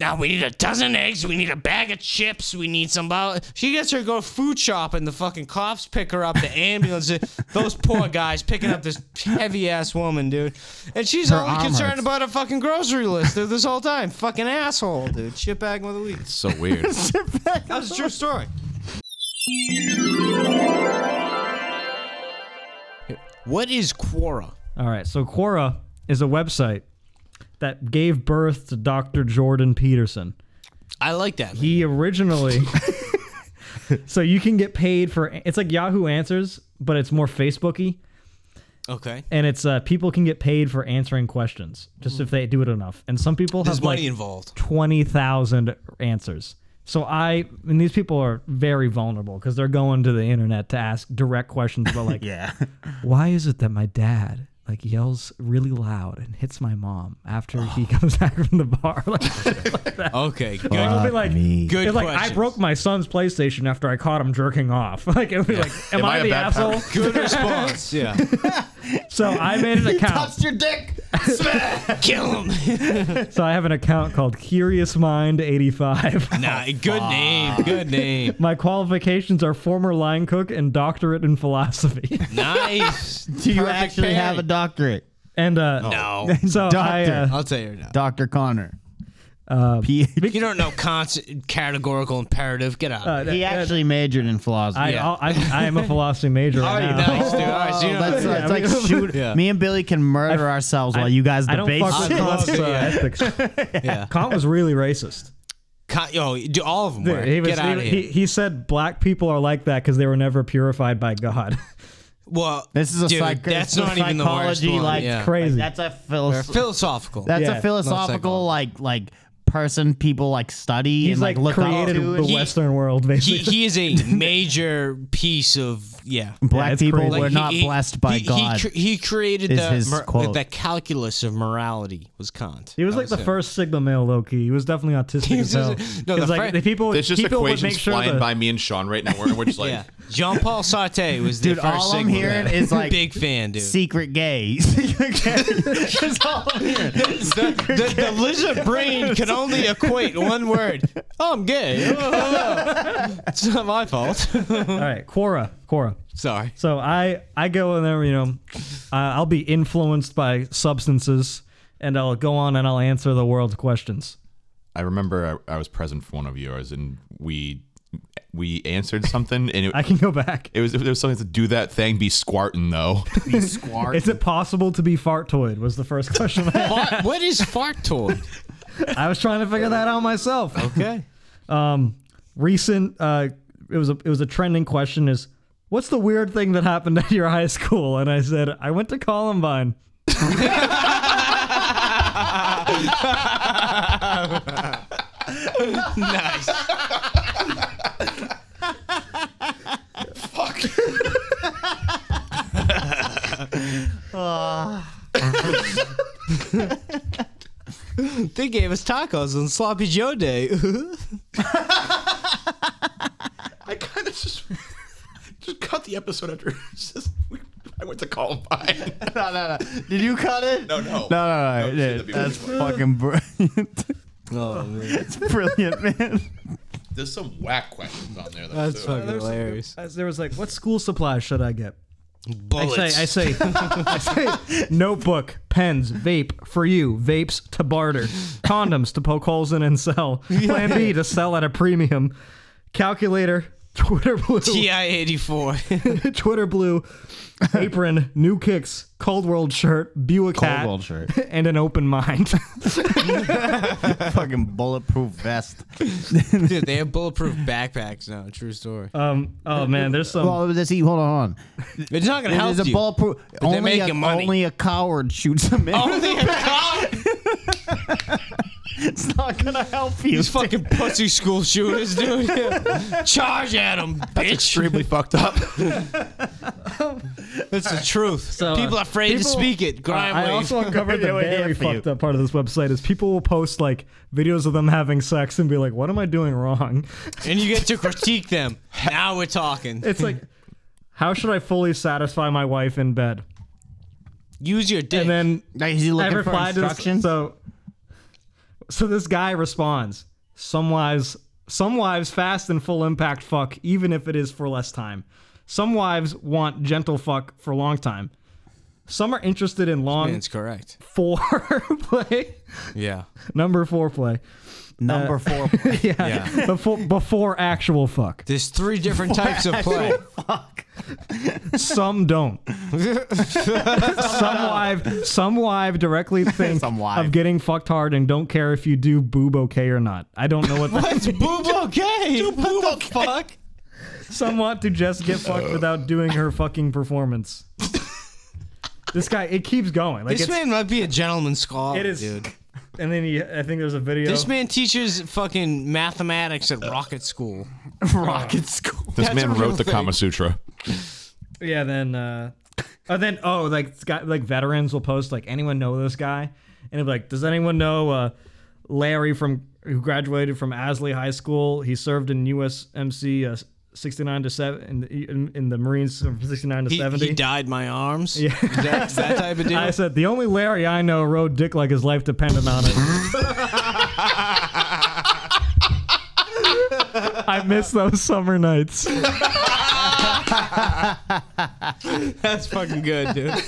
Speaker 4: Now we need a dozen eggs. We need a bag of chips. We need some. Bottle. She gets her to go food shopping. The fucking cops pick her up. The ambulance. those poor guys picking up this heavy ass woman, dude. And she's
Speaker 2: Her
Speaker 4: only
Speaker 2: arm
Speaker 4: concerned
Speaker 2: hurts.
Speaker 4: about a fucking grocery list dude, this whole time. Fucking asshole, dude. Shitbag of the week.
Speaker 5: so weird.
Speaker 4: That was a true story. What is Quora?
Speaker 3: All right, so Quora is a website that gave birth to Dr. Jordan Peterson.
Speaker 4: I like that.
Speaker 3: He originally. so you can get paid for it's like Yahoo Answers, but it's more Facebooky,
Speaker 4: okay.
Speaker 3: and it's uh, people can get paid for answering questions just if they do it enough. And some people
Speaker 4: There's
Speaker 3: have like
Speaker 4: money involved.
Speaker 3: twenty thousand answers. So I and these people are very vulnerable because they're going to the internet to ask direct questions about like
Speaker 2: yeah.
Speaker 3: why is it that my dad like yells really loud and hits my mom after he comes back from the bar? Like,
Speaker 4: Okay. Good.
Speaker 3: it'll be like,
Speaker 2: me.
Speaker 4: Good
Speaker 3: it's like I
Speaker 4: questions.
Speaker 3: broke my son's PlayStation after I caught him jerking off. Like it'll be like, am,
Speaker 5: Am I
Speaker 3: I,
Speaker 5: a
Speaker 3: the
Speaker 5: bad
Speaker 3: asshole?
Speaker 4: Good response. Yeah.
Speaker 3: so I made an account.
Speaker 2: Touched your dick.
Speaker 4: Kill him.
Speaker 3: So I have an account called Curious Mind eighty five.
Speaker 4: Nah. Good name. Good name.
Speaker 3: My qualifications are former line cook and doctorate in philosophy.
Speaker 4: Nice.
Speaker 2: Do you
Speaker 4: Perfect
Speaker 2: actually
Speaker 4: pairing.
Speaker 2: have a doctorate,
Speaker 3: And uh,
Speaker 4: No.
Speaker 3: so I
Speaker 2: Doctor.
Speaker 3: uh,
Speaker 4: I'll tell you now.
Speaker 2: Doctor Connor? PhD.
Speaker 4: You don't know constant, categorical imperative. Get out.
Speaker 3: uh,
Speaker 2: He actually majored in philosophy.
Speaker 3: I,
Speaker 4: Yeah.
Speaker 3: I, I am a philosophy major.
Speaker 2: Uh,
Speaker 4: All
Speaker 3: Right
Speaker 4: right.
Speaker 3: now.
Speaker 4: Nice, dude. All right. So you
Speaker 2: Oh,
Speaker 4: don't-
Speaker 2: that's- it's like shoot.
Speaker 4: Yeah.
Speaker 2: Me and Billy can murder ourselves while you guys
Speaker 3: I don't
Speaker 2: debate.
Speaker 3: fuck
Speaker 2: shit.
Speaker 3: with Kant's uh,
Speaker 4: Yeah.
Speaker 3: ethics.
Speaker 4: yeah.
Speaker 3: Kant was really racist.
Speaker 4: Con- yo, do all of them work.
Speaker 3: he, was-
Speaker 4: Get out of
Speaker 3: he-
Speaker 4: here.
Speaker 3: he- he said black people are like that because they were never purified by God.
Speaker 4: well,
Speaker 2: This is a
Speaker 4: dude,
Speaker 2: psych-
Speaker 4: That's
Speaker 2: this is
Speaker 4: not
Speaker 2: a
Speaker 4: even the worst
Speaker 2: psychology,
Speaker 4: one.
Speaker 2: like,
Speaker 4: yeah.
Speaker 3: Crazy.
Speaker 2: That's a philosoph-
Speaker 4: Philosophical.
Speaker 2: That's
Speaker 3: Yeah,
Speaker 2: a
Speaker 3: not
Speaker 2: philosophical
Speaker 4: psychology.
Speaker 2: like like person people like study
Speaker 3: He's
Speaker 2: and like,
Speaker 3: like,
Speaker 2: look up
Speaker 3: created
Speaker 2: to.
Speaker 3: the
Speaker 2: and-
Speaker 4: He-
Speaker 3: Western world, basically.
Speaker 4: he, he is a major piece of yeah.
Speaker 2: black
Speaker 3: it's
Speaker 2: people
Speaker 3: crazy.
Speaker 2: were
Speaker 4: Like,
Speaker 2: not
Speaker 4: he- he-
Speaker 2: blessed by
Speaker 4: he,
Speaker 2: God.
Speaker 4: He, cr- he created
Speaker 2: is
Speaker 4: the
Speaker 2: his
Speaker 4: mor-
Speaker 2: quote.
Speaker 4: the calculus of morality was Kant.
Speaker 3: He was like the first Sigma male low key. He was definitely autistic as
Speaker 4: was
Speaker 3: hell.
Speaker 4: just- no,
Speaker 3: It was
Speaker 4: the
Speaker 3: like
Speaker 4: fir-
Speaker 3: the people.
Speaker 7: There's just
Speaker 3: people would
Speaker 7: equations
Speaker 3: make sure
Speaker 7: flying
Speaker 3: the,
Speaker 7: by me and Sean right now. We're, we're just like,
Speaker 4: Yeah, Jean Paul Sartre was
Speaker 2: Dude,
Speaker 4: the first
Speaker 2: all I'm
Speaker 4: Sigma
Speaker 2: hearing
Speaker 4: man.
Speaker 2: is, like,
Speaker 4: big fan, dude.
Speaker 2: Secret gay. Secret gay. That's all I'm hearing.
Speaker 4: the, the, the lizard brain can only equate one word. Oh, I'm gay. Oh, oh, oh. it's not my fault.
Speaker 3: all right, Quora, Quora.
Speaker 4: Sorry.
Speaker 3: So I I go in there, you know, I I'll be influenced by substances, and I'll go on and I'll answer the world's questions.
Speaker 5: I remember I, I was present for one of yours, and we we answered something, and it,
Speaker 3: I can go back.
Speaker 5: it was there was something to do that thing, be squarting though.
Speaker 2: Squart.
Speaker 3: Is it possible to be fartoid? Was the first question. I, had.
Speaker 4: Fart, what is fartoid?
Speaker 3: I was trying to figure that out myself.
Speaker 4: Okay.
Speaker 3: Recent, uh, it was a it was a trending question. Is what's the weird thing that happened at your high school? And I said I went to Columbine.
Speaker 4: Nice. they gave us tacos on Sloppy Joe Day.
Speaker 7: I kind of just just cut the episode after. It's just, we, I went to Columbine.
Speaker 2: no, no, no. Did you cut it?
Speaker 7: No, no.
Speaker 2: No, no, no.
Speaker 7: No,
Speaker 2: yeah,
Speaker 7: shouldn't be
Speaker 2: that's
Speaker 7: which one.
Speaker 2: fucking brilliant.
Speaker 4: oh man,
Speaker 2: it's brilliant, man.
Speaker 7: There's some whack questions on there. Though,
Speaker 4: that's
Speaker 7: too.
Speaker 4: fucking hilarious.
Speaker 3: As there was like, what school supplies should I get?
Speaker 4: Bullets.
Speaker 3: I say, I say, I say, notebook, pens, vape for you, vapes to barter, condoms to poke holes in and sell, plan B to sell at a premium, calculator, Twitter blue,
Speaker 4: Ti eighty four.
Speaker 3: Twitter blue, apron, new kicks, cold world shirt, Buick hat,
Speaker 2: World shirt.
Speaker 3: and an open mind.
Speaker 2: fucking bulletproof vest.
Speaker 4: Dude, they have bulletproof backpacks now. True story.
Speaker 3: um, oh man, there's some.
Speaker 2: Well, let's see. Hold on.
Speaker 4: it's not gonna help
Speaker 2: There's a
Speaker 4: you.
Speaker 2: bulletproof.
Speaker 4: they're
Speaker 2: Only a,
Speaker 4: making money.
Speaker 2: only a coward shoots him in.
Speaker 4: Oh, they have
Speaker 2: it's not gonna help you.
Speaker 4: these fucking pussy school shooters, dude. Charge at them, bitch.
Speaker 5: Extremely fucked up.
Speaker 4: That's the truth.
Speaker 3: So, uh,
Speaker 4: people are afraid to
Speaker 3: people-
Speaker 4: speak it. Grime
Speaker 3: I
Speaker 4: wave.
Speaker 3: also uncovered the
Speaker 2: Yeah, we're here
Speaker 3: very
Speaker 2: for you.
Speaker 3: fucked up part of this website is people will post like videos of them having sex and be like, "What am I doing wrong?"
Speaker 4: and you get to critique them. Now we're talking.
Speaker 3: It's like, how should I fully satisfy my wife in bed?
Speaker 4: Use your dick.
Speaker 3: And then
Speaker 2: Now, Is he
Speaker 3: I
Speaker 2: looking for
Speaker 3: replied to this,
Speaker 2: instructions?
Speaker 3: so. uh, So this guy responds, "Some wives, some wives fast and full impact fuck, even if it is for less time. Some wives want gentle fuck for long time. Some are interested in long
Speaker 4: it's correct.
Speaker 3: foreplay,
Speaker 4: Yeah.
Speaker 3: number foreplay."
Speaker 2: Number four.
Speaker 3: yeah.
Speaker 4: Yeah.
Speaker 3: Before before actual fuck.
Speaker 4: There's three different types of play.
Speaker 3: Some don't. some wive some wive directly think
Speaker 2: Some wive.
Speaker 3: of getting fucked hard and don't care if you do boob okay or not. I don't know what that
Speaker 4: That's boob okay. what the fuck?
Speaker 3: some want to just get fucked without doing her fucking performance. this guy it keeps going. Like
Speaker 4: This
Speaker 3: it's,
Speaker 4: man might be a gentleman scholar,
Speaker 3: it is
Speaker 4: dude.
Speaker 3: and then he, I think there's a video
Speaker 4: This man teaches fucking mathematics at rocket school.
Speaker 2: Rocket school.
Speaker 5: This
Speaker 4: That's a
Speaker 5: man
Speaker 4: real
Speaker 5: wrote the
Speaker 4: thing.
Speaker 5: Kama Sutra.
Speaker 3: Yeah, then uh oh then oh like it's got like veterans will post like anyone know this guy? And it'll be like, Does anyone know uh Larry from who graduated from Asley High School? He served in USMC uh, 69 to 7 in the, in, in the Marines from 69 to
Speaker 4: He,
Speaker 3: 70.
Speaker 4: he dyed my arms. Yeah. That, that type of
Speaker 3: I
Speaker 4: dude.
Speaker 3: said the only Larry I know rode dick like his life depended on it. I miss those summer nights.
Speaker 4: That's fucking good, dude.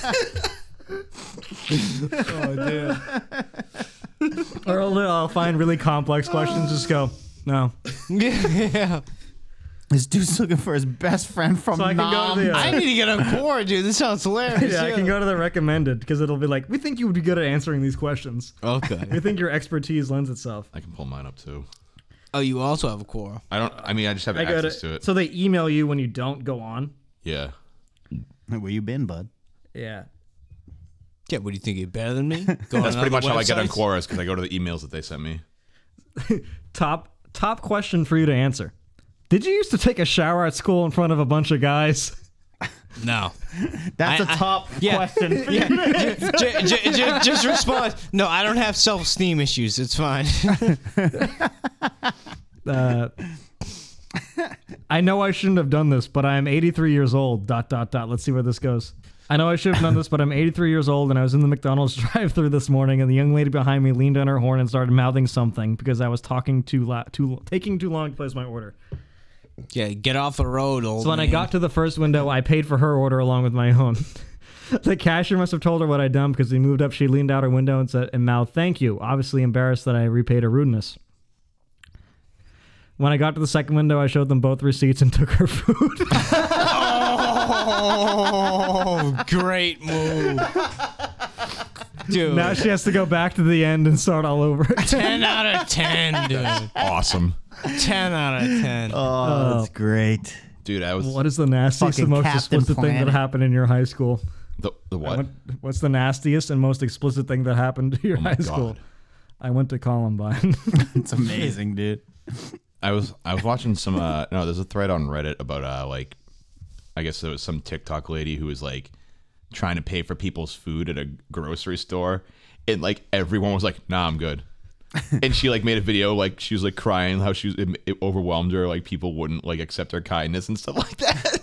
Speaker 3: Or I'll, I'll find really complex questions. Just go, no.
Speaker 4: yeah.
Speaker 2: This dude's looking for his best friend from
Speaker 3: So I can go
Speaker 2: Nam.
Speaker 3: to the. uh,
Speaker 4: I need to get on board, dude. This sounds hilarious.
Speaker 3: yeah, I can go to the recommended because it'll be like, we think you would be good at answering these questions.
Speaker 4: Okay.
Speaker 3: We think your expertise lends itself.
Speaker 5: I can pull mine up too.
Speaker 4: Oh, you also have a core.
Speaker 5: I don't. I mean, I just have
Speaker 3: I go to,
Speaker 5: access to it.
Speaker 3: so they email you when you don't go on.
Speaker 5: yeah.
Speaker 3: uh,
Speaker 2: Where you been, bud?
Speaker 3: Yeah.
Speaker 4: Yeah, what do you think? You're better than me? Go
Speaker 5: That's pretty much how I get on Quora's because I go to the emails that they sent me.
Speaker 3: Top top question for you to answer. Did you used to take a shower at school in front of a bunch of guys?
Speaker 4: No.
Speaker 2: That's a
Speaker 4: I- I-
Speaker 2: top
Speaker 4: yeah.
Speaker 2: question.
Speaker 4: Yeah. j- j- j- just respond. No, I don't have self esteem issues. It's fine.
Speaker 3: Uh, I know I shouldn't have done this, but I am 83 years old. Dot dot dot. Let's see where this goes. I know I should have done this, but I'm 83 years old, and I was in the McDonald's drive-through this morning, and the young lady behind me leaned on her horn and started mouthing something because I was talking too loud, too taking too long to place my order.
Speaker 4: yeah, get off the road, old
Speaker 3: So when I
Speaker 4: man.
Speaker 3: got to the first window, I paid for her order along with my own. the cashier must have told her what I'd done because he moved up. She leaned out her window and said, and mouthed, "Thank you." Obviously embarrassed that I repaid her rudeness. When I got to the second window, I showed them both receipts and took her food.
Speaker 4: Oh, great move. Dude.
Speaker 3: now she has to go back to the end and start all over. again.
Speaker 4: 10 out of 10, dude.
Speaker 5: Awesome.
Speaker 4: 10 out of 10.
Speaker 2: Oh, that's great.
Speaker 5: Dude, I was
Speaker 3: what is the nastiest and
Speaker 2: Fucking
Speaker 3: most
Speaker 2: Captain
Speaker 3: explicit thing that
Speaker 2: Planet.
Speaker 3: happened in your high school?
Speaker 5: the, the
Speaker 3: I
Speaker 5: what?
Speaker 3: went- what's the nastiest and most explicit thing that happened to your high school?
Speaker 5: Oh God.
Speaker 3: I went to Columbine.
Speaker 2: It's amazing, dude.
Speaker 5: I was I was watching some uh no, there's a thread on Reddit about uh like I guess there was some TikTok lady who was like trying to pay for people's food at a grocery store and like everyone was like, "Nah, I'm good." and she like made a video like she was like crying how she was it, it overwhelmed her like people wouldn't like accept her kindness and stuff like that.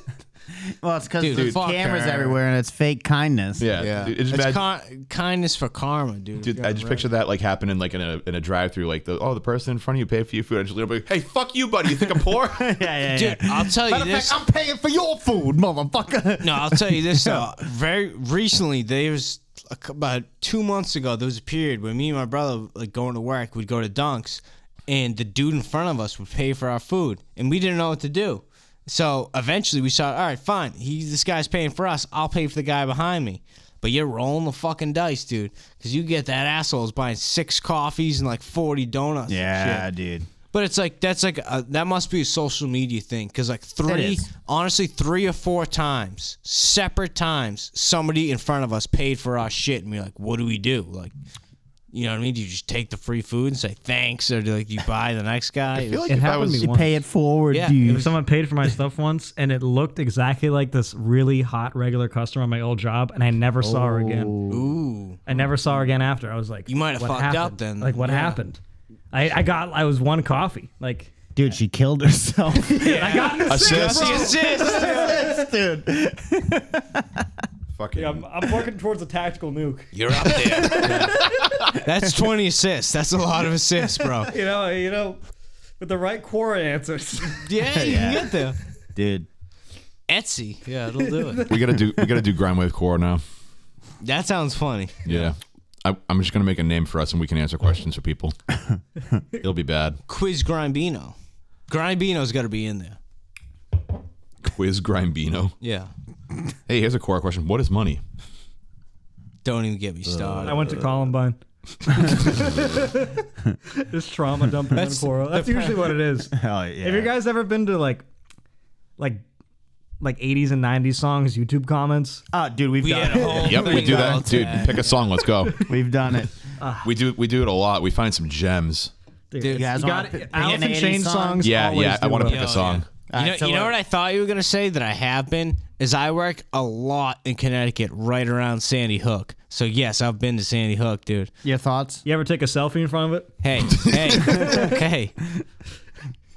Speaker 2: Well, it's because
Speaker 4: Dude,
Speaker 2: there's
Speaker 4: fuck
Speaker 2: cameras
Speaker 4: her.
Speaker 2: everywhere and it's fake kindness.
Speaker 5: yeah.
Speaker 4: yeah.
Speaker 5: Dude, it just
Speaker 4: it's
Speaker 5: imagine-
Speaker 4: ki- kindness for karma, dude.
Speaker 5: Dude, I just picture that like happening like in a in a drive through like the oh the person in front of you paid for your food I just lean over like hey fuck you buddy you think I'm poor
Speaker 2: yeah, yeah.
Speaker 4: Dude, I'll tell you
Speaker 2: Matter of
Speaker 4: this.
Speaker 2: fact, I'm paying for your food, motherfucker.
Speaker 4: No, I'll tell you this though. Very recently, there was a cou- about two months ago. There was a period where me and my brother, like going to work, we'd go to Dunks, and the dude in front of us would pay for our food, and we didn't know what to do. So eventually, we saw, all right, fine. He, this guy's paying for us. I'll pay for the guy behind me. But you're rolling the fucking dice, dude, because you get that asshole's buying six coffees and like forty donuts. and shit.
Speaker 2: Yeah, dude.
Speaker 4: But it's like that's like a, that must be a social media thing because like three,
Speaker 2: is.
Speaker 4: honestly, three or four times, separate times, somebody in front of us paid for our shit, and we're like, what do we do? Like, you know what I mean? Do you just take the free food and say thanks, or do like you buy the next guy?
Speaker 5: I feel like
Speaker 3: It
Speaker 5: if I
Speaker 3: happened to
Speaker 5: was
Speaker 3: me
Speaker 2: You pay it forward,
Speaker 4: Yeah,
Speaker 2: dude.
Speaker 3: Someone paid for my stuff once, and it looked exactly like this really hot regular customer on my old job, and I never saw her again.
Speaker 4: Ooh,
Speaker 3: I never saw her again after. I was like,
Speaker 4: You might have
Speaker 3: "What
Speaker 4: fucked up
Speaker 3: happened?"
Speaker 4: then.
Speaker 3: Like, what
Speaker 4: Yeah.
Speaker 3: happened? I, I got I was one coffee. Like,
Speaker 2: Dude, she killed herself.
Speaker 3: I got an
Speaker 5: assist
Speaker 2: dude.
Speaker 5: fucking
Speaker 3: I'm, I'm working towards a tactical nuke.
Speaker 4: you're up there. That's twenty assists. That's a lot of assists, bro.
Speaker 3: You know, you know, with the right core answers.
Speaker 4: Yeah, you can get there.
Speaker 2: Dude.
Speaker 4: Etsy. Yeah, it'll do it.
Speaker 5: we gotta do we gotta do grind wave core now
Speaker 4: That sounds funny.
Speaker 5: Yeah. I, I'm just going to make a name for us and we can answer questions for people. It'll be bad.
Speaker 4: Quiz Grimbino. Grimbino's got to be in there.
Speaker 5: Quiz Grimbino.
Speaker 4: Yeah.
Speaker 5: Hey, here's a core question. What is money?
Speaker 4: Don't even get me started.
Speaker 3: I went to Columbine. This trauma dumping in
Speaker 4: That's-
Speaker 3: Coral. That's usually what it is.
Speaker 2: Hell yeah.
Speaker 3: Have you guys ever been to like, like, like '80s and '90s songs YouTube comments?
Speaker 2: oh, dude, we've
Speaker 4: we had
Speaker 2: done
Speaker 4: a
Speaker 2: it.
Speaker 4: whole
Speaker 5: Yep, we
Speaker 4: thing
Speaker 5: do that.
Speaker 4: about
Speaker 5: Dude, pick a song. Let's go.
Speaker 2: We've done it.
Speaker 5: We do we do it a lot. We find some gems.
Speaker 4: Dude,
Speaker 2: You guys
Speaker 3: You got
Speaker 2: want
Speaker 3: it. Alice in Chains songs.
Speaker 5: Yeah,
Speaker 3: always
Speaker 5: yeah. I
Speaker 3: do
Speaker 5: want to
Speaker 3: it.
Speaker 5: pick a song.
Speaker 4: You, know,
Speaker 2: Alright, so
Speaker 4: you know
Speaker 2: what-
Speaker 4: what I thought you were gonna say that I have been is I work a lot in Connecticut, right around Sandy Hook. So yes, I've been to Sandy Hook, dude.
Speaker 2: Your thoughts?
Speaker 3: You ever take a selfie in front of it?
Speaker 4: Hey, hey, hey!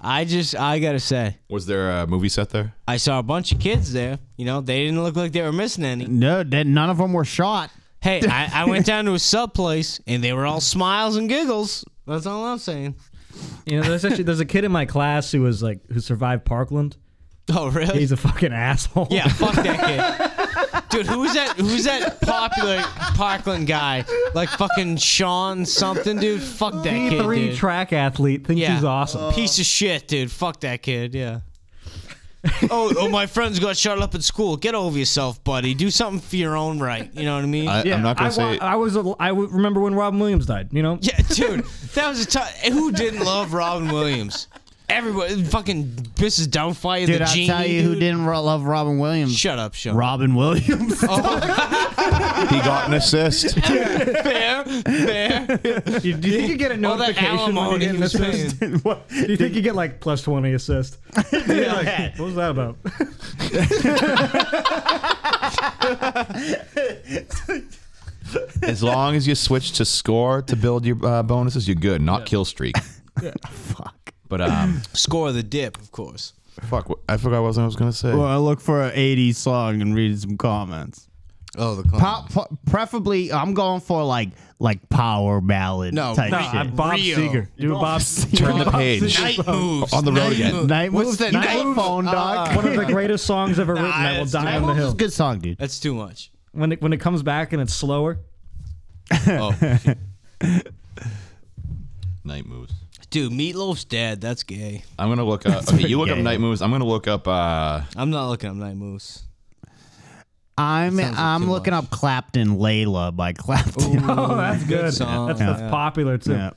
Speaker 4: I just I gotta say
Speaker 5: Was there a movie set there?
Speaker 4: I saw a bunch of kids there. You know they didn't look like they were missing any.
Speaker 2: No, that- none of them were shot.
Speaker 4: Hey, I, I went down to a sub place and they were all smiles and giggles. That's all I'm saying.
Speaker 3: You know, there's actually there's a kid in my class who was like who survived Parkland.
Speaker 4: Oh really?
Speaker 3: He's a fucking asshole.
Speaker 4: Yeah, fuck that kid. Dude, who was that? Who was that popular Parkland guy? Like fucking Sean something, dude. Fuck that kid,
Speaker 3: three
Speaker 4: dude.
Speaker 3: track athlete thinks
Speaker 4: Yeah. Oh.
Speaker 3: he's awesome.
Speaker 4: Piece of shit, dude. Fuck that kid. Yeah. oh, oh, my friends got shot up at school. Get over yourself, buddy. Do something for your own right. You know what I mean?
Speaker 5: I, I'm not going
Speaker 3: I
Speaker 5: to say.
Speaker 3: wa- I was. A, I w- remember when Robin Williams died. You know.
Speaker 4: yeah, dude. That was a time. Who didn't love Robin Williams? Everybody, fucking Mrs. Doubtfire,
Speaker 2: Dude,
Speaker 4: the
Speaker 2: I'll
Speaker 4: genie.
Speaker 2: tell you who
Speaker 4: dude.
Speaker 2: didn't ro- love Robin Williams.
Speaker 4: Shut up, Sean.
Speaker 2: Robin Williams.
Speaker 5: he got an assist.
Speaker 4: Fair, fair.
Speaker 3: Do you, do you think you get a
Speaker 4: All that
Speaker 3: notification when you
Speaker 4: alimony
Speaker 3: get
Speaker 4: he
Speaker 3: an
Speaker 4: was paying.
Speaker 3: assist? What? Do you think you get like plus twenty assist? You're like, what was that about?
Speaker 5: as long as you switch to score to build your uh, bonuses, you're good. Not kill streak.
Speaker 2: Fuck.
Speaker 5: But um,
Speaker 4: Score the dip, of course.
Speaker 5: fuck. wh- I forgot what I was going to say.
Speaker 2: I look for an 80s song and read some comments.
Speaker 4: Oh, the
Speaker 2: Pop, po- preferably, I'm going for like like power ballad
Speaker 4: No,
Speaker 2: type
Speaker 4: no,
Speaker 2: shit.
Speaker 3: I'm Bob
Speaker 4: Real.
Speaker 3: Seger. Do a Bob.
Speaker 5: Turn the page.
Speaker 4: Night moves
Speaker 5: On the road again.
Speaker 4: moves.
Speaker 2: Night
Speaker 4: What's
Speaker 2: moves,
Speaker 4: that?
Speaker 2: night
Speaker 4: Night moves?
Speaker 2: phone, dog.
Speaker 4: Uh-uh.
Speaker 3: One of the greatest songs ever written. that will
Speaker 4: it's
Speaker 3: die
Speaker 4: not-
Speaker 3: on the
Speaker 2: Night moves is
Speaker 3: hill.
Speaker 2: a good song, dude.
Speaker 4: That's too much.
Speaker 3: When it when it comes back and it's slower.
Speaker 4: Oh,
Speaker 5: Night moves.
Speaker 4: Dude, Meatloaf's dead. That's gay.
Speaker 5: I'm gonna look up. Okay, you look up
Speaker 2: gay.
Speaker 5: night moves. I'm gonna look up. uh
Speaker 4: I'm not looking up Night Moves.
Speaker 2: I'm
Speaker 4: Sounds like
Speaker 2: I'm
Speaker 4: too
Speaker 2: looking
Speaker 4: much.
Speaker 2: up Clapton Layla by Clapton.
Speaker 3: Oh, that's good.
Speaker 4: song.
Speaker 3: That's,
Speaker 4: Yeah.
Speaker 3: that's popular too.
Speaker 2: Yeah. a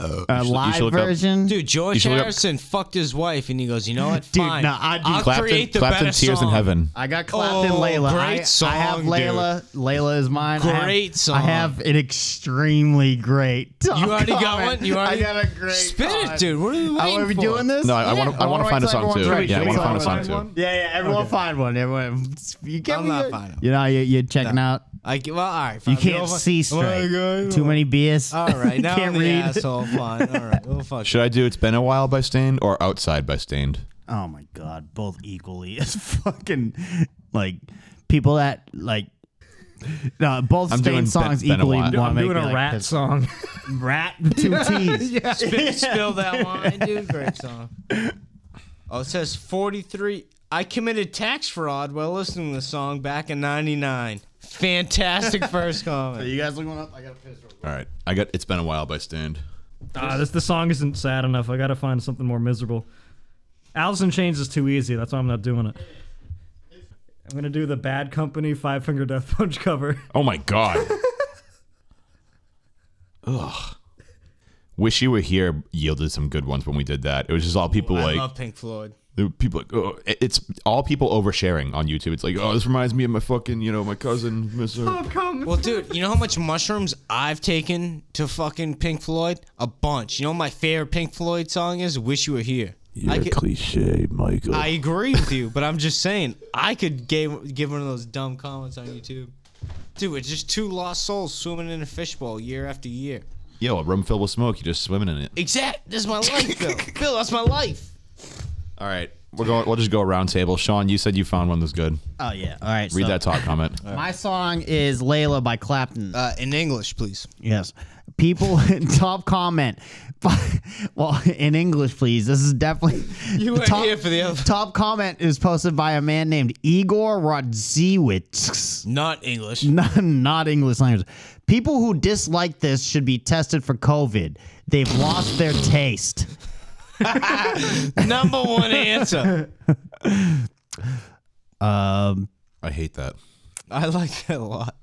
Speaker 4: Oh.
Speaker 5: should- you
Speaker 2: live
Speaker 5: should look up-
Speaker 2: version,
Speaker 4: Dude, George
Speaker 5: should look up-
Speaker 4: Harrison fucked his wife, and he goes, "You know what?
Speaker 2: Dude,
Speaker 4: Fine.
Speaker 2: nah, I- dude,
Speaker 4: I'll
Speaker 5: Clapton,
Speaker 4: create the
Speaker 5: Clapton
Speaker 4: better
Speaker 5: Tears
Speaker 4: song.
Speaker 5: in Heaven.
Speaker 2: I got Clapton
Speaker 4: Oh,
Speaker 2: Layla.
Speaker 4: great
Speaker 2: I,
Speaker 4: song,
Speaker 2: I have
Speaker 4: dude.
Speaker 2: Layla. Layla is mine. I
Speaker 4: Great
Speaker 2: have,
Speaker 4: song.
Speaker 2: I have an extremely great. Top
Speaker 4: You already got
Speaker 2: comment.
Speaker 4: one? You already-
Speaker 2: I got a great.
Speaker 4: Spit
Speaker 2: comment.
Speaker 4: it, dude. What are we
Speaker 2: Oh,
Speaker 4: waiting
Speaker 2: are we
Speaker 4: for?
Speaker 2: doing this?
Speaker 5: No, I- I
Speaker 2: Yeah.
Speaker 5: wanna- I wanna
Speaker 2: wanna
Speaker 5: find a song,
Speaker 2: everyone
Speaker 5: too.
Speaker 2: right.
Speaker 5: Yeah, I
Speaker 2: Should
Speaker 5: wanna
Speaker 2: we
Speaker 5: find a
Speaker 2: find
Speaker 5: song, too.
Speaker 2: one? Yeah, yeah. Everyone find one. Everyone, you can't
Speaker 4: I'm
Speaker 2: be
Speaker 4: not
Speaker 2: good.
Speaker 4: finding
Speaker 2: You know, you, you checking out.
Speaker 4: I g- well, all right.
Speaker 2: You
Speaker 4: fine.
Speaker 2: can't
Speaker 4: We'll fi-
Speaker 2: see straight. Too many beers.
Speaker 4: All right,
Speaker 2: you
Speaker 4: now
Speaker 2: can't
Speaker 4: I'm the
Speaker 2: read.
Speaker 4: asshole. Fine. All right, well, fuck.
Speaker 5: Should I do "It's Been a While" by Stained or "Outside" by Stained?
Speaker 2: Oh my god, both equally as fucking like people that like no, both
Speaker 5: I'm doing
Speaker 2: Stain songs
Speaker 5: Ben-
Speaker 2: equally want
Speaker 5: Benoit. Dude,
Speaker 2: to
Speaker 3: I'm
Speaker 2: make
Speaker 3: doing
Speaker 2: me
Speaker 3: a
Speaker 2: like
Speaker 3: rat
Speaker 2: pissed.
Speaker 3: song.
Speaker 2: Rat with two T's. yeah.
Speaker 4: Spit, spill that wine, dude. Great song. Oh, it says 43. I committed tax fraud while listening to the song back in 99. Fantastic first comment.
Speaker 2: You guys looking up? I got a piss real quick.
Speaker 5: All right, I got "It's Been a While" by Stained.
Speaker 3: Ah, this the song isn't sad enough. I gotta find something more miserable. Allison Chains is too easy. That's why I'm not doing it. I'm gonna do the Bad Company Five Finger Death Punch cover.
Speaker 5: Oh my god. Ugh. Wish you were here. Yielded some good ones when we did that. It was just all people
Speaker 4: I
Speaker 5: like
Speaker 4: love Pink Floyd.
Speaker 5: There were people like, oh, it- it's all people oversharing on YouTube. It's like, oh, this reminds me of my fucking, you know, my cousin, uh, Mr.
Speaker 4: Well, dude, you know how much mushrooms I've taken to fucking Pink Floyd? A bunch. You know what my favorite Pink Floyd song is? Wish You Were Here. I, could,
Speaker 5: cliche, Michael.
Speaker 4: I agree with you, but I'm just saying, I could give, give one of those dumb comments on YouTube. Dude, it's just two lost souls swimming in a fishbowl year after year.
Speaker 5: Yo, a room filled with smoke. You're just swimming in it.
Speaker 4: Exact. This is my life, Phil. Phil, that's my life.
Speaker 5: All right, we're going. We'll just go around table. Sean, you said you found one that's good.
Speaker 2: Oh yeah. All right.
Speaker 5: Read
Speaker 2: so
Speaker 5: that talk comment.
Speaker 2: My song is Layla by Clapton.
Speaker 4: Uh, in English, please.
Speaker 2: Yes. People top comment. well, in English, please. This is definitely
Speaker 4: You
Speaker 2: the
Speaker 4: weren't here for the other-
Speaker 2: top comment is posted by a man named Igor Rodziewicz.
Speaker 4: Not English.
Speaker 2: Not, not English language. People who dislike this should be tested for COVID. They've lost their taste.
Speaker 4: Number one answer.
Speaker 2: Um,
Speaker 5: I hate that.
Speaker 4: I like that a lot.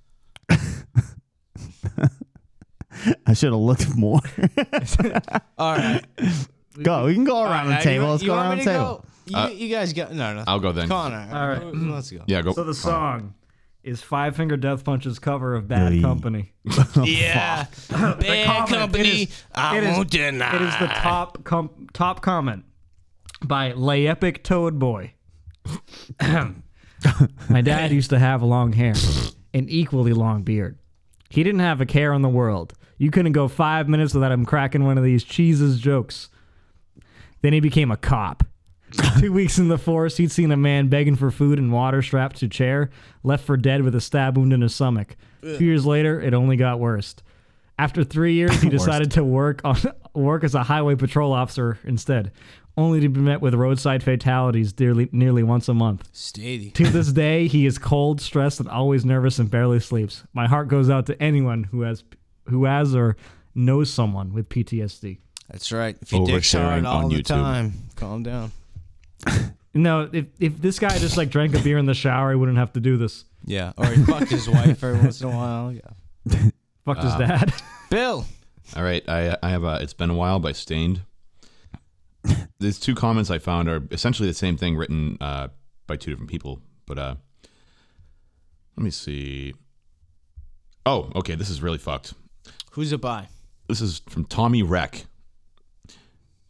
Speaker 2: I should have looked more.
Speaker 4: All right.
Speaker 2: go. We can go around
Speaker 4: All
Speaker 2: the
Speaker 4: right,
Speaker 2: table.
Speaker 4: you want-
Speaker 2: Let's
Speaker 4: you
Speaker 2: go
Speaker 4: want
Speaker 2: around
Speaker 4: me
Speaker 2: the
Speaker 4: to
Speaker 2: table.
Speaker 4: go? You, you guys go. No, no.
Speaker 5: I'll go then.
Speaker 4: Connor. All right. Let's go.
Speaker 5: Yeah, go.
Speaker 3: So the song is Five Finger Death Punch's cover of Bad
Speaker 2: Hey.
Speaker 3: Company.
Speaker 4: Yeah. Bad
Speaker 3: comment,
Speaker 4: company.
Speaker 3: it is-
Speaker 4: I
Speaker 3: it is-
Speaker 4: won't deny.
Speaker 3: It is the top com- top comment by Laepic Toad Boy. My dad used to have long hair, an equally long beard. He didn't have a care in the world. You couldn't go five minutes without him cracking one of these cheeses jokes. Then he became a cop. Two weeks in the forest, he'd seen a man begging for food and water strapped to a chair, left for dead with a stab wound in his stomach. Two years later, it only got worse. After three years, he decided to work on work as a highway patrol officer instead, only to be met with roadside fatalities dearly, nearly once a month.
Speaker 4: Steady.
Speaker 3: To this day, he is cold, stressed, and always nervous and barely sleeps. My heart goes out to anyone who has who has or knows someone with PTSD.
Speaker 4: That's right. If you dick
Speaker 5: Oversharing
Speaker 4: hard all
Speaker 5: on
Speaker 4: the
Speaker 5: YouTube.
Speaker 4: time, calm down.
Speaker 3: No, if if this guy just like drank a beer in the shower, he wouldn't have to do this.
Speaker 4: Yeah. Or he fucked his wife every once in a while. Yeah.
Speaker 3: Fucked his dad.
Speaker 4: Bill.
Speaker 5: All right, I I have a "It's Been a While" by Stained. These two comments I found are essentially the same thing written uh, by two different people, but uh, let me see. Oh, okay, this is really fucked.
Speaker 4: Who's it by?
Speaker 5: This is from Tommy Reck.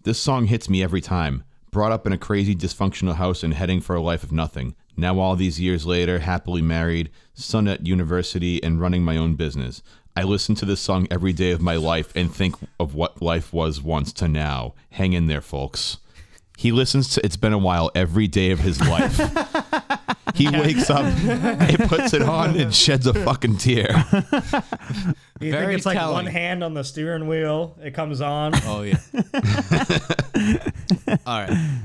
Speaker 5: This song hits me every time. Brought up in a crazy dysfunctional house and heading for a life of nothing. Now, all these years later, happily married, son at university, and running my own business. I listen to this song every day of my life and think of what life was once to now. Hang in there, folks. He listens to It's Been a While every day of his life. he wakes up, he puts it on, and sheds a fucking tear.
Speaker 3: You
Speaker 4: Very
Speaker 3: think it's like
Speaker 4: telling.
Speaker 3: one hand on the steering wheel, it comes on.
Speaker 4: Oh yeah. All right.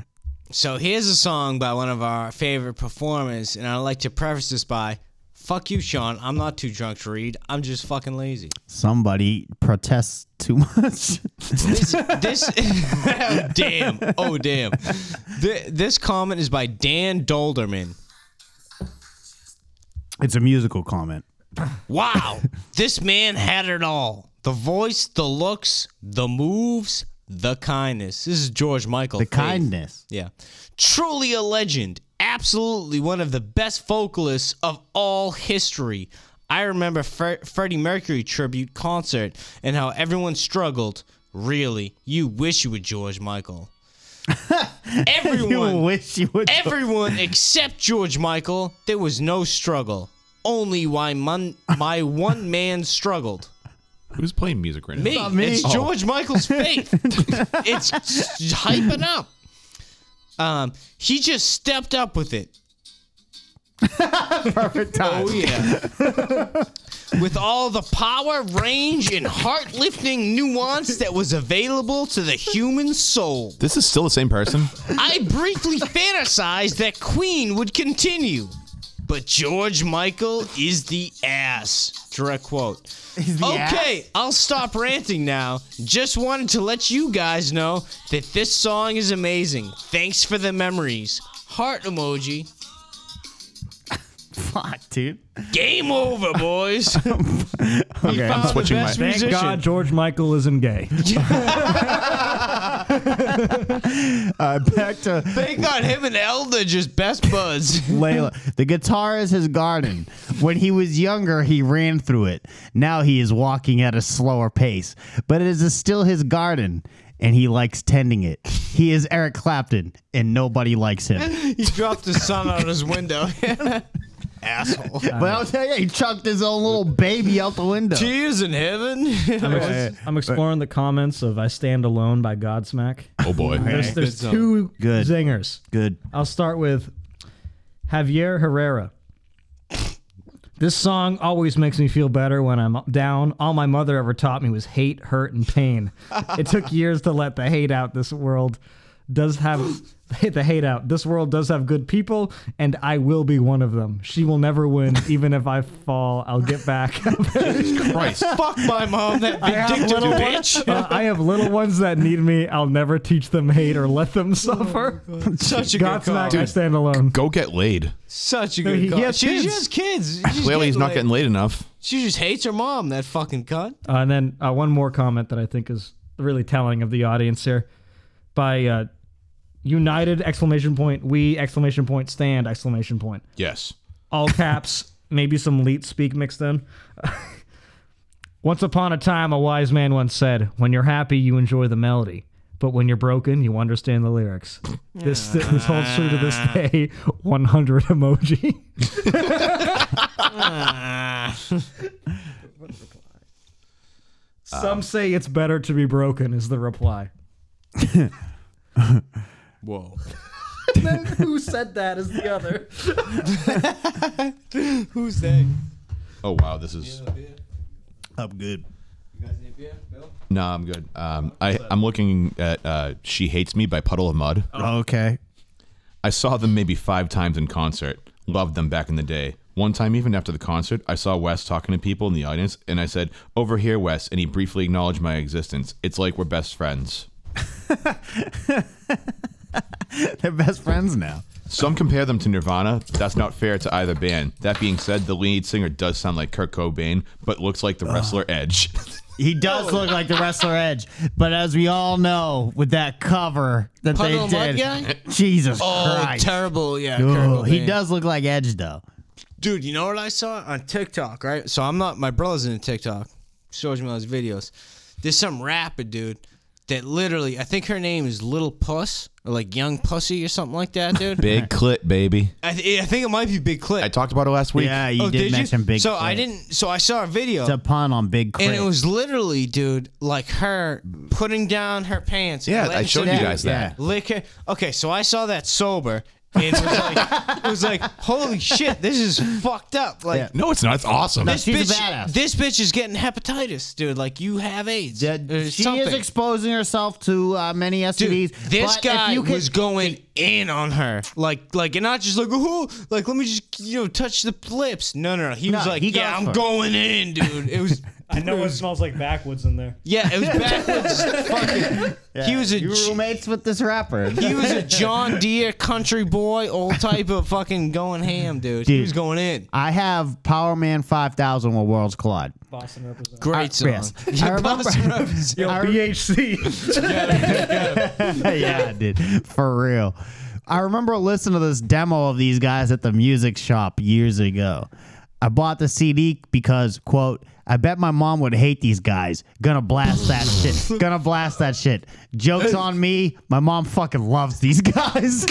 Speaker 4: So here's a song by one of our favorite performers, and I'd like to preface this by Fuck you, Sean. I'm not too drunk to read. I'm just fucking lazy.
Speaker 2: Somebody protests too much.
Speaker 4: This, this oh, damn. Oh, damn. Th- this comment is by Dan Dolderman.
Speaker 2: it's a musical comment.
Speaker 4: Wow, this man had it all the voice, the looks, the moves, the kindness. This is George Michael.
Speaker 2: The
Speaker 4: Faith.
Speaker 2: kindness.
Speaker 4: Yeah. Truly a legend. Absolutely one of the best vocalists of all history. I remember Fre- Freddie Mercury tribute concert and how everyone struggled. Really, you wish you were George Michael.
Speaker 2: You
Speaker 4: Everyone
Speaker 2: wish you would.
Speaker 4: Everyone except George Michael, there was no struggle. Only why mon- my one man struggled.
Speaker 5: Who's playing music right now?
Speaker 4: Me.
Speaker 2: me.
Speaker 4: It's
Speaker 2: Oh.
Speaker 4: George Michael's faith. it's hyping up. Um, he just stepped up with it.
Speaker 2: Perfect time.
Speaker 4: Oh yeah. With all the power, range, and heart-lifting nuance that was available to the human soul.
Speaker 5: This is still the same person.
Speaker 4: I briefly fantasized that Queen would continue. But George Michael is the ass. Direct quote.
Speaker 2: the
Speaker 4: okay, I'll stop ranting now. Just wanted to let you guys know that this song is amazing. Thanks for the memories. Heart emoji.
Speaker 2: Fuck, dude.
Speaker 4: Game over, boys.
Speaker 2: Okay.
Speaker 4: Found the
Speaker 5: switching
Speaker 4: best
Speaker 5: my-
Speaker 3: Thank
Speaker 4: musician.
Speaker 3: God George Michael isn't gay.
Speaker 2: Uh, back to
Speaker 4: Thank God him and Elda just best buds.
Speaker 2: Layla. The guitar is his garden. When he was younger, he ran through it. Now he is walking at a slower pace, but it is still his garden, and he likes tending it. He is Eric Clapton, and nobody likes him.
Speaker 4: he dropped his son out his window. Asshole.
Speaker 2: But I'll tell you, he chucked his own little baby out the window.
Speaker 4: Tears in heaven.
Speaker 3: I'm, ex- I'm exploring the comments of "I Stand Alone" by Godsmack.
Speaker 5: Oh boy.
Speaker 3: There's, there's
Speaker 4: Good
Speaker 3: two
Speaker 2: Good.
Speaker 3: zingers.
Speaker 2: Good.
Speaker 3: I'll start with Javier Herrera. This song always makes me feel better when I'm down. All my mother ever taught me was hate, hurt, and pain. it took years to let the hate out. This world does have the hate out. This world does have good people, and I will be one of them. She will never win. Even if I fall, I'll get back.
Speaker 5: Christ.
Speaker 4: Fuck my mom, that
Speaker 3: I have
Speaker 4: vindictive
Speaker 3: little
Speaker 4: bitch.
Speaker 3: Uh, I have little ones that need me. I'll never teach them hate or let them suffer.
Speaker 4: Such a good call.
Speaker 3: Godsmack, I stand alone.
Speaker 5: Go get laid.
Speaker 4: Such a
Speaker 3: No,
Speaker 4: good
Speaker 3: he- he
Speaker 4: call.
Speaker 3: has
Speaker 4: she
Speaker 3: kids.
Speaker 4: just has kids. She's
Speaker 5: Clearly, he's not getting laid enough.
Speaker 4: She just hates her mom, that fucking cunt.
Speaker 3: Uh, and then uh, one more comment that I think is really telling of the audience here by uh, United exclamation point we exclamation point stand exclamation point
Speaker 5: Yes.
Speaker 3: all caps maybe some leet speak mixed in. once upon a time, a wise man once said, "When you're happy, you enjoy the melody." But when you're broken, you understand the lyrics. This this holds true to this day. 100 emoji. Some say it's better to be broken is the reply.
Speaker 4: Whoa.
Speaker 3: Who said that is the other.
Speaker 4: Who's that?
Speaker 5: Oh wow, this is.
Speaker 2: I'm good.
Speaker 5: No, I'm good. Um, I I'm looking at uh, "She Hates Me" by Puddle of Mud.
Speaker 2: Okay.
Speaker 5: I saw them maybe five times in concert. Loved them back in the day. One time, even after the concert, I saw Wes talking to people in the audience, and I said, "Over here, Wes," and he briefly acknowledged my existence. It's like we're best friends.
Speaker 2: They're best friends now.
Speaker 5: Some compare them to Nirvana. but That's not fair to either band. That being said, the lead singer does sound like Kurt Cobain, but looks like the wrestler Edge.
Speaker 2: He does look like the wrestler Edge, but as we all know, with that cover that
Speaker 4: Puddle of
Speaker 2: they
Speaker 4: Mud
Speaker 2: did,
Speaker 4: guy?
Speaker 2: Jesus
Speaker 4: Oh,
Speaker 2: Christ!
Speaker 4: terrible. Yeah.
Speaker 2: Ooh,
Speaker 4: terrible
Speaker 2: he
Speaker 4: thing.
Speaker 2: does look like Edge though.
Speaker 4: Dude, you know what I saw on TikTok, right? So I'm not, my brother's into TikTok. Shows me all his videos. There's some rapper, dude, that literally, I think her name is Little Puss or like Young Pussy or something like that, dude.
Speaker 5: Big clit, baby.
Speaker 4: I, th- I think it might be Big Clip.
Speaker 5: I talked about it last week.
Speaker 2: Yeah, you
Speaker 4: Oh,
Speaker 2: did,
Speaker 4: you?
Speaker 2: mention Big.
Speaker 4: So I
Speaker 2: Crit.
Speaker 4: didn't, so I saw a video.
Speaker 2: It's a pun on Big. Crit.
Speaker 4: And it was literally, dude, like her putting down her pants. and
Speaker 5: Yeah,
Speaker 4: letting
Speaker 5: I showed
Speaker 4: shit
Speaker 5: you
Speaker 4: out.
Speaker 5: guys that.
Speaker 4: Lick her. Okay, so I saw that sober. And it was like, it was like, holy shit, this is fucked up. Like,
Speaker 2: Yeah.
Speaker 5: No, it's not. It's awesome.
Speaker 4: this
Speaker 2: she's a
Speaker 4: bitch,
Speaker 2: badass.
Speaker 4: this bitch is getting hepatitis, dude. Like, you have AIDS.
Speaker 2: That-
Speaker 4: or
Speaker 2: she
Speaker 4: something.
Speaker 2: is exposing herself to uh, many STDs.
Speaker 4: Dude,
Speaker 2: but
Speaker 4: this
Speaker 2: if
Speaker 4: guy
Speaker 2: you could-
Speaker 4: was going in on her, like, like, and not just like, oh, like, let me just, you know, touch the lips. No, no, no. He was
Speaker 2: No,
Speaker 4: like,
Speaker 2: he
Speaker 4: yeah,
Speaker 2: goes
Speaker 4: I'm
Speaker 2: for it.
Speaker 4: going in, dude. It was,
Speaker 3: I know it smells like backwoods in there.
Speaker 4: yeah, it was backwards. fucking, he was a,
Speaker 2: You were
Speaker 4: j-
Speaker 2: roommates with this rapper.
Speaker 4: he was a John Deere country boy, old type of fucking going ham, dude. He
Speaker 2: Dude.
Speaker 4: was going in.
Speaker 2: I have Power Man 5000 with Worlds Collide.
Speaker 3: Boston represents.
Speaker 4: Great song.
Speaker 2: yes.
Speaker 4: Yeah,
Speaker 2: I remember-
Speaker 4: Boston Robbins.
Speaker 3: Yo,
Speaker 2: I-
Speaker 3: BHC.
Speaker 2: yeah, dude. For real. I remember listening to this demo of these guys at the music shop years ago. I bought the CD because, quote, I bet my mom would hate these guys. Gonna blast that shit. Gonna blast that shit. Joke's on me. My mom fucking loves these guys.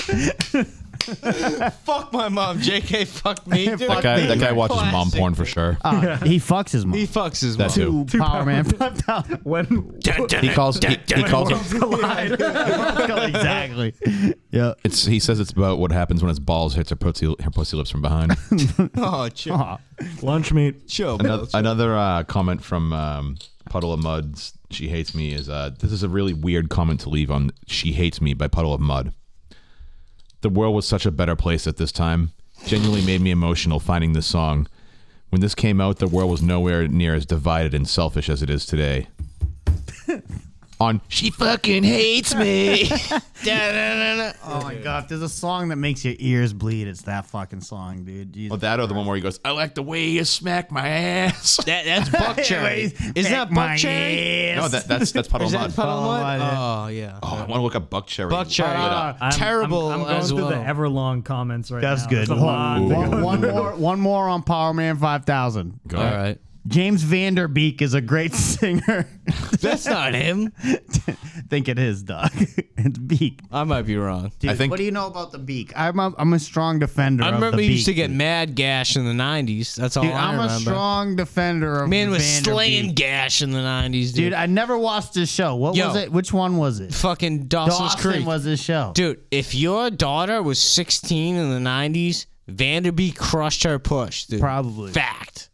Speaker 4: fuck my mom. JK, fuck me. Dude.
Speaker 5: that guy, that guy watches mom
Speaker 4: Classic.
Speaker 5: porn for sure.
Speaker 2: Uh, he fucks his mom.
Speaker 4: He fucks his
Speaker 5: That
Speaker 4: mom.
Speaker 5: too.
Speaker 2: Two Power Man 5000.
Speaker 3: when
Speaker 5: He calls. He, he calls.
Speaker 2: exactly. Yeah.
Speaker 5: It's. He says it's about what happens when his balls hits her pussy, her pussy lips from behind.
Speaker 4: Oh, chill.
Speaker 2: Uh-huh.
Speaker 3: lunch meat.
Speaker 4: chill bro.
Speaker 5: another, another uh, comment from um, Puddle of Mud's She Hates Me is uh, this is a really weird comment to leave on She Hates Me by Puddle of Mud. The world was such a better place at this time. Genuinely made me emotional finding this song. When this came out, the world was nowhere near as divided and selfish as it is today. on She Fucking Hates Me.
Speaker 2: Oh my god, if there's a song that makes your ears bleed, it's that fucking song, dude. Jesus.
Speaker 5: Well, Oh, that or the one where he goes, I like the way you smack my ass.
Speaker 4: That, that's Buck Cherry.
Speaker 2: Anyways,
Speaker 4: Is
Speaker 2: back
Speaker 4: that
Speaker 2: my
Speaker 4: Buck Cherry?
Speaker 2: ears.
Speaker 5: No, that, that's that's Puddle
Speaker 4: Is
Speaker 5: of
Speaker 4: that
Speaker 5: Mud.
Speaker 4: Puddle of Mud?
Speaker 2: Mud,
Speaker 4: Oh, yeah.
Speaker 5: Oh, I want to look up Buck Cherry.
Speaker 4: Buck Cherry.
Speaker 2: Ah,
Speaker 3: I'm-
Speaker 4: Terrible
Speaker 3: I'm, I'm going
Speaker 4: as
Speaker 3: through
Speaker 4: well.
Speaker 3: the ever long comments right
Speaker 2: That's
Speaker 3: now.
Speaker 2: good.
Speaker 3: There's a lot
Speaker 2: One-
Speaker 3: to
Speaker 2: one-
Speaker 3: go
Speaker 2: one more, one more on Power Man 5000.
Speaker 5: Go
Speaker 4: All
Speaker 5: ahead.
Speaker 4: right.
Speaker 2: James Vanderbeek is a great singer.
Speaker 4: That's not him.
Speaker 2: Think it is, Doc. it's Beak.
Speaker 4: I might be wrong.
Speaker 2: Dude,
Speaker 5: I think-
Speaker 2: What do you know about the Beak? I'm a, I'm a strong defender.
Speaker 4: I
Speaker 2: of
Speaker 4: remember
Speaker 2: the
Speaker 4: he used to
Speaker 2: Beak,
Speaker 4: get
Speaker 2: dude.
Speaker 4: mad gash in the 90s. That's all
Speaker 2: Dude,
Speaker 4: I
Speaker 2: I'm
Speaker 4: remember.
Speaker 2: a strong defender of
Speaker 4: Man was
Speaker 2: Vanderbeek.
Speaker 4: slaying gash in the 90s, dude.
Speaker 2: Dude, I never watched his show. What
Speaker 4: Yo.
Speaker 2: was it? Which one was it?
Speaker 4: Fucking Dawson's
Speaker 2: Dawson
Speaker 4: Creek.
Speaker 2: was his show.
Speaker 4: Dude, if your daughter was 16 in the 90s, Vanderbeek crushed her push, dude.
Speaker 2: Probably.
Speaker 4: Fact.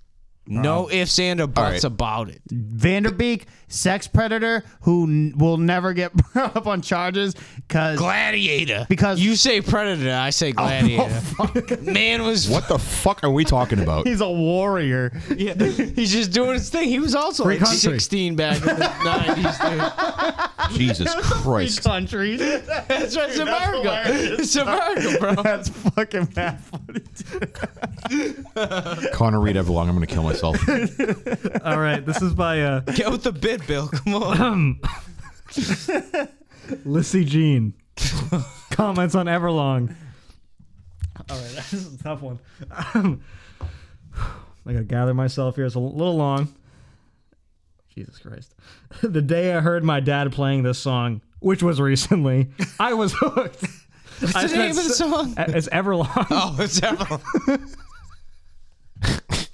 Speaker 4: No ifs and or buts about it.
Speaker 2: Vanderbeek, sex predator who n- will never get brought up on charges because
Speaker 4: Gladiator.
Speaker 2: Because-
Speaker 4: you say predator,
Speaker 2: Oh,
Speaker 4: I say gladiator. Man was
Speaker 5: What the fuck are we talking about?
Speaker 2: he's a warrior.
Speaker 4: yeah, he's just doing his thing. He was also like
Speaker 2: country.
Speaker 4: 16 back in the 90s, dude.
Speaker 5: Jesus Christ.
Speaker 2: Country.
Speaker 4: That's right, it's America.
Speaker 2: hilarious.
Speaker 4: It's America, bro.
Speaker 2: That's fucking bad funny.
Speaker 5: Connor Reed Everlong, I'm going to kill myself.
Speaker 3: All right, this is by uh,
Speaker 4: Get with the bit, Bill. Come on.
Speaker 3: Lissy Jean. Comments on Everlong. All right, this is a tough one. I gotta gather myself here. It's a little long. Jesus Christ. The day I heard my dad playing this song, which was recently, I was hooked. What's
Speaker 4: the name of the song?
Speaker 3: It's Everlong.
Speaker 4: Oh, it's Evelyn.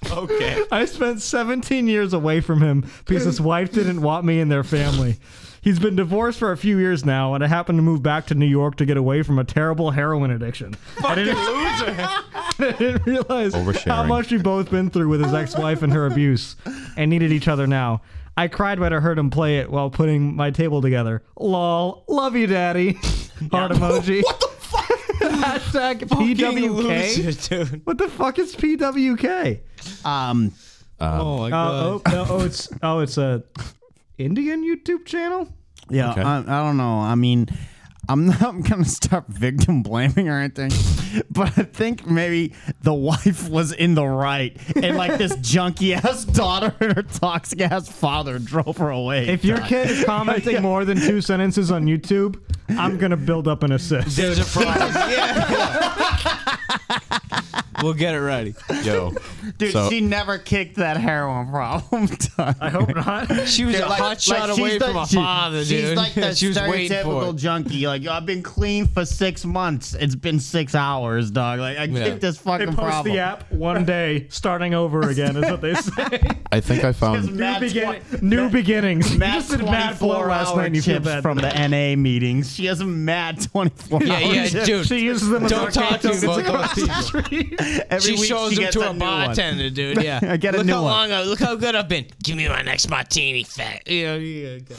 Speaker 4: okay.
Speaker 3: I spent 17 years away from him because his wife didn't want me in their family. He's been divorced for a few years now, and I happened to move back to New York to get away from a terrible heroin addiction. I didn't, I didn't realize how
Speaker 5: Oversharing.
Speaker 3: much we've both been through with his ex-wife and her abuse, and needed each other now. I cried when I heard him play it while putting my table together. Lol, love you, daddy. Heart emoji. What the fuck? Hashtag PWK.
Speaker 4: dude.
Speaker 3: What the fuck is PWK?
Speaker 2: Um,
Speaker 4: Oh my
Speaker 3: Uh,
Speaker 4: god.
Speaker 3: oh, no, oh, it's oh, it's a Indian YouTube channel.
Speaker 2: yeah, I, I don't know. I mean, I'm not gonna start victim blaming or anything, but I think maybe the wife was in the right, and like this junky ass daughter and her toxic ass father drove her away.
Speaker 3: If your kid is commenting more than two sentences on YouTube, I'm gonna build up an assist.
Speaker 4: There's a problem. yeah. We'll get it ready.
Speaker 5: Yo,
Speaker 2: Dude,
Speaker 5: So-
Speaker 2: she never kicked that heroin problem. done.
Speaker 3: I hope not.
Speaker 4: She was a
Speaker 2: Like-
Speaker 4: hot shot
Speaker 2: like,
Speaker 4: away
Speaker 2: she's the-
Speaker 4: from a
Speaker 2: she-
Speaker 4: father, dude.
Speaker 2: She's like the
Speaker 4: she was waiting for
Speaker 2: stereotypical
Speaker 4: it.
Speaker 2: junkie. Like, yo, I've been clean for six months. It's been six hours, dog. Like, I kicked this
Speaker 3: They
Speaker 2: fucking
Speaker 3: post
Speaker 2: problem.
Speaker 3: the app one day, starting over again, is what they say.
Speaker 5: I think I found.
Speaker 3: new
Speaker 2: Matt
Speaker 3: begin-
Speaker 2: twen-
Speaker 3: new beginnings. You
Speaker 2: Mad
Speaker 3: just did mad blow
Speaker 2: 24
Speaker 3: last
Speaker 2: hour
Speaker 3: night. and You feel
Speaker 2: chips
Speaker 3: bad.
Speaker 2: from the NA meetings. She has a mad 24
Speaker 4: Yeah,
Speaker 2: hour
Speaker 4: yeah,
Speaker 2: chip.
Speaker 4: dude.
Speaker 3: she uses them. as
Speaker 4: Don't talk
Speaker 3: arcade
Speaker 4: to me about
Speaker 3: tickets across
Speaker 4: those
Speaker 3: the street.
Speaker 2: Every
Speaker 4: She
Speaker 2: week
Speaker 4: shows them
Speaker 2: gets
Speaker 4: to a,
Speaker 2: new one.
Speaker 4: bartender, dude. Yeah,
Speaker 2: I get a
Speaker 4: look
Speaker 2: new
Speaker 4: how
Speaker 2: one.
Speaker 4: long I, look how good I've been. Give me my next martini, fat. Yeah, yeah. okay.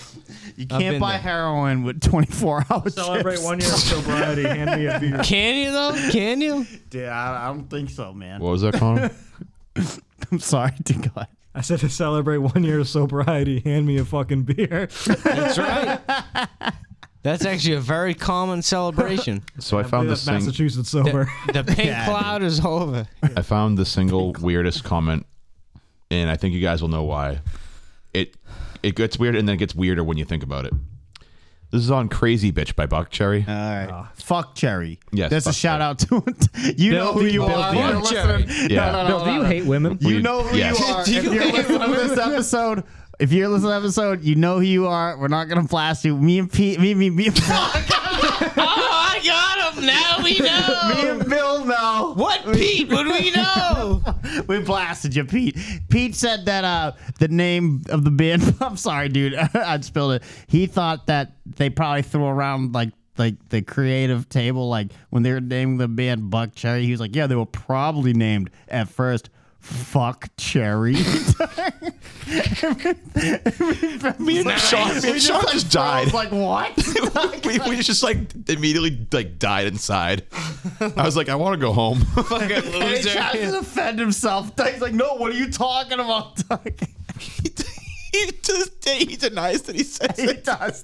Speaker 2: You can't
Speaker 4: I've been
Speaker 2: buy
Speaker 4: there.
Speaker 2: heroin with 24 hour
Speaker 3: Celebrate
Speaker 2: chips.
Speaker 3: one year of sobriety. Hand me a beer.
Speaker 4: Can you though? Can you?
Speaker 2: Dude, I, I don't think so, man.
Speaker 5: What was that, Connor?
Speaker 2: I'm sorry to God.
Speaker 3: I said to celebrate one year of sobriety. Hand me a fucking beer.
Speaker 4: That's right. That's actually a very common celebration.
Speaker 5: So I found this thing.
Speaker 3: Massachusetts sober.
Speaker 4: The pink
Speaker 2: Yeah, dude.
Speaker 4: cloud is over.
Speaker 5: I found the single weirdest comment, and I think you guys will know why. It it gets weird, and then it gets weirder when you think about it. This is on "Crazy Bitch" by Buck Cherry.
Speaker 2: All right. fuck Cherry.
Speaker 5: Yes,
Speaker 2: That's a
Speaker 5: fuck
Speaker 2: shout out to you
Speaker 3: Bill,
Speaker 2: know who
Speaker 3: do
Speaker 2: you
Speaker 3: you-
Speaker 2: are.
Speaker 5: Bill,
Speaker 2: You're
Speaker 5: do you-
Speaker 2: listening- No,
Speaker 5: Yeah.
Speaker 2: no, no,
Speaker 3: Bill, do
Speaker 2: no,
Speaker 3: you
Speaker 2: no.
Speaker 3: hate women?
Speaker 5: We-
Speaker 2: You know who
Speaker 5: yes.
Speaker 2: you are. If you're listening to this episode, if you're listening to this episode, you know who you are. We're not gonna blast you. Me and Pete, me, me, me,
Speaker 4: Oh, I got him. Now
Speaker 2: me
Speaker 4: we know.
Speaker 2: and Bill know.
Speaker 4: What Pete would we know?
Speaker 2: We blasted you, Pete. Pete said that uh, the name of the band. I'm sorry, dude. I spilled it. He thought that they probably threw around like like the creative table, like when they were naming the band Buck Cherry. He was like, yeah, they were probably named at first. Fuck Cherry.
Speaker 5: Me and Sean, me and Sean just
Speaker 2: I
Speaker 5: died.
Speaker 2: was like, what?
Speaker 5: we, we just like immediately like died inside. I was like, I want to go home.
Speaker 4: Fucking
Speaker 2: And he tries to
Speaker 4: loser.
Speaker 2: defend himself. He's like, no, what are you talking about?
Speaker 5: he, to this day, he denies that he says
Speaker 2: he does.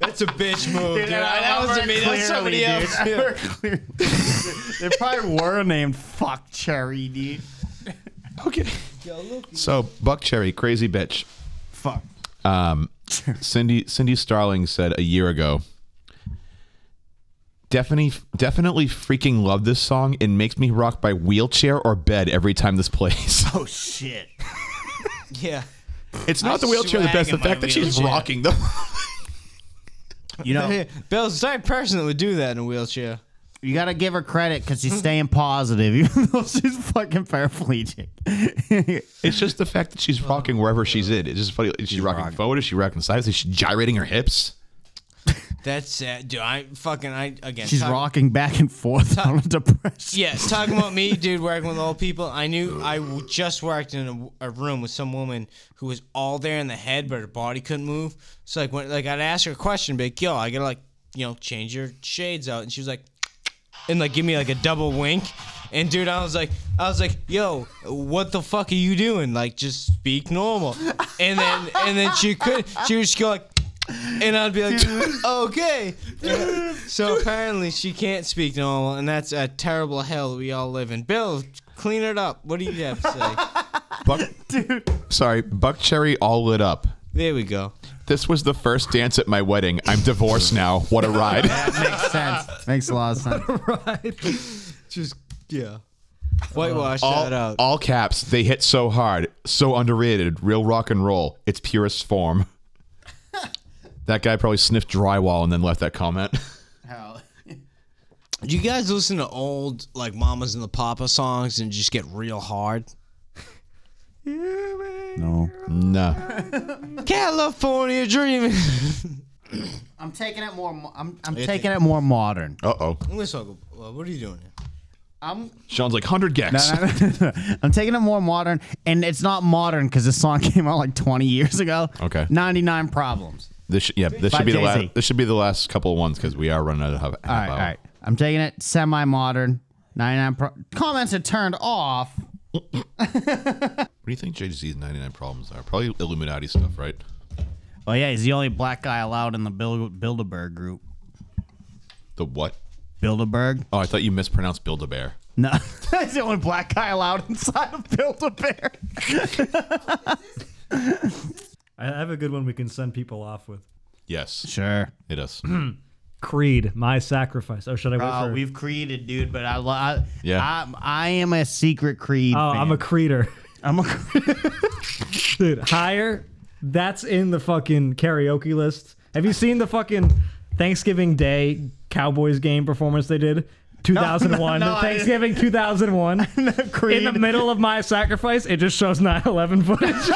Speaker 4: That's a bitch move. Dude,
Speaker 2: Dude, I
Speaker 4: that
Speaker 2: remember
Speaker 4: wasn't me. That was
Speaker 2: clearly,
Speaker 4: somebody
Speaker 2: dude.
Speaker 4: else.
Speaker 2: I remember clearly. they probably were named Fuck Cherry, dude.
Speaker 5: Okay. So Buck Cherry, crazy bitch.
Speaker 2: Fuck.
Speaker 5: Um, Cindy Cindy Starling said a year ago. Definitely, definitely freaking love this song and makes me rock by wheelchair or bed every time this plays.
Speaker 2: Oh shit.
Speaker 4: Yeah.
Speaker 5: It's not the wheelchair the
Speaker 4: swag
Speaker 5: best. The
Speaker 4: in my
Speaker 5: fact that she's
Speaker 4: wheelchair.
Speaker 5: rocking them.
Speaker 2: You know,
Speaker 4: Bill's the type of person that would do that in a wheelchair.
Speaker 2: you gotta give her credit because she's staying positive, even though she's fucking paraplegic.
Speaker 5: it's just the fact that she's rocking wherever she's in. It's just funny. Is she rocking forward? Is she rocking sides? Is she gyrating her hips?
Speaker 4: That's sad, dude. I fucking I again.
Speaker 2: she's
Speaker 4: talk-
Speaker 2: rocking back and forth on a depression.
Speaker 4: Yeah, talking about me, dude, working with old people. I knew I w- just worked in a, a room with some woman who was all there in the head, but her body couldn't move. So like when like I'd ask her a question, be like, "Yo, I gotta like you know change your shades out," and she was like, and like give me like a double wink. And dude, I was like, I was like, yo, what the fuck are you doing? Like, just speak normal. And then, and then she could, she was just go like, and I'd be like, okay. So apparently she can't speak normal, and that's a terrible hell we all live in. Bill, clean it up. What do you have to say?
Speaker 5: Buck, Sorry, Buck Cherry all lit up.
Speaker 4: There we go.
Speaker 5: This was the first dance at my wedding. I'm divorced now. What a ride.
Speaker 2: Makes sense. Makes a lot of sense.
Speaker 4: Just yeah. Whitewash that
Speaker 5: all,
Speaker 4: out.
Speaker 5: all caps. They hit so hard, so underrated. Real rock and roll, its purest form. that guy probably sniffed drywall and then left that comment.
Speaker 4: Do you guys listen to old like Mamas and the Papa songs and just get real hard?
Speaker 2: No.
Speaker 5: nah.
Speaker 4: California dreaming.
Speaker 2: I'm taking it more. mo- I'm, I'm taking it more modern.
Speaker 5: Uh oh.
Speaker 4: Let's talk. Well, what are you doing? Here?
Speaker 2: I'm
Speaker 5: Sean's like hundred gex.
Speaker 2: I'm taking it more modern, and it's not modern because this song came out like 20 years ago.
Speaker 5: Okay.
Speaker 2: 99 Problems.
Speaker 5: This sh- yeah. This
Speaker 2: By
Speaker 5: should be the
Speaker 2: Jay-Z.
Speaker 5: last. This should be the last couple of ones because we are running out of half, half
Speaker 2: All right,
Speaker 5: hour.
Speaker 2: all right. I'm taking it semi modern. 99 pro- comments are turned off.
Speaker 5: What do you think Jay Z's ninety nine problems are? Probably Illuminati stuff, right?
Speaker 2: Oh yeah, he's the only black guy allowed in the Bil- Bilderberg group.
Speaker 5: The what?
Speaker 2: Bilderberg?
Speaker 5: Oh, I thought you mispronounced Build a Bear.
Speaker 2: No, he's the only black guy allowed inside of Bilderberg.
Speaker 3: I have a good one we can send people off with.
Speaker 5: Yes,
Speaker 2: Sure.
Speaker 5: it is.
Speaker 3: Creed, my sacrifice. Oh, should I wait
Speaker 2: Uh,
Speaker 3: for?
Speaker 2: we've created, dude, but I, lo- I
Speaker 5: Yeah.
Speaker 2: I'm, I am a secret creed.
Speaker 3: oh, I'm a
Speaker 2: fan.
Speaker 3: creeder.
Speaker 2: I'm a.
Speaker 3: Dude, higher. That's in the fucking karaoke list. Have you seen the fucking Thanksgiving Day Cowboys game performance they did? 2001.
Speaker 2: no, I didn't.
Speaker 3: Thanksgiving 2001. In the
Speaker 2: Creed.
Speaker 3: middle of my sacrifice, it just shows 9 11 footage.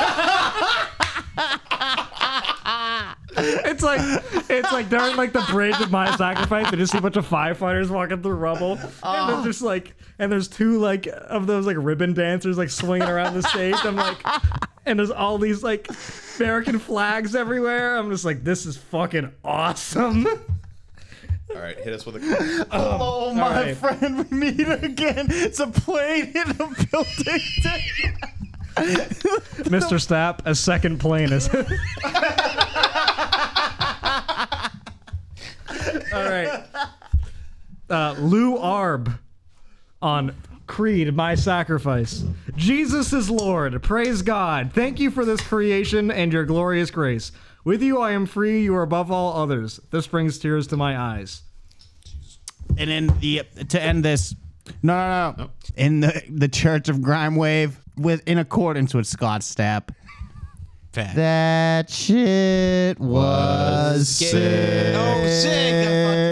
Speaker 3: It's like it's like during like the bridge of my sacrifice, they just see a bunch of firefighters walking through rubble, and
Speaker 2: Oh.
Speaker 3: it's just like, and there's two like of those like ribbon dancers like swinging around the stage. I'm like, and there's all these like American flags everywhere. I'm just like, this is fucking awesome.
Speaker 7: All right, hit us with a.
Speaker 2: Oh, my
Speaker 3: right.
Speaker 2: friend, we meet again. It's a plane in a building.
Speaker 3: Mr. Stapp, a second plane is. all right. Uh, Lou Arb on Creed, my sacrifice. Jesus is Lord. Praise God. Thank you for this creation and your glorious grace. With you, I am free. You are above all others. This brings tears to my eyes.
Speaker 2: and in the to end this, no, no, no. In the the Church of Grime Wave, with in accordance with Scott Stapp.
Speaker 4: Fact.
Speaker 2: That shit was
Speaker 4: Oh, sick. That